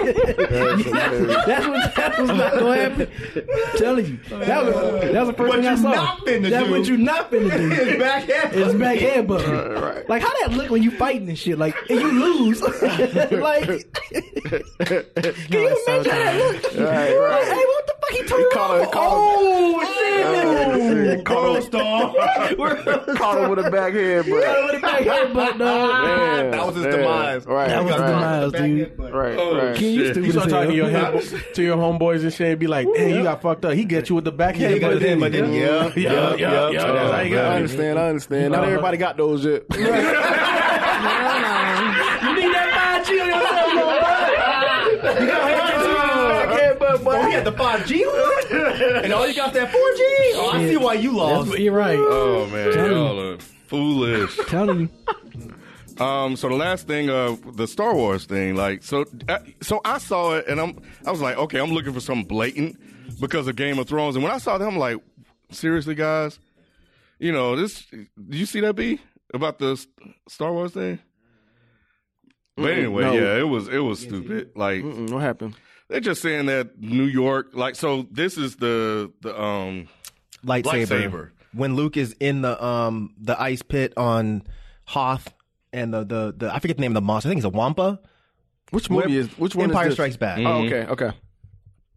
Speaker 4: that's what that was not going to happen. telling you. That was, that was the first
Speaker 6: What
Speaker 4: thing I
Speaker 6: you
Speaker 4: saw.
Speaker 6: not finna
Speaker 4: That's
Speaker 6: do
Speaker 4: what you not finna do.
Speaker 6: is backhead
Speaker 4: It's
Speaker 6: butt me.
Speaker 4: backhead but me. Like, how that look when you fighting and shit? Like, and you lose. like,
Speaker 8: Can you imagine how that looked?
Speaker 3: Right,
Speaker 8: right.
Speaker 4: Hey, what the fuck he turned
Speaker 8: around? for? Oh, shit. Cold storm.
Speaker 3: Caught him with a back head, but
Speaker 8: Caught him with a back headbutt, dog.
Speaker 6: That was his demise.
Speaker 3: Right,
Speaker 6: That was his
Speaker 3: right.
Speaker 6: demise, dude.
Speaker 3: Right,
Speaker 5: Oh,
Speaker 3: right.
Speaker 5: shit. You start talking to your, head, to your homeboys and shit and be like, hey, you got fucked up. He get you with the back
Speaker 6: Yeah,
Speaker 5: end,
Speaker 6: he got
Speaker 5: but
Speaker 6: it
Speaker 5: then-
Speaker 6: in, but then- yeah, yeah, yeah, yeah.
Speaker 5: That's how you got
Speaker 3: I
Speaker 5: it.
Speaker 3: understand. I understand. Not
Speaker 5: No.
Speaker 3: everybody got those yet.
Speaker 8: You need that 5G on your cell phone, bud. You got to
Speaker 6: but, but we had the 5G one, and all you got that 4G. Oh, I see why you lost.
Speaker 4: You're right.
Speaker 2: Oh man,
Speaker 4: Tell
Speaker 2: y'all are foolish.
Speaker 4: Tell you.
Speaker 2: Um, so the last thing, uh, the Star Wars thing, like, so, uh, so I saw it and I'm, I was like, okay, I'm looking for something blatant because of Game of Thrones. And when I saw that, I'm like, seriously, guys, you know, this, do you see that B about the S- Star Wars thing? But
Speaker 3: Mm-mm,
Speaker 2: anyway,
Speaker 3: no.
Speaker 2: yeah, it was, it was stupid. Like,
Speaker 3: Mm, what happened?
Speaker 2: they're just saying that New York, like, so this is the, the, um,
Speaker 6: lightsaber.
Speaker 2: Lightsaber.
Speaker 6: When Luke is in the um the ice pit on Hoth and the the, the I forget the name of the monster. I think it's a Wampa.
Speaker 3: Which movie
Speaker 6: Where-
Speaker 3: is? Which one?
Speaker 6: Empire
Speaker 3: is this?
Speaker 6: Strikes Back.
Speaker 3: Oh, okay, okay.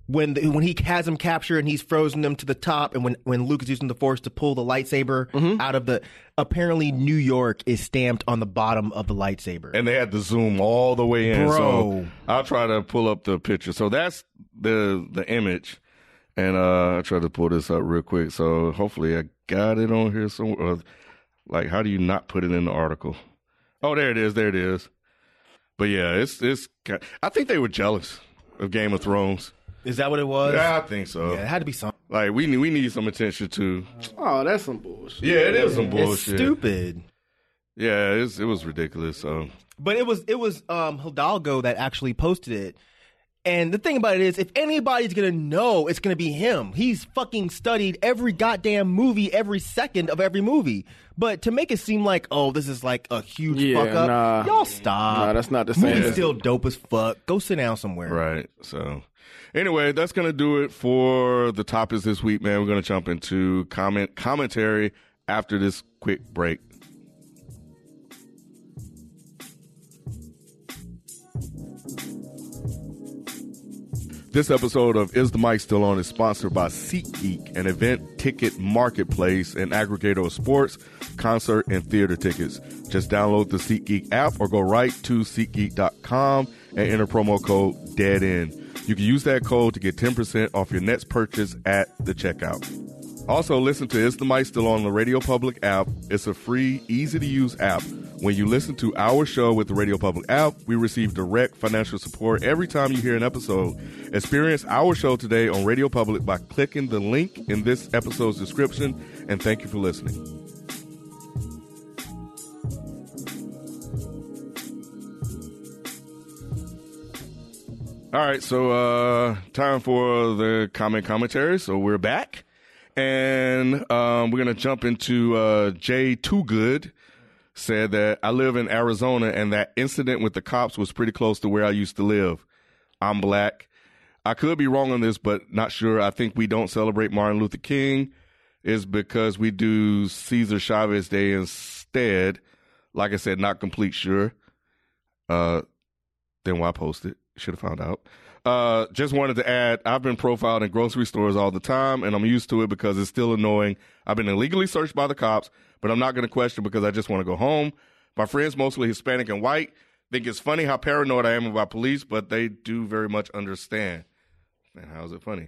Speaker 6: When the, when he has him captured and he's frozen them to the top, and when when Luke is using the Force to pull the lightsaber out of the apparently New York is stamped on the bottom of the lightsaber.
Speaker 2: and they had to zoom all the way in.
Speaker 6: Bro.
Speaker 2: So I'll try to pull up the picture. So that's the the image, and uh, I try to pull this up real quick. So hopefully I got it on here somewhere. Uh, Like, how do you not put it in the article? Oh, there it is. There it is. But yeah, it's it's. got- I think they were jealous of Game of Thrones.
Speaker 6: Is that what it was?
Speaker 2: Yeah, I think so.
Speaker 6: Yeah, it had to be something.
Speaker 2: Like we need we need some attention to.
Speaker 3: Oh, that's some bullshit.
Speaker 2: Yeah, it is some
Speaker 6: It's
Speaker 2: bullshit.
Speaker 6: stupid.
Speaker 2: Yeah, it's, it was ridiculous. So
Speaker 6: But it was it was um Hidalgo that actually posted it. And the thing about it is, if anybody's gonna know, it's gonna be him. He's fucking studied every goddamn movie, every second of every movie. But to make it seem like, oh, this is like a huge
Speaker 3: Yeah,
Speaker 6: fuck up,
Speaker 3: nah.
Speaker 6: y'all stop.
Speaker 3: Nah, that's not the same.
Speaker 6: Movie's still dope as fuck. Go sit down somewhere.
Speaker 2: Right. So, anyway, that's gonna do it for the topics this week, man. We're gonna jump into comment commentary after this quick break. This episode of Is the Mic Still On is sponsored by SeatGeek, an event ticket marketplace and aggregator of sports, concert, and theater tickets. Just download the SeatGeek app or go right to SeatGeek.com and enter promo code Dead End. You can use that code to get 10% off your next purchase at the checkout. Also, listen to Is the Mic Still on the Radio Public app. It's a free, easy to use app. When you listen to our show with the Radio Public app, we receive direct financial support every time you hear an episode. Experience our show today on Radio Public by clicking the link in this episode's description. And thank you for listening. All right, so uh, time for the comment commentary. So we're back, and um, we're gonna jump into uh, Jay Too Good said that I live in Arizona, and that incident with the cops was pretty close to where I used to live. I'm black. I could be wrong on this, but not sure. I think we don't celebrate Martin Luther King is because we do Cesar Chavez Day instead. Like I said, not complete sure. Uh, then why post it? Should have found out. Uh, just wanted to add, I've been profiled in grocery stores all the time, and I'm used to it because it's still annoying. I've been illegally searched by the cops, but I'm not going to question because I just want to go home. My friends, mostly Hispanic and white, think it's funny how paranoid I am about police, but they do very much understand. Man, how is it funny?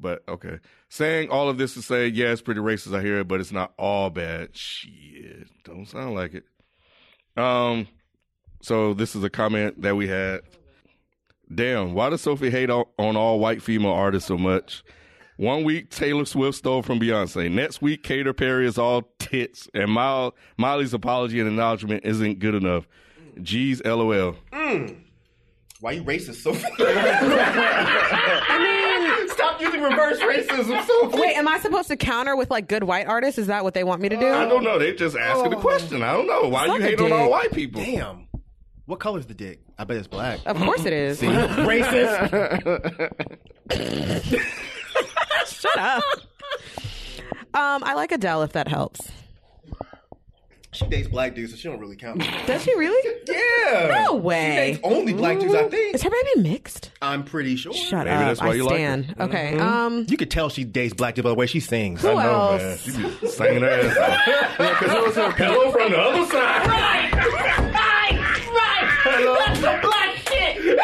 Speaker 2: But okay. Saying all of this to say, yeah, it's pretty racist, I hear it, but it's not all bad. Shit. Don't sound like it. Um, so this is a comment that we had. Damn, why does Sophie hate on, on all white female artists so much? One week Taylor Swift stole from Beyonce. Next week Katy Perry is all tits, and Mile, Miley's apology and acknowledgement isn't good enough. Geez, lol.
Speaker 6: Why you racist so
Speaker 7: I mean,
Speaker 6: Stop using
Speaker 2: doing reverse racism so
Speaker 7: Wait, am I supposed to counter with like good white artists? Is that what they want me to do?
Speaker 2: I don't know. They just asking the question. I don't know. Why
Speaker 7: Suck
Speaker 2: you
Speaker 7: a
Speaker 2: hate on all
Speaker 7: dick.
Speaker 2: white people?
Speaker 6: Damn. What color's the dick? I bet it's black.
Speaker 7: Of course it is.
Speaker 6: See? Racist.
Speaker 7: Shut up. Um, I like Adele if that helps.
Speaker 6: she dates black dudes, so she don't really count.
Speaker 7: Does she really?
Speaker 6: Yeah.
Speaker 7: No
Speaker 6: She
Speaker 7: way.
Speaker 6: dates only black dudes, I think.
Speaker 7: Is her baby mixed?
Speaker 6: I'm pretty sure.
Speaker 7: Shut Maybe up, that's why I you like her. stan. Okay, um,
Speaker 6: you could tell she dates black dudes by the way she sings.
Speaker 7: Who I know, man. else? She
Speaker 2: be singing her ass off. Hello from the other side.
Speaker 12: Right! Right! Right!
Speaker 2: Hello.
Speaker 12: That's the black shit!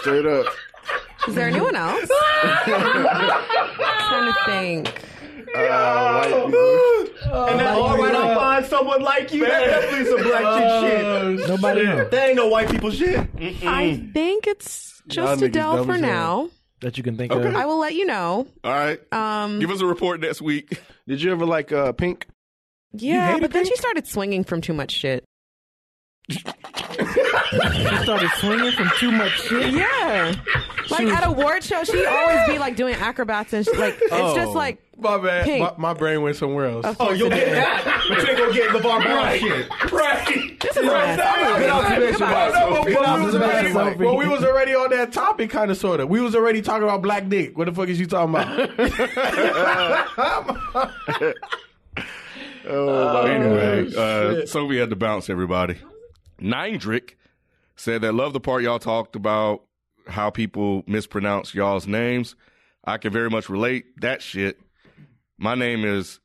Speaker 3: Straight up.
Speaker 7: Is there anyone else? trying to think.
Speaker 6: and that's all right. I'll find someone like you. That definitely some black
Speaker 3: Uh,
Speaker 6: chick shit.
Speaker 4: Nobody
Speaker 6: Shit.
Speaker 4: knows.
Speaker 6: That ain't no white people shit.
Speaker 7: I think it's just
Speaker 4: niggas
Speaker 7: Adele
Speaker 4: dumb
Speaker 7: for
Speaker 4: as hell.
Speaker 7: now.
Speaker 4: that you can think of.
Speaker 7: I will let you know.
Speaker 2: All right.
Speaker 7: Um,
Speaker 2: Give us a report next week.
Speaker 3: Did you ever like uh, Pink?
Speaker 7: yeah, but then she started swinging from too much shit.
Speaker 4: I started swinging from too much shit.
Speaker 7: Yeah, like at award show, she always be like doing acrobats and sh- like
Speaker 5: Oh.
Speaker 7: it's just like
Speaker 11: My bad.
Speaker 7: Pink.
Speaker 11: My, my brain went somewhere else.
Speaker 6: Oh, you'll get that. But you ain't gonna get the Brown shit.
Speaker 11: Right.
Speaker 7: this is mess.
Speaker 11: Well, we was already on that topic, kind of, sort of. We was already talking about black dick. What the fuck is you talking about?
Speaker 2: anyway, uh, so we had to bounce everybody. Nindrick said that love the part y'all talked about how people mispronounce y'all's names. I can very much relate that shit. My name is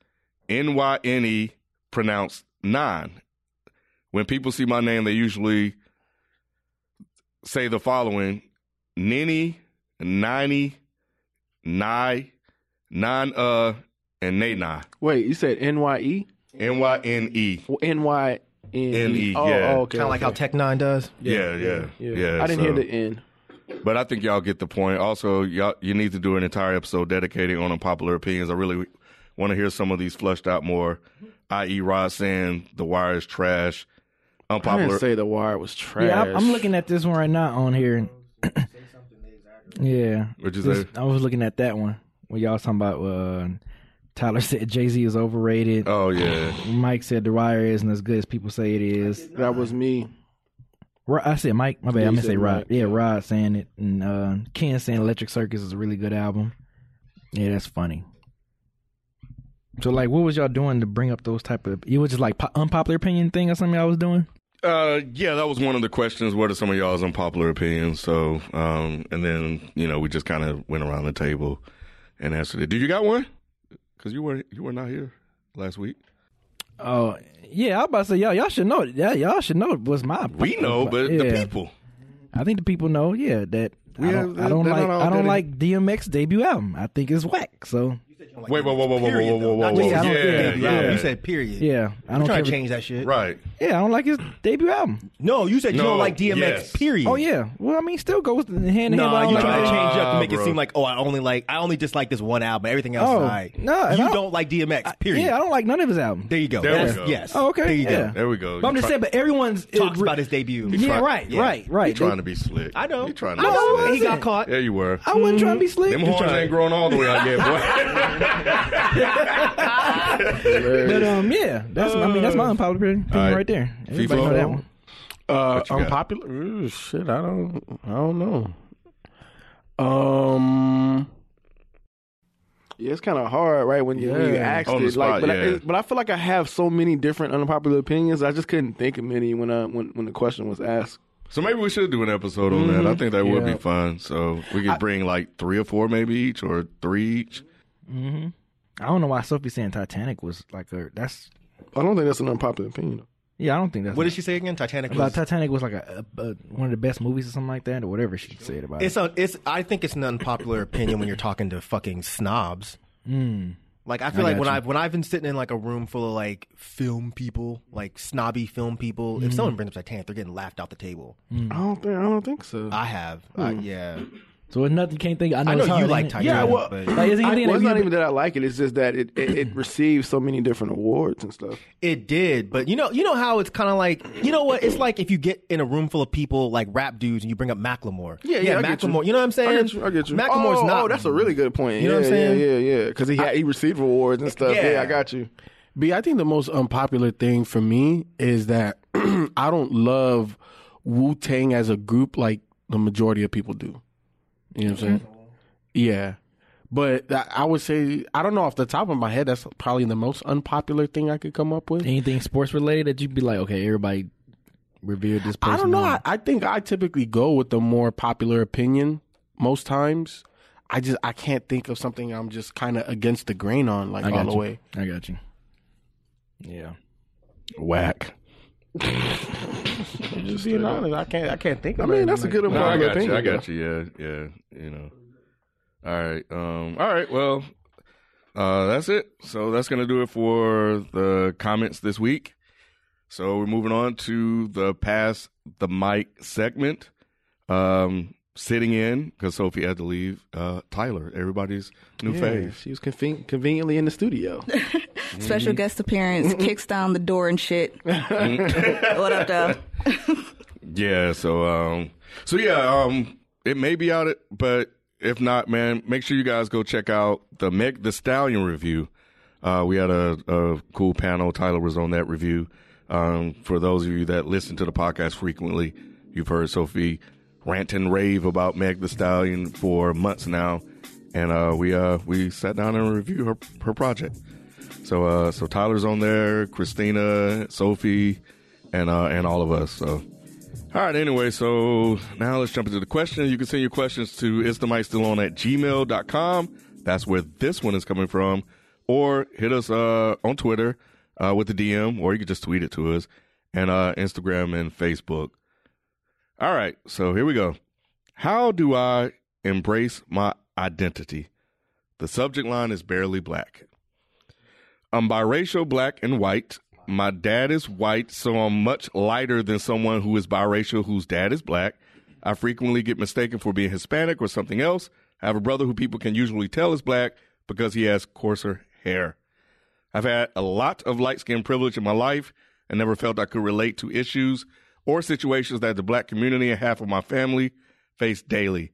Speaker 2: N Y N E, pronounced nine. When people see my name, they usually say the following: Nini, Niney, Nye, Nine Uh, and Nay Nye.
Speaker 3: Wait, you said N Y E?
Speaker 2: N Y N E.
Speaker 3: N Y N
Speaker 2: N-E,
Speaker 3: Oh,
Speaker 2: yeah.
Speaker 3: oh, okay.
Speaker 6: Kind of like how Tech Nine does.
Speaker 2: Yeah, yeah, yeah.
Speaker 3: I didn't
Speaker 2: so-
Speaker 3: hear the N.
Speaker 2: But I think y'all get the point. Also, y'all you need to do an entire episode dedicated on unpopular opinions. I really want to hear some of these flushed out more. I.e., Rod saying the wire is trash.
Speaker 3: I
Speaker 2: Unpopular.
Speaker 3: didn't say the wire was trash.
Speaker 4: Yeah, I'm, I'm looking at this one right now on here. yeah.
Speaker 2: What'd you
Speaker 4: This-
Speaker 2: say?
Speaker 4: I was looking at that one when y'all was talking about uh, Tyler said Jay Z is overrated.
Speaker 2: oh yeah.
Speaker 4: Mike said The Wire isn't as good as people say it is.
Speaker 3: That was me.
Speaker 4: Ro- I said Mike. My bad. I
Speaker 3: you
Speaker 4: meant to say
Speaker 3: said
Speaker 4: Rod.
Speaker 3: Mike,
Speaker 4: Yeah, Rod saying it, and uh, Ken saying Electric Circus is a really good album. Yeah, that's funny. So, like, what was y'all doing to bring up those type of? It was just like po- unpopular opinion thing or something I was doing.
Speaker 2: Uh, yeah, that was one of the questions. What are some of y'all's unpopular opinions? So, um, and then you know we just kind of went around the table and answered it. Did you got one? Because you were you were not here last week.
Speaker 4: Oh yeah, I was about to say y'all. Y'all should know. Yeah, y'all should know. What's my?
Speaker 2: We know, but the
Speaker 4: Yeah.
Speaker 2: people.
Speaker 4: I think the people know. Yeah, that I don't,
Speaker 2: they're-
Speaker 4: I don't
Speaker 2: they're
Speaker 4: like.
Speaker 2: not all
Speaker 4: I
Speaker 2: dedicated.
Speaker 4: don't like DMX debut album. I think it's whack. So
Speaker 2: Wait, whoa, whoa, whoa, whoa, whoa,
Speaker 6: Period,
Speaker 2: whoa,
Speaker 6: though.
Speaker 2: whoa,
Speaker 6: Not
Speaker 2: whoa.
Speaker 6: just
Speaker 4: yeah,
Speaker 6: his
Speaker 4: I don't-
Speaker 6: debut
Speaker 2: yeah,
Speaker 6: album.
Speaker 2: yeah.
Speaker 6: You said period.
Speaker 4: yeah, I
Speaker 6: I'm
Speaker 4: don't
Speaker 6: trying
Speaker 4: care.
Speaker 6: to change that shit.
Speaker 2: Right.
Speaker 4: Yeah, I don't like his debut album.
Speaker 6: No, you said you
Speaker 2: No,
Speaker 6: don't like DMX.
Speaker 2: yes.
Speaker 6: Period.
Speaker 4: Oh yeah. Well, I mean, still goes hand in hand.
Speaker 6: No,
Speaker 4: but I don't
Speaker 6: you
Speaker 4: like
Speaker 6: try to
Speaker 4: that.
Speaker 6: change it up to make
Speaker 2: Nah,
Speaker 6: it
Speaker 2: bro.
Speaker 6: seem like, oh, I only like, I only dislike this one album. Everything else,
Speaker 4: Oh,
Speaker 6: is I
Speaker 4: no, and I
Speaker 6: you
Speaker 4: don't-
Speaker 6: don't, like DMX. Period.
Speaker 4: Yeah, I don't like none of his albums.
Speaker 6: there you go.
Speaker 2: There we
Speaker 6: That's-
Speaker 2: go.
Speaker 6: Yes.
Speaker 4: Oh, okay.
Speaker 6: There you
Speaker 4: yeah.
Speaker 2: There we go.
Speaker 4: But I'm
Speaker 2: You
Speaker 4: just
Speaker 2: try-
Speaker 4: saying, but everyone's
Speaker 6: go. Talks about his debut.
Speaker 2: Try-
Speaker 4: Yeah, right,
Speaker 2: yeah.
Speaker 4: right, right.
Speaker 2: You trying to be slick.
Speaker 6: I know.
Speaker 2: You trying to
Speaker 6: I
Speaker 2: be
Speaker 6: know.
Speaker 2: slick.
Speaker 6: He got caught.
Speaker 2: Yeah, you were.
Speaker 4: I wasn't trying to be slick.
Speaker 2: Them horns ain't grown all the way out yet, boy.
Speaker 4: But um, yeah, that's I mean that's my unpopular opinion
Speaker 2: All right.
Speaker 4: right there. Everybody
Speaker 2: FIFA.
Speaker 4: know that one.
Speaker 5: Uh,
Speaker 2: you got?
Speaker 5: unpopular. Ooh, shit, I don't. I don't know. Um.
Speaker 3: Yeah, it's kind of hard, right? When you, when you
Speaker 5: Yeah.
Speaker 3: asked
Speaker 2: On
Speaker 3: it,
Speaker 2: the spot,
Speaker 3: like, but,
Speaker 2: yeah.
Speaker 3: I, it- but I feel like I have so many different unpopular opinions. I just couldn't think of many when I when when the question was asked.
Speaker 2: So maybe we should do an episode on that.
Speaker 4: Mm-hmm.
Speaker 2: I think that would be fun. So we could bring like three or four maybe each or three each.
Speaker 4: I don't know why Sophie saying Titanic was like a that's
Speaker 3: I don't think that's an unpopular opinion.
Speaker 4: yeah I don't think that's
Speaker 6: What did she say again? Titanic.
Speaker 4: about
Speaker 6: Was,
Speaker 4: Titanic was like a, a, a one of the best movies or something like that or whatever she said about
Speaker 6: it's
Speaker 4: it.
Speaker 6: a. It's. I think it's an unpopular opinion when you're talking to fucking snobs.
Speaker 3: Hmm.
Speaker 6: Like I feel like
Speaker 4: got
Speaker 6: when
Speaker 4: you.
Speaker 6: I've when I've been sitting in like a room full of like film people, like snobby film people,
Speaker 3: Hmm.
Speaker 6: if someone brings up Titanic, they're getting laughed off the table.
Speaker 3: I don't think I don't think so.
Speaker 6: I have, I, yeah.
Speaker 4: So it's nothing you can't think. I know,
Speaker 3: I know
Speaker 4: it's hard,
Speaker 3: you
Speaker 4: ain't
Speaker 3: like
Speaker 4: it?
Speaker 3: Tiger
Speaker 4: Yeah,
Speaker 3: Woods,
Speaker 4: well,
Speaker 3: but-
Speaker 4: like, is there
Speaker 3: I-
Speaker 4: anything
Speaker 3: well,
Speaker 4: that
Speaker 3: it's not
Speaker 4: you-
Speaker 3: even that I like it. It's just that it, it, it received so many different awards and stuff.
Speaker 6: It did, but you know, you know how it's kind of like, you know what? It's like if you get in a room full of people like rap dudes and you bring up Macklemore.
Speaker 3: Yeah, yeah, I get
Speaker 6: Macklemore.
Speaker 3: you.
Speaker 6: know what I'm saying?
Speaker 3: I get you. I get you.
Speaker 6: Macklemore's
Speaker 3: Oh,
Speaker 6: not.
Speaker 3: oh, that's a really good point.
Speaker 6: You know what I'm
Speaker 3: Yeah, yeah,
Speaker 6: saying?
Speaker 3: yeah, yeah. Because he had, he received awards and stuff. Yeah, I got you.
Speaker 5: B, I think the most unpopular thing for me is that I don't love Wu Tang as a group like the majority of people do. You know what I'm saying? Yeah. But I I would say I don't know off the top of my head. That's probably the most unpopular thing I could come up with.
Speaker 4: Anything sports related that you'd be like, okay, everybody revered this person.
Speaker 5: I don't know. I, I think I typically go with the more popular opinion most times. I just I can't think of something I'm just kind of against the grain on like
Speaker 4: I got
Speaker 5: all the
Speaker 4: you.
Speaker 5: way.
Speaker 4: I got you. Yeah.
Speaker 5: Whack. just being
Speaker 4: uh,
Speaker 5: honest, I can't I can't think of.
Speaker 3: I mean,
Speaker 5: anything
Speaker 3: that's a
Speaker 5: like
Speaker 3: good
Speaker 5: that.
Speaker 2: No, I got you. I got you. Yeah, yeah. You know. All right. Um. All right. Well, uh, that's it. So that's gonna do it for the comments this week. So we're moving on to the pass the mic segment. Um, sitting in because Sophie had to leave. Uh, Tyler, everybody's new
Speaker 3: Yeah,
Speaker 2: face.
Speaker 3: She was conven- conveniently in the studio.
Speaker 13: Special guest appearance, kicks down the door and shit. what up, though?
Speaker 2: Yeah, so um so yeah, um it may be out but if not, man, make sure you guys go check out the Meg the Stallion review. Uh we had a, a cool panel. Tyler was on that review. Um for those of you that listen to the podcast frequently, you've heard Sophie rant and rave about Meg the Stallion for months now. And uh we uh we sat down and reviewed her her project. So uh so Tyler's on there, Christina, Sophie, and uh and all of us. So all right, anyway, so now let's jump into the question. You can send your questions to is the mic still on at gmail.com. That's where this one is coming from. Or hit us uh, on Twitter uh, with the DM, or you can just tweet it to us, and uh, Instagram and Facebook. All right, so here we go. How do I embrace my identity? The subject line is barely black. I'm biracial, black, and white. My dad is white, so I'm much lighter than someone who is biracial whose dad is black. I frequently get mistaken for being Hispanic or something else. I have a brother who people can usually tell is black because he has coarser hair. I've had a lot of light skin privilege in my life and never felt I could relate to issues or situations that the black community and half of my family face daily.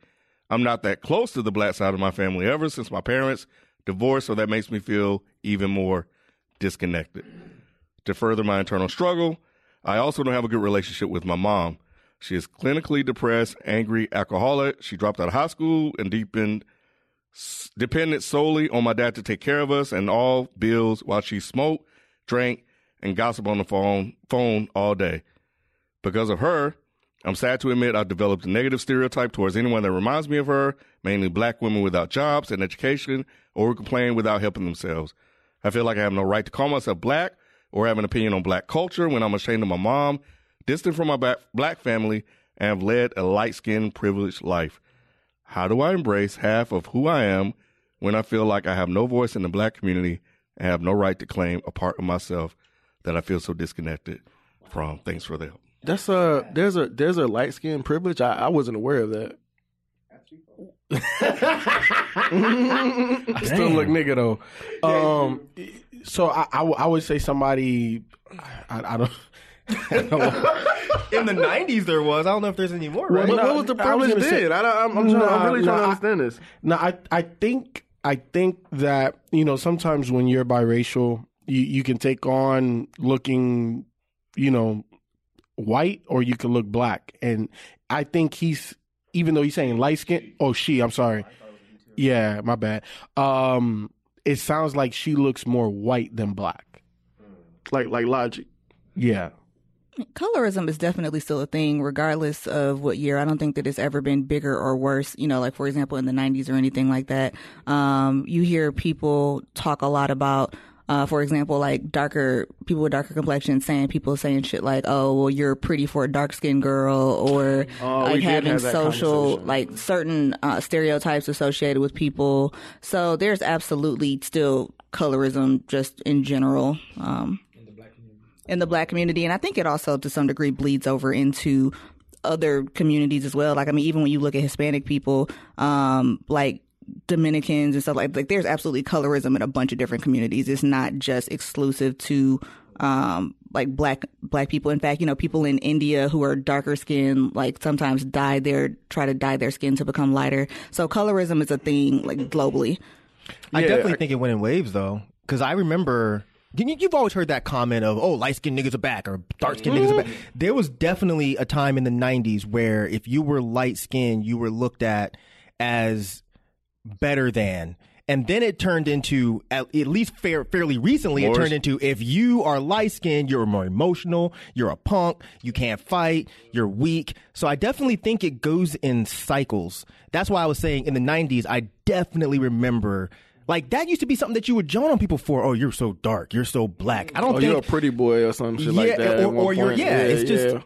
Speaker 2: I'm not that close to the black side of my family ever since my parents divorced, so that makes me feel even more disconnected. To further my internal struggle, I also don't have a good relationship with my mom. She is clinically depressed, angry, alcoholic. She dropped out of high school and deepened s- dependent solely on my dad to take care of us and all bills while she smoked, drank, and gossiped on the phone phone all day. Because of her, I'm sad to admit I've developed a negative stereotype towards anyone that reminds me of her, mainly black women without jobs and education or who complain without helping themselves. I feel like I have no right to call myself black or have an opinion on black culture when I'm ashamed of my mom, distant from my ba- black family, and have led a light skinned, privileged life. How do I embrace half of who I am when I feel like I have no voice in the black community and have no right to claim a part of myself that I feel so disconnected from? Thanks for the help.
Speaker 3: That's
Speaker 5: uh,
Speaker 3: a there's a there's a light skin privilege. I, I wasn't aware of that.
Speaker 5: I still look nigga though. Um, so I, I, w- I would say somebody I, I don't.
Speaker 6: In the '90s, there was. I don't know if there's any more.
Speaker 5: Well,
Speaker 6: Right?
Speaker 5: no, I was gonna say- Nah, nah,
Speaker 3: understand this.
Speaker 5: No, I I think I think that you know sometimes when you're biracial, you you can take on looking, you know, white or you can look black, and I think he's even though he's saying light skin. Oh, she. I'm sorry. Yeah, my bad. Um, it sounds like she looks more white than black.
Speaker 3: Like like logic.
Speaker 5: Yeah.
Speaker 13: Colorism is definitely still a thing, regardless of what year. I don't think that it's ever been bigger or worse. You know, like for example, in the '90s or anything like that. Um, you hear people talk a lot about, uh, for example, like darker people with darker complexion saying people saying shit like, "Oh, well, you're pretty for a dark skinned girl," or
Speaker 14: Oh, we
Speaker 13: like
Speaker 14: did
Speaker 13: having
Speaker 14: have that
Speaker 13: social,
Speaker 14: conversation.
Speaker 13: like certain uh, stereotypes associated with people. So there's absolutely still colorism just in general. Um, in the black community and i think it also to some degree bleeds over into other communities as well. Like, I mean, even when you look at Hispanic people, um, like Dominicans and stuff like like there's absolutely colorism in a bunch of different communities. It's not just exclusive to um like black black people. In fact, you know, people in India who are darker skinned like sometimes dye their try to dye their skin to become lighter. So colorism is a thing like globally.
Speaker 6: I
Speaker 13: Yeah,
Speaker 6: definitely
Speaker 13: I-
Speaker 6: think it went in waves though, because I remember. You, you've always heard that comment of, oh, light skinned niggas are back or dark skinned niggas are back.
Speaker 13: Mm-hmm.
Speaker 6: There was definitely a time in the 90s where if you were light skinned, you were looked at as better than. And then it turned into, at, at least fair, fairly recently, it
Speaker 14: Morris.
Speaker 6: turned into if you are light skinned, you're more emotional, you're a punk, you can't fight, you're weak. So I definitely think it goes in cycles. That's why I was saying in the 90s, I definitely remember. Like that used to be something that you would joan on people for. Oh, you're so dark. You're so black. I don't
Speaker 3: oh,
Speaker 6: think
Speaker 3: you're a pretty boy or some shit like that.
Speaker 6: Or,
Speaker 3: at one
Speaker 6: or you're
Speaker 3: point.
Speaker 6: yeah. It's just
Speaker 3: yeah.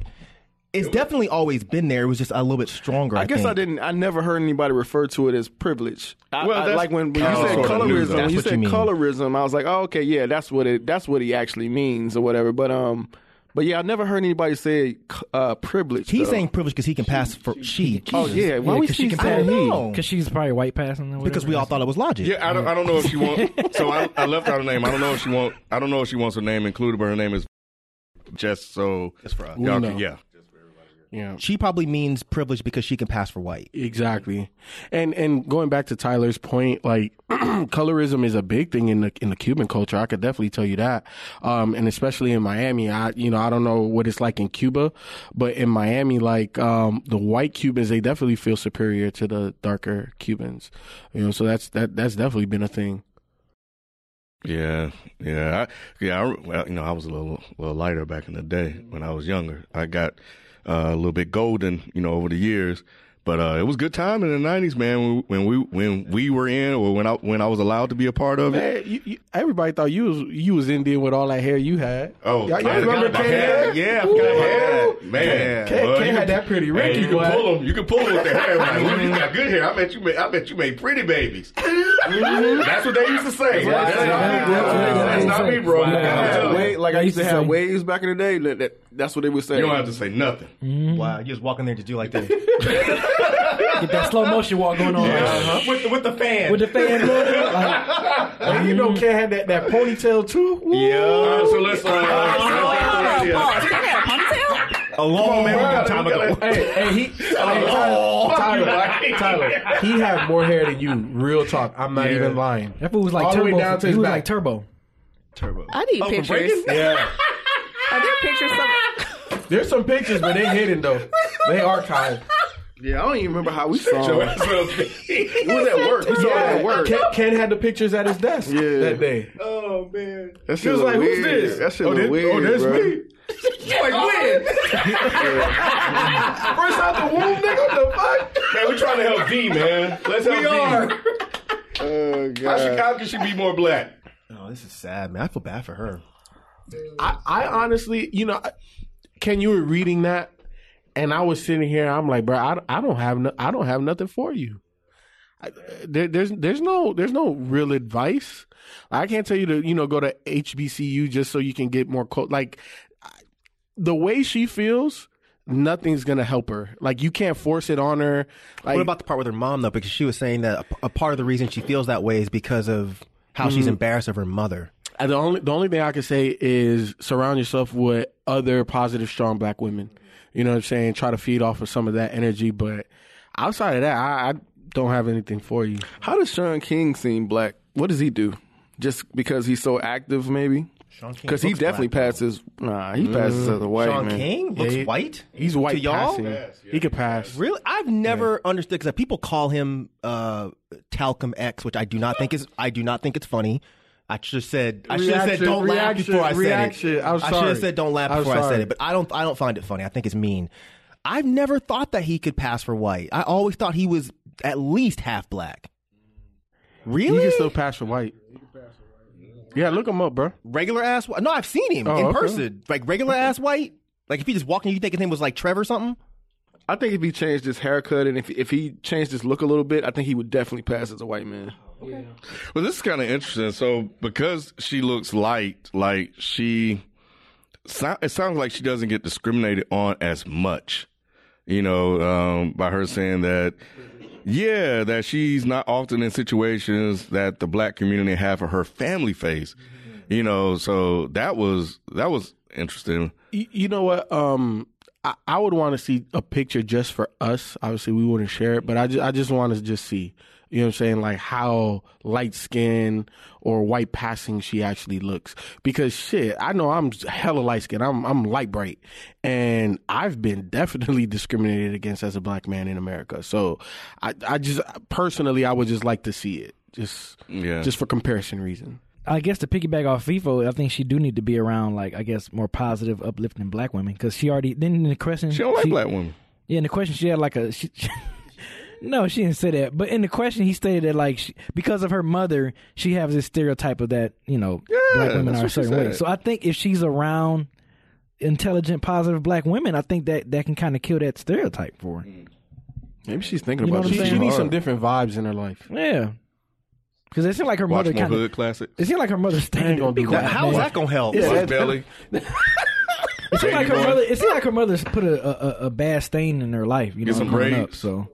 Speaker 6: it's definitely always been there. It was just a little bit stronger. I,
Speaker 3: I guess
Speaker 6: think.
Speaker 3: I didn't. I never heard anybody refer to it as privilege. I,
Speaker 6: Well,
Speaker 3: I-
Speaker 6: that's
Speaker 3: like when, when you
Speaker 6: kinda
Speaker 3: said
Speaker 6: sorta new, though.
Speaker 3: colorism. When
Speaker 6: That's
Speaker 3: you
Speaker 6: what you
Speaker 3: said
Speaker 6: mean.
Speaker 3: colorism, I was like, oh, okay, yeah, that's what it. That's what he actually means or whatever. But um, but yeah, I never heard anybody say uh, privilege.
Speaker 6: He's
Speaker 3: though.
Speaker 6: saying privilege because he can pass for she.
Speaker 3: Oh, yeah, why would she say he?
Speaker 4: Because she's probably white passing. Or
Speaker 6: Because we all thought it was logic.
Speaker 2: Yeah, I don't, I don't know if she wants. so I, I left out her name. I don't know if she want. I don't know if she wants her name included, but her name is just so. That's for us.
Speaker 6: We
Speaker 2: Y'all
Speaker 6: know.
Speaker 2: can, yeah.
Speaker 5: Yeah.
Speaker 6: She probably means privilege because she can pass for white.
Speaker 5: Exactly. And and going back to Tyler's point, like colorism is a big thing in the in the Cuban culture. I could definitely tell you that. Um and especially in Miami, I you know, I don't know what it's like in Cuba, but in Miami like um the white Cubans they definitely feel superior to the darker Cubans. You know, so that's that that's definitely been a thing.
Speaker 2: Yeah, yeah, I, yeah. I, well, you know, I was a little, little lighter back in the day when I was younger. I got uh, a little bit golden, you know, over the years. But uh, it was good time in the '90s, man. When we when we were in, or when I when I was allowed to be a part of it.
Speaker 5: Man, Eh, you, you, everybody thought you was you was Indian with all that hair you had.
Speaker 2: Oh,
Speaker 5: Y'all- y'all
Speaker 2: I forgot
Speaker 5: remember
Speaker 2: about
Speaker 5: K?
Speaker 2: that. Yeah, I forgot about that. Man,
Speaker 5: K-
Speaker 2: well,
Speaker 5: K
Speaker 2: you
Speaker 5: had
Speaker 2: can-
Speaker 5: that pretty
Speaker 2: hey,
Speaker 5: Ricky,
Speaker 2: You
Speaker 5: boy.
Speaker 2: can pull them. You can pull 'em with the hair. Like, "Ooh, you got good hair. I bet you. Made, I bet you made pretty babies. That's what they used to say. Mm-hmm. That's not me, bro. That's not me, bro.
Speaker 3: Like, I had
Speaker 2: Hell.
Speaker 3: wa- like I used to have waves back in the day. That, that- that's what they would say.
Speaker 2: You don't have to say nothing.
Speaker 6: Wow, you just walk in there to do like this.
Speaker 4: Get that slow motion walk going on.
Speaker 2: Uh-huh.
Speaker 6: with, the, with the fan.
Speaker 4: With the fan. look, like,
Speaker 5: And you know, Ken had that, that ponytail too.
Speaker 2: Yeah. so let's. Uh,
Speaker 15: 哦啊
Speaker 6: a long
Speaker 5: time ago. Hey, hey, he, hey,
Speaker 4: Oh,
Speaker 5: Tyler,
Speaker 4: fuck you,
Speaker 5: Tyler, Tyler, he had more hair than you. Real talk, I'm not
Speaker 4: Yeah.
Speaker 5: even lying.
Speaker 4: That fool was like
Speaker 5: All the way
Speaker 4: turbo.
Speaker 5: down to
Speaker 4: he
Speaker 5: his
Speaker 4: was
Speaker 5: back.
Speaker 4: like turbo.
Speaker 6: Turbo.
Speaker 7: I need
Speaker 5: Oh, for
Speaker 7: pictures.
Speaker 5: breaking? Yeah.
Speaker 7: Are there pictures? Of-
Speaker 5: There's some pictures, but they hidden though. They archived.
Speaker 3: Yeah, I don't even remember how we saw.
Speaker 5: your
Speaker 3: it.
Speaker 5: ass
Speaker 3: It was at work. We saw it at work.
Speaker 5: Ken, Ken had the pictures at his desk that day.
Speaker 3: Oh man, that
Speaker 5: She
Speaker 3: shit
Speaker 5: was like,
Speaker 3: weird.
Speaker 5: "Who's this?"
Speaker 3: That shit
Speaker 5: Oh,
Speaker 3: look
Speaker 5: that- oh,
Speaker 3: weird,
Speaker 5: that's
Speaker 3: bro.
Speaker 5: me.
Speaker 3: like when?
Speaker 5: First out the womb, nigga. What the fuck?
Speaker 2: Man, we trying to help D, man. Let's help
Speaker 5: We
Speaker 2: D.
Speaker 5: are.
Speaker 3: Oh
Speaker 2: How, she,
Speaker 3: god.
Speaker 2: how can she be more black?
Speaker 6: Oh, this is sad, man. I feel bad for her.
Speaker 5: I, I honestly, you know, I- Ken, you were reading that, and I was sitting here. I'm like, bro, I, I don't have no, I don't have nothing for you. I, there, there's there's no there's no real advice. I can't tell you to you know go to HBCU just so you can get more quote. Like I- the way she feels, nothing's gonna help her. Like you can't force it on her. Like
Speaker 6: what about the part with her mom though? Because she was saying that a, a part of the reason she feels that way is because of how she's
Speaker 5: Mhm.
Speaker 6: embarrassed of her mother.
Speaker 5: Uh, The only the only thing I can say is surround yourself with other positive, strong black women. You know what I'm saying? Try to feed off of some of that energy, but outside of that, I, I don't have anything for you.
Speaker 3: How does Sean King seem black? What does he do? Just because he's so active, maybe?
Speaker 6: Sean King
Speaker 3: Because he
Speaker 6: looks
Speaker 3: definitely
Speaker 6: black,
Speaker 3: passes. Nah, he passes as a white
Speaker 6: Sean
Speaker 3: man.
Speaker 6: King looks
Speaker 5: Yeah, he-
Speaker 6: white.
Speaker 5: He's white
Speaker 6: to y'all.
Speaker 5: passing. He could pass.
Speaker 6: Really, I've never understood because people call him uh, Talcum X, which I do not think is. I do not think it's funny. I should have said. I should have said
Speaker 5: Reaction,
Speaker 6: don't laugh
Speaker 5: reaction,
Speaker 6: before I said
Speaker 5: reaction.
Speaker 6: it.
Speaker 5: I'm
Speaker 6: I should
Speaker 5: sorry.
Speaker 6: have said don't laugh
Speaker 5: I'm
Speaker 6: before I said
Speaker 5: sorry.
Speaker 6: it. But I don't. I don't find it funny. I think it's mean. I've never thought that he could pass for white. I always thought he was at least half black. Really?
Speaker 5: He can still pass for white. Yeah, look him up, bro.
Speaker 6: regular ass. whi- No, I've seen him
Speaker 5: Oh,
Speaker 6: in
Speaker 5: okay.
Speaker 6: person. Like regular ass white. Like if he just walked in, you thinking him was like Trevor or something.
Speaker 3: I think if he changed his haircut and if if he changed his look a little bit, I think he would definitely pass as a white man.
Speaker 2: Well, this is kind of interesting. So because she looks light, like she, so- it sounds like she doesn't get discriminated on as much. you know, um, by her saying that, yeah, that she's not often in situations that the black community and half of her family face. You know, so that was that was interesting.
Speaker 5: You, you know what? Um, I, I would want to see a picture just for us. Obviously, we wouldn't share it, but I just, I just want to just see, you know what I'm saying, like how light skin or white passing she actually looks. Because shit, I know I'm hella light skin. I'm I'm light bright, and I've been definitely discriminated against as a black man in America. So, I I just personally I would just like to see it, just
Speaker 2: Yeah.
Speaker 5: just for comparison reason.
Speaker 4: I guess to piggyback off FIFO, I think she do need to be around like I guess more positive, uplifting black women because she already. Then the question
Speaker 2: She don't like black women.
Speaker 4: Yeah, in the question she had like a. She, no, she didn't say that. But in the question, he stated that like she, because of her mother, she has this stereotype of that you know black women
Speaker 2: that's
Speaker 4: are a
Speaker 2: what she
Speaker 4: certain way.
Speaker 2: said.
Speaker 4: So I think if she's around intelligent, positive black women, I think that that can kind of kill that stereotype for her.
Speaker 2: Mm.
Speaker 5: Maybe she's thinking
Speaker 4: You know
Speaker 5: about
Speaker 4: what
Speaker 5: it.
Speaker 4: I'm
Speaker 5: She, she
Speaker 4: saying?
Speaker 5: needs some different vibes in her life.
Speaker 4: Yeah, because it seemed like her
Speaker 5: Watch
Speaker 4: mother
Speaker 5: more
Speaker 4: kind of
Speaker 5: hood
Speaker 2: classic.
Speaker 4: It seemed like her mother stayed.
Speaker 5: gonna do that. How is that gonna help? Watch
Speaker 2: Belly.
Speaker 4: It seemed like her
Speaker 2: Baby boy.
Speaker 4: mother. It seemed like her mother's put a, a, a bad stain in her life. You
Speaker 2: Get
Speaker 4: know,
Speaker 2: some
Speaker 4: growing
Speaker 2: braids.
Speaker 4: up. So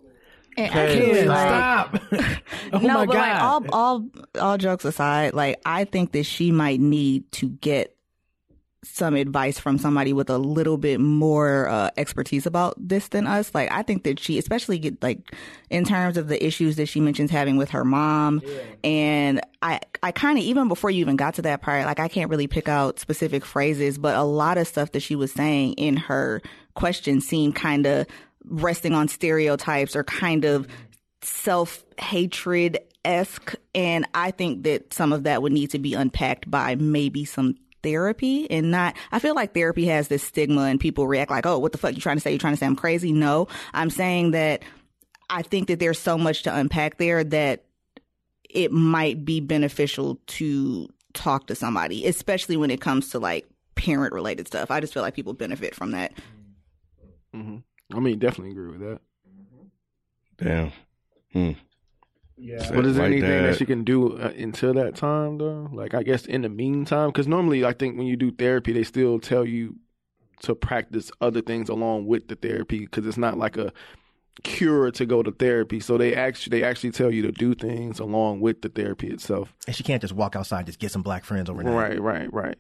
Speaker 7: And
Speaker 4: Hey,
Speaker 7: actually, like-
Speaker 4: stop. oh
Speaker 7: no,
Speaker 4: my
Speaker 7: but like
Speaker 4: god.
Speaker 7: all all all jokes aside, like I think that she might need to get some advice from somebody with a little bit more uh, expertise about this than us. Like I think that she, especially get like in terms of the issues that she mentions having with her mom, and I I kind of even before you even got to that part, like I can't really pick out specific phrases, but a lot of stuff that she was saying in her question seemed kind of resting on stereotypes or kind of
Speaker 4: Mm-hmm.
Speaker 7: self hatred esque. And I think that some of that would need to be unpacked by maybe some therapy and not I feel like therapy has this stigma and people react like, Oh, what the fuck you trying to say? You trying to say I'm crazy? No. I'm saying that I think that there's so much to unpack there that it might be beneficial to talk to somebody, especially when it comes to like parent related stuff. I just feel like people benefit from that.
Speaker 3: I mean, definitely agree with that.
Speaker 2: Damn. Hmm.
Speaker 3: Yeah.
Speaker 2: Said
Speaker 3: But is there
Speaker 2: like
Speaker 3: anything that.
Speaker 2: that.
Speaker 3: she can do uh, until that time, though? Like, I guess in the meantime, because normally I think when you do therapy, they still tell you to practice other things along with the therapy because it's not like a cure to go to therapy. So they actually they actually tell you to do things along with the therapy itself.
Speaker 6: And she can't just walk outside and just get some black friends overnight.
Speaker 3: Right, right, right.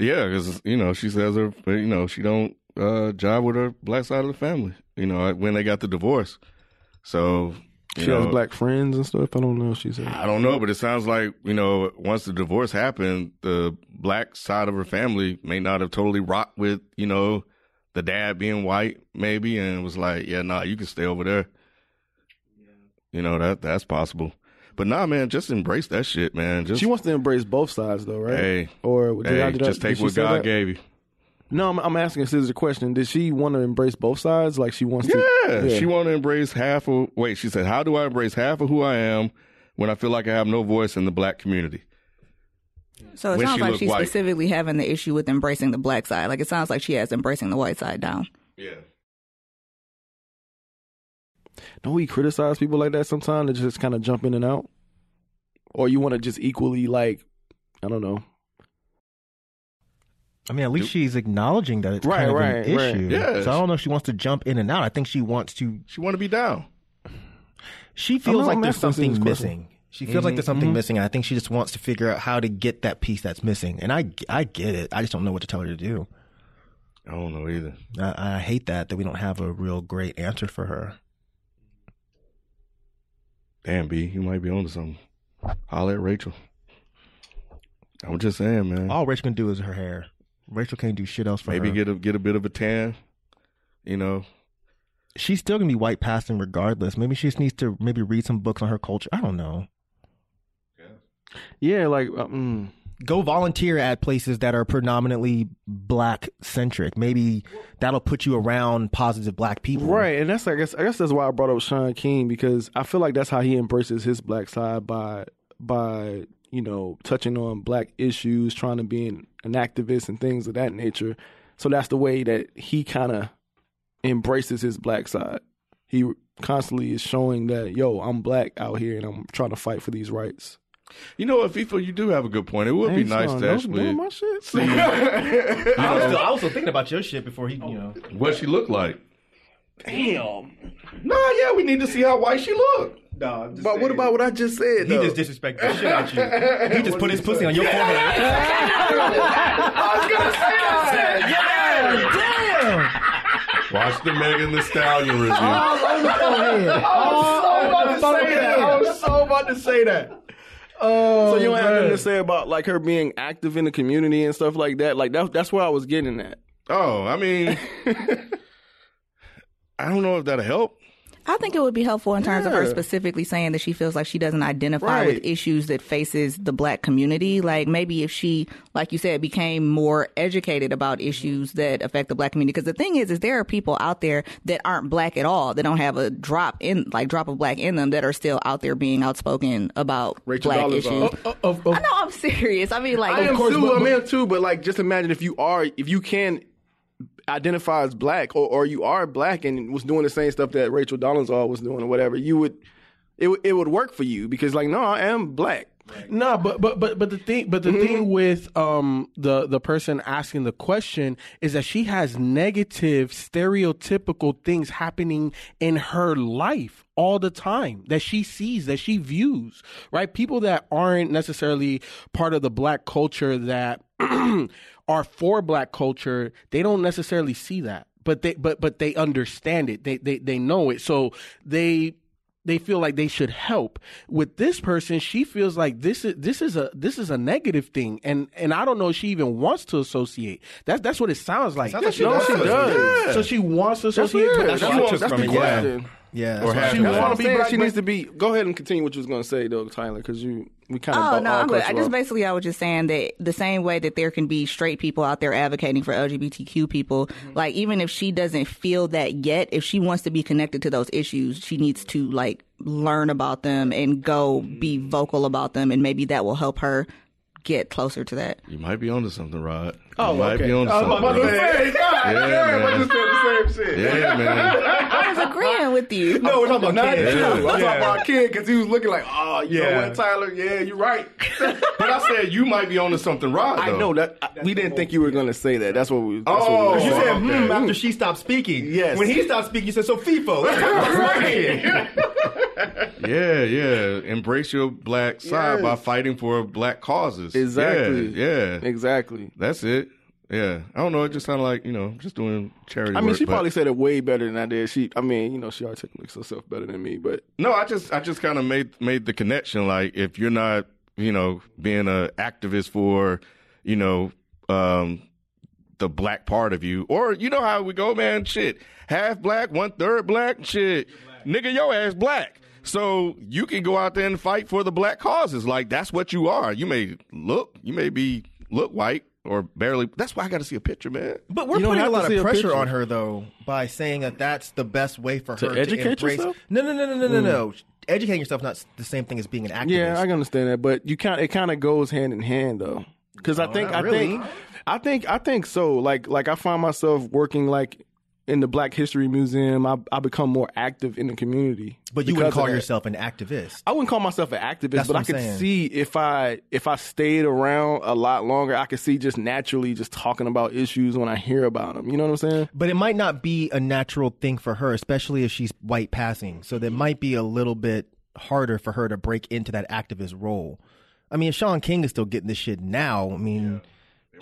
Speaker 2: Yeah, because you know she says her, you know she don't uh jive with her black side of the family. You know when they got the divorce, so you
Speaker 3: She
Speaker 2: know,
Speaker 3: has black friends and stuff. I don't know. if She said.
Speaker 2: I don't know, but it sounds like you know once the divorce happened, the black side of her family may not have totally rocked with you know the dad being white, maybe, and it was like, yeah, nah, you can stay over there. You know that that's possible, but nah, man, just embrace that shit, man. Just
Speaker 3: she wants to embrace both sides, though, right?
Speaker 2: hey,
Speaker 3: or did
Speaker 2: hey,
Speaker 3: I- did I-
Speaker 2: just
Speaker 3: did
Speaker 2: take
Speaker 3: she
Speaker 2: what
Speaker 3: say
Speaker 2: God
Speaker 3: that?
Speaker 2: gave you.
Speaker 3: No, I'm, I'm asking this is a question. Did she want to embrace both sides? Like she wants
Speaker 2: Yeah,
Speaker 3: to?
Speaker 2: she want to embrace half of. Wait, she said, "How do I embrace half of who I am when I feel like I have no voice in the black community?"
Speaker 7: So it
Speaker 2: When
Speaker 7: sounds
Speaker 2: she
Speaker 7: like
Speaker 2: looked
Speaker 7: she's
Speaker 2: white.
Speaker 7: specifically having the issue with embracing the black side. Like it sounds like she has embracing the white side down.
Speaker 2: Yeah.
Speaker 3: Don't we criticize people like that sometimes to just kind of jump in and out? Or you want to just equally like, I don't know.
Speaker 6: I mean, at least she's acknowledging that it's
Speaker 3: Right,
Speaker 6: kind of
Speaker 3: right,
Speaker 6: an
Speaker 3: right.
Speaker 6: issue.
Speaker 3: Yeah.
Speaker 6: So I don't know if she wants to jump in and out. I think she wants to.
Speaker 2: She want to be down.
Speaker 6: She
Speaker 3: I'm
Speaker 6: feels
Speaker 3: not-
Speaker 6: like
Speaker 3: I'm
Speaker 6: there's
Speaker 3: asking this
Speaker 6: something
Speaker 3: question.
Speaker 6: missing. She feels like
Speaker 3: Mhm,
Speaker 6: there's something
Speaker 3: mhm.
Speaker 6: missing, and I think she just wants to figure out how to get that piece that's missing. And I, I get it. I just don't know what to tell her to do.
Speaker 2: I don't know either.
Speaker 6: I, I hate that that we don't have a real great answer for her.
Speaker 2: Damn, B, you might be onto something. Holler at Rachel. I'm just saying, man.
Speaker 6: All Rachel can do is her hair. Rachel can't do shit else for
Speaker 2: Maybe
Speaker 6: her.
Speaker 2: get a get a bit of a tan. You know,
Speaker 6: She's still gonna be white passing regardless. Maybe she just needs to maybe read some books on her culture. I don't know.
Speaker 3: Yeah, like uh, mm.
Speaker 6: go volunteer at places that are predominantly black centric. Maybe that'll put you around positive black people.
Speaker 3: Right, and that's I guess I guess that's why I brought up Sean King because I feel like that's how he embraces his black side by by you know touching on black issues, trying to be an, an activist and things of that nature. So that's the way that he kind of embraces his black side. He constantly is showing that yo, I'm black out here and I'm trying to fight for these rights.
Speaker 2: you know what, FIFA, you do have a good point. It would be
Speaker 3: Thanks,
Speaker 2: nice
Speaker 3: son.
Speaker 2: to
Speaker 3: Don't
Speaker 2: actually
Speaker 3: do my shit.
Speaker 2: see
Speaker 6: I was, still, I was still thinking about your shit before he, you know.
Speaker 2: what she looked like.
Speaker 3: Damn. Nah, yeah, we need to see how white she look.
Speaker 6: No, I'm just
Speaker 3: but what about what I just said?
Speaker 6: He
Speaker 3: though?
Speaker 6: just disrespected the shit out you. He just put his pussy on your forehead.
Speaker 16: I
Speaker 3: was gonna say that.
Speaker 16: Yeah,
Speaker 2: Watch the Megan the Stallion review.
Speaker 3: I was so about to say that. I was so about to say that. Oh, so you don't have nothing
Speaker 17: man.
Speaker 3: to say about like her being active in the community and stuff like that. Like that, that's where I was getting at.
Speaker 2: Oh, I mean, I don't know if that'll help.
Speaker 7: I think it would be helpful in terms of her
Speaker 2: Yeah.
Speaker 7: specifically saying that she feels like she doesn't identify
Speaker 2: Right.
Speaker 7: with issues that faces the black community. Like maybe if she, like you said, became more educated about issues that affect the black community. Because the thing is, is there are people out there that aren't black at all, that don't have a drop in, like drop of black in them, that are still out there being outspoken about
Speaker 3: Rachel
Speaker 7: black
Speaker 3: Dolezal.
Speaker 7: issues.
Speaker 3: Oh,
Speaker 7: I know I'm serious. I mean, like
Speaker 3: I am too. I am too. But like, just imagine if you are, if you can identify as black, or, or you are black and was doing the same stuff that Rachel Dolezal was doing, or whatever. You would, it would- it would work for you because like, no, I am black.
Speaker 5: No, but but but but the thing but the thing with um the the person asking the question is that she has negative stereotypical things happening in her life all the time that she sees that she views right people that aren't necessarily part of the black culture that are for black culture they don't necessarily see that but they but but they understand it they they they know it so they they feel like they should help with this person she feels like this is this is a this is a negative thing and and i don't know if she even wants to associate that's that's what it sounds like,
Speaker 6: Sounds like she
Speaker 5: no
Speaker 6: does.
Speaker 5: she does
Speaker 6: Yeah.
Speaker 5: so she wants to
Speaker 6: That's
Speaker 5: associate
Speaker 6: weird.
Speaker 5: but
Speaker 6: That's
Speaker 5: she
Speaker 6: what I
Speaker 5: wants-
Speaker 6: took
Speaker 5: that's
Speaker 6: from
Speaker 5: the
Speaker 6: it, yeah.
Speaker 5: question.
Speaker 6: Yeah,
Speaker 5: Or
Speaker 6: half
Speaker 3: she
Speaker 6: of that.
Speaker 3: want to be black. She
Speaker 6: but-
Speaker 3: needs to be. Go ahead and continue what you was going to say though, Tyler, because you we kind of.
Speaker 7: Oh no, I'm good. I just basically I was just saying that the same way that there can be straight people out there advocating for LGBTQ people, like even if she doesn't feel that yet, if she wants to be connected to those issues, she needs to like learn about them and go be vocal about them, and maybe that will help her get closer to that.
Speaker 2: You might be onto something, Rod.
Speaker 7: Oh,
Speaker 2: you might
Speaker 7: okay.
Speaker 2: be onto
Speaker 7: I was
Speaker 2: something.
Speaker 7: about to
Speaker 2: Rod.
Speaker 7: say, God,
Speaker 2: yeah,
Speaker 7: damn, I
Speaker 2: man.
Speaker 7: just
Speaker 3: the same
Speaker 2: shit. Yeah, man.
Speaker 7: I was agreeing with you.
Speaker 3: No, we're talking about
Speaker 7: Okay.
Speaker 3: Kid.
Speaker 2: Yeah.
Speaker 3: I'm talking
Speaker 2: Yeah.
Speaker 3: about Kid because he was looking like, oh, you know
Speaker 2: Yeah.
Speaker 3: what, Tyler? Yeah, you're right.
Speaker 2: but I said you might be onto something, Rod.
Speaker 3: I
Speaker 2: though.
Speaker 3: know that. I, we didn't think you were going to say that. That's what we. That's
Speaker 6: Oh,
Speaker 3: what we
Speaker 6: you said
Speaker 3: Okay.
Speaker 6: hmm after she stopped speaking.
Speaker 3: Yes.
Speaker 6: When he stopped speaking, you said so FIFO. Let's talk about
Speaker 3: Right.
Speaker 2: Yeah, yeah. Embrace your black side
Speaker 3: Yes.
Speaker 2: by fighting for black causes.
Speaker 3: Exactly.
Speaker 2: Yeah, yeah.
Speaker 3: Exactly.
Speaker 2: That's it. Yeah. I don't know. It just sounded like you know, just doing charity.
Speaker 3: I mean,
Speaker 2: work,
Speaker 3: she
Speaker 2: but-
Speaker 3: probably said it way better than I did. She, I mean, you know, she articulates herself better than me, but
Speaker 2: No, I just I just kind of made made the connection. Like if you're not you know being a activist for you know um the black part of you, or you know how we go, man. Shit, half black, one third black. Shit, nigga, your ass black. So you can go out there and fight for the black causes. Like that's what you are. You may look, you may be look white or barely. That's why I got to see a picture, man.
Speaker 6: But we're
Speaker 2: You don't
Speaker 6: putting a
Speaker 2: have to
Speaker 6: lot
Speaker 2: see
Speaker 6: of
Speaker 2: a
Speaker 6: pressure
Speaker 2: picture.
Speaker 6: on her though by saying that that's the best way for
Speaker 3: To
Speaker 6: her
Speaker 3: educate
Speaker 6: to embrace.
Speaker 3: yourself?
Speaker 6: No, no, no, no, no, no,
Speaker 3: Mm.
Speaker 6: no. Educating yourself is not the same thing as being an activist.
Speaker 3: Yeah, I can understand that, but you kind it kind of goes hand in hand though, because I
Speaker 6: No,
Speaker 3: think
Speaker 6: Oh, not
Speaker 3: I think
Speaker 6: really.
Speaker 3: I think I think so. Like like I find myself working like in the Black History Museum. I I become more active in the community.
Speaker 6: But you
Speaker 3: because
Speaker 6: wouldn't
Speaker 3: of
Speaker 6: call
Speaker 3: that.
Speaker 6: yourself an activist.
Speaker 3: I wouldn't call myself an activist,
Speaker 6: That's
Speaker 3: but
Speaker 6: what
Speaker 3: I
Speaker 6: I'm
Speaker 3: could
Speaker 6: saying.
Speaker 3: see if I if I stayed around a lot longer, I could see just naturally just talking about issues when I hear about them. You know what I'm saying?
Speaker 6: But it might not be a natural thing for her, especially if she's white passing. So that might be a little bit harder for her to break into that activist role. I mean, if Sean King is still getting this shit now, I mean,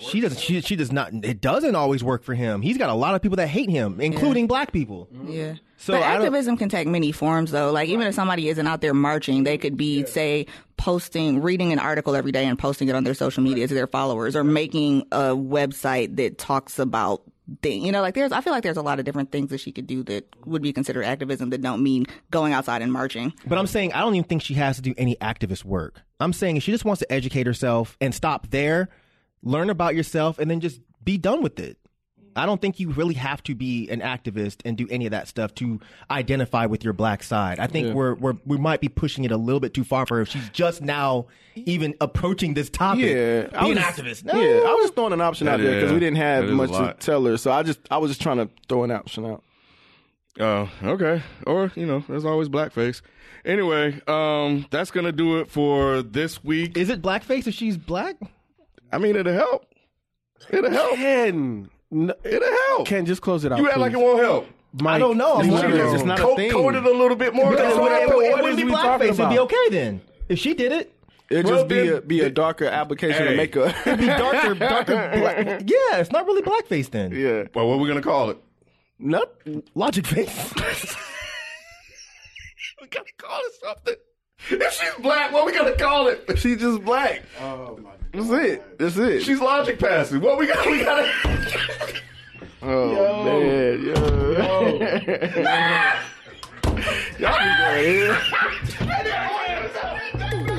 Speaker 6: she doesn't. She, she does not. It doesn't always work for him. He's got a lot of people that hate him, including black people.
Speaker 7: Yeah.
Speaker 6: Mm-hmm. So
Speaker 7: but
Speaker 6: I don't-
Speaker 7: activism can take many forms, though. Like even if somebody isn't out there marching, they could be, say, posting, reading an article every day and posting it on their social media to their followers, or making a website that talks about thing. You know, like there's, I feel like there's a lot of different things that she could do that would be considered activism that don't mean going outside and marching.
Speaker 6: But I'm saying I don't even think she has to do any activist work. I'm saying if she just wants to educate herself and stop there, learn about yourself, and then just be done with it. I don't think you really have to be an activist and do any of that stuff to identify with your black side. I think
Speaker 3: Yeah.
Speaker 6: we're, we're we might be pushing it a little bit too far for her if she's just now even approaching this topic.
Speaker 3: Yeah,
Speaker 6: be an activist. No.
Speaker 3: Yeah, I was just throwing an option out
Speaker 2: That
Speaker 3: there because
Speaker 2: is-
Speaker 3: we didn't have
Speaker 2: that is a
Speaker 3: much to
Speaker 2: lot.
Speaker 3: tell her. So I just I was just trying to throw an option out.
Speaker 2: Oh, okay. Or, you know, there's always blackface. Anyway, um, that's gonna do it for this week.
Speaker 6: Is it blackface if she's black?
Speaker 2: I mean, it'll help. It'll help.
Speaker 5: Ken,
Speaker 2: It'll help.
Speaker 5: Ken, just close it out.
Speaker 2: You act like
Speaker 5: please.
Speaker 2: it won't help.
Speaker 5: Mike,
Speaker 6: I don't know. I'm
Speaker 5: Leave
Speaker 6: wondering
Speaker 5: it
Speaker 6: if
Speaker 5: alone.
Speaker 6: it's not a
Speaker 5: Co-
Speaker 6: thing.
Speaker 5: code it a little bit more.
Speaker 6: It,
Speaker 5: That's
Speaker 6: it,
Speaker 5: what I-
Speaker 6: it,
Speaker 5: what
Speaker 6: wouldn't
Speaker 5: is
Speaker 6: be
Speaker 5: we talking
Speaker 6: blackface. It'd be
Speaker 5: about?
Speaker 6: okay then if she did it.
Speaker 3: It'd
Speaker 6: Well,
Speaker 3: just be
Speaker 6: then-
Speaker 3: a be a darker application
Speaker 6: Hey.
Speaker 3: of makeup.
Speaker 6: It'd be darker, darker. Black. Yeah, it's not really blackface then.
Speaker 3: Yeah.
Speaker 2: Well, what are we gonna call it?
Speaker 3: Nope.
Speaker 6: Logic face.
Speaker 2: we gotta call it something. If she's black, what we gonna call it?
Speaker 3: She's just black.
Speaker 2: Oh my
Speaker 3: That's it. That's it.
Speaker 2: She's logic passing. What we got? We gotta.
Speaker 3: Oh
Speaker 2: Yo.
Speaker 3: man,
Speaker 2: Yo.
Speaker 3: yo. Y'all be going in.
Speaker 12: Hey,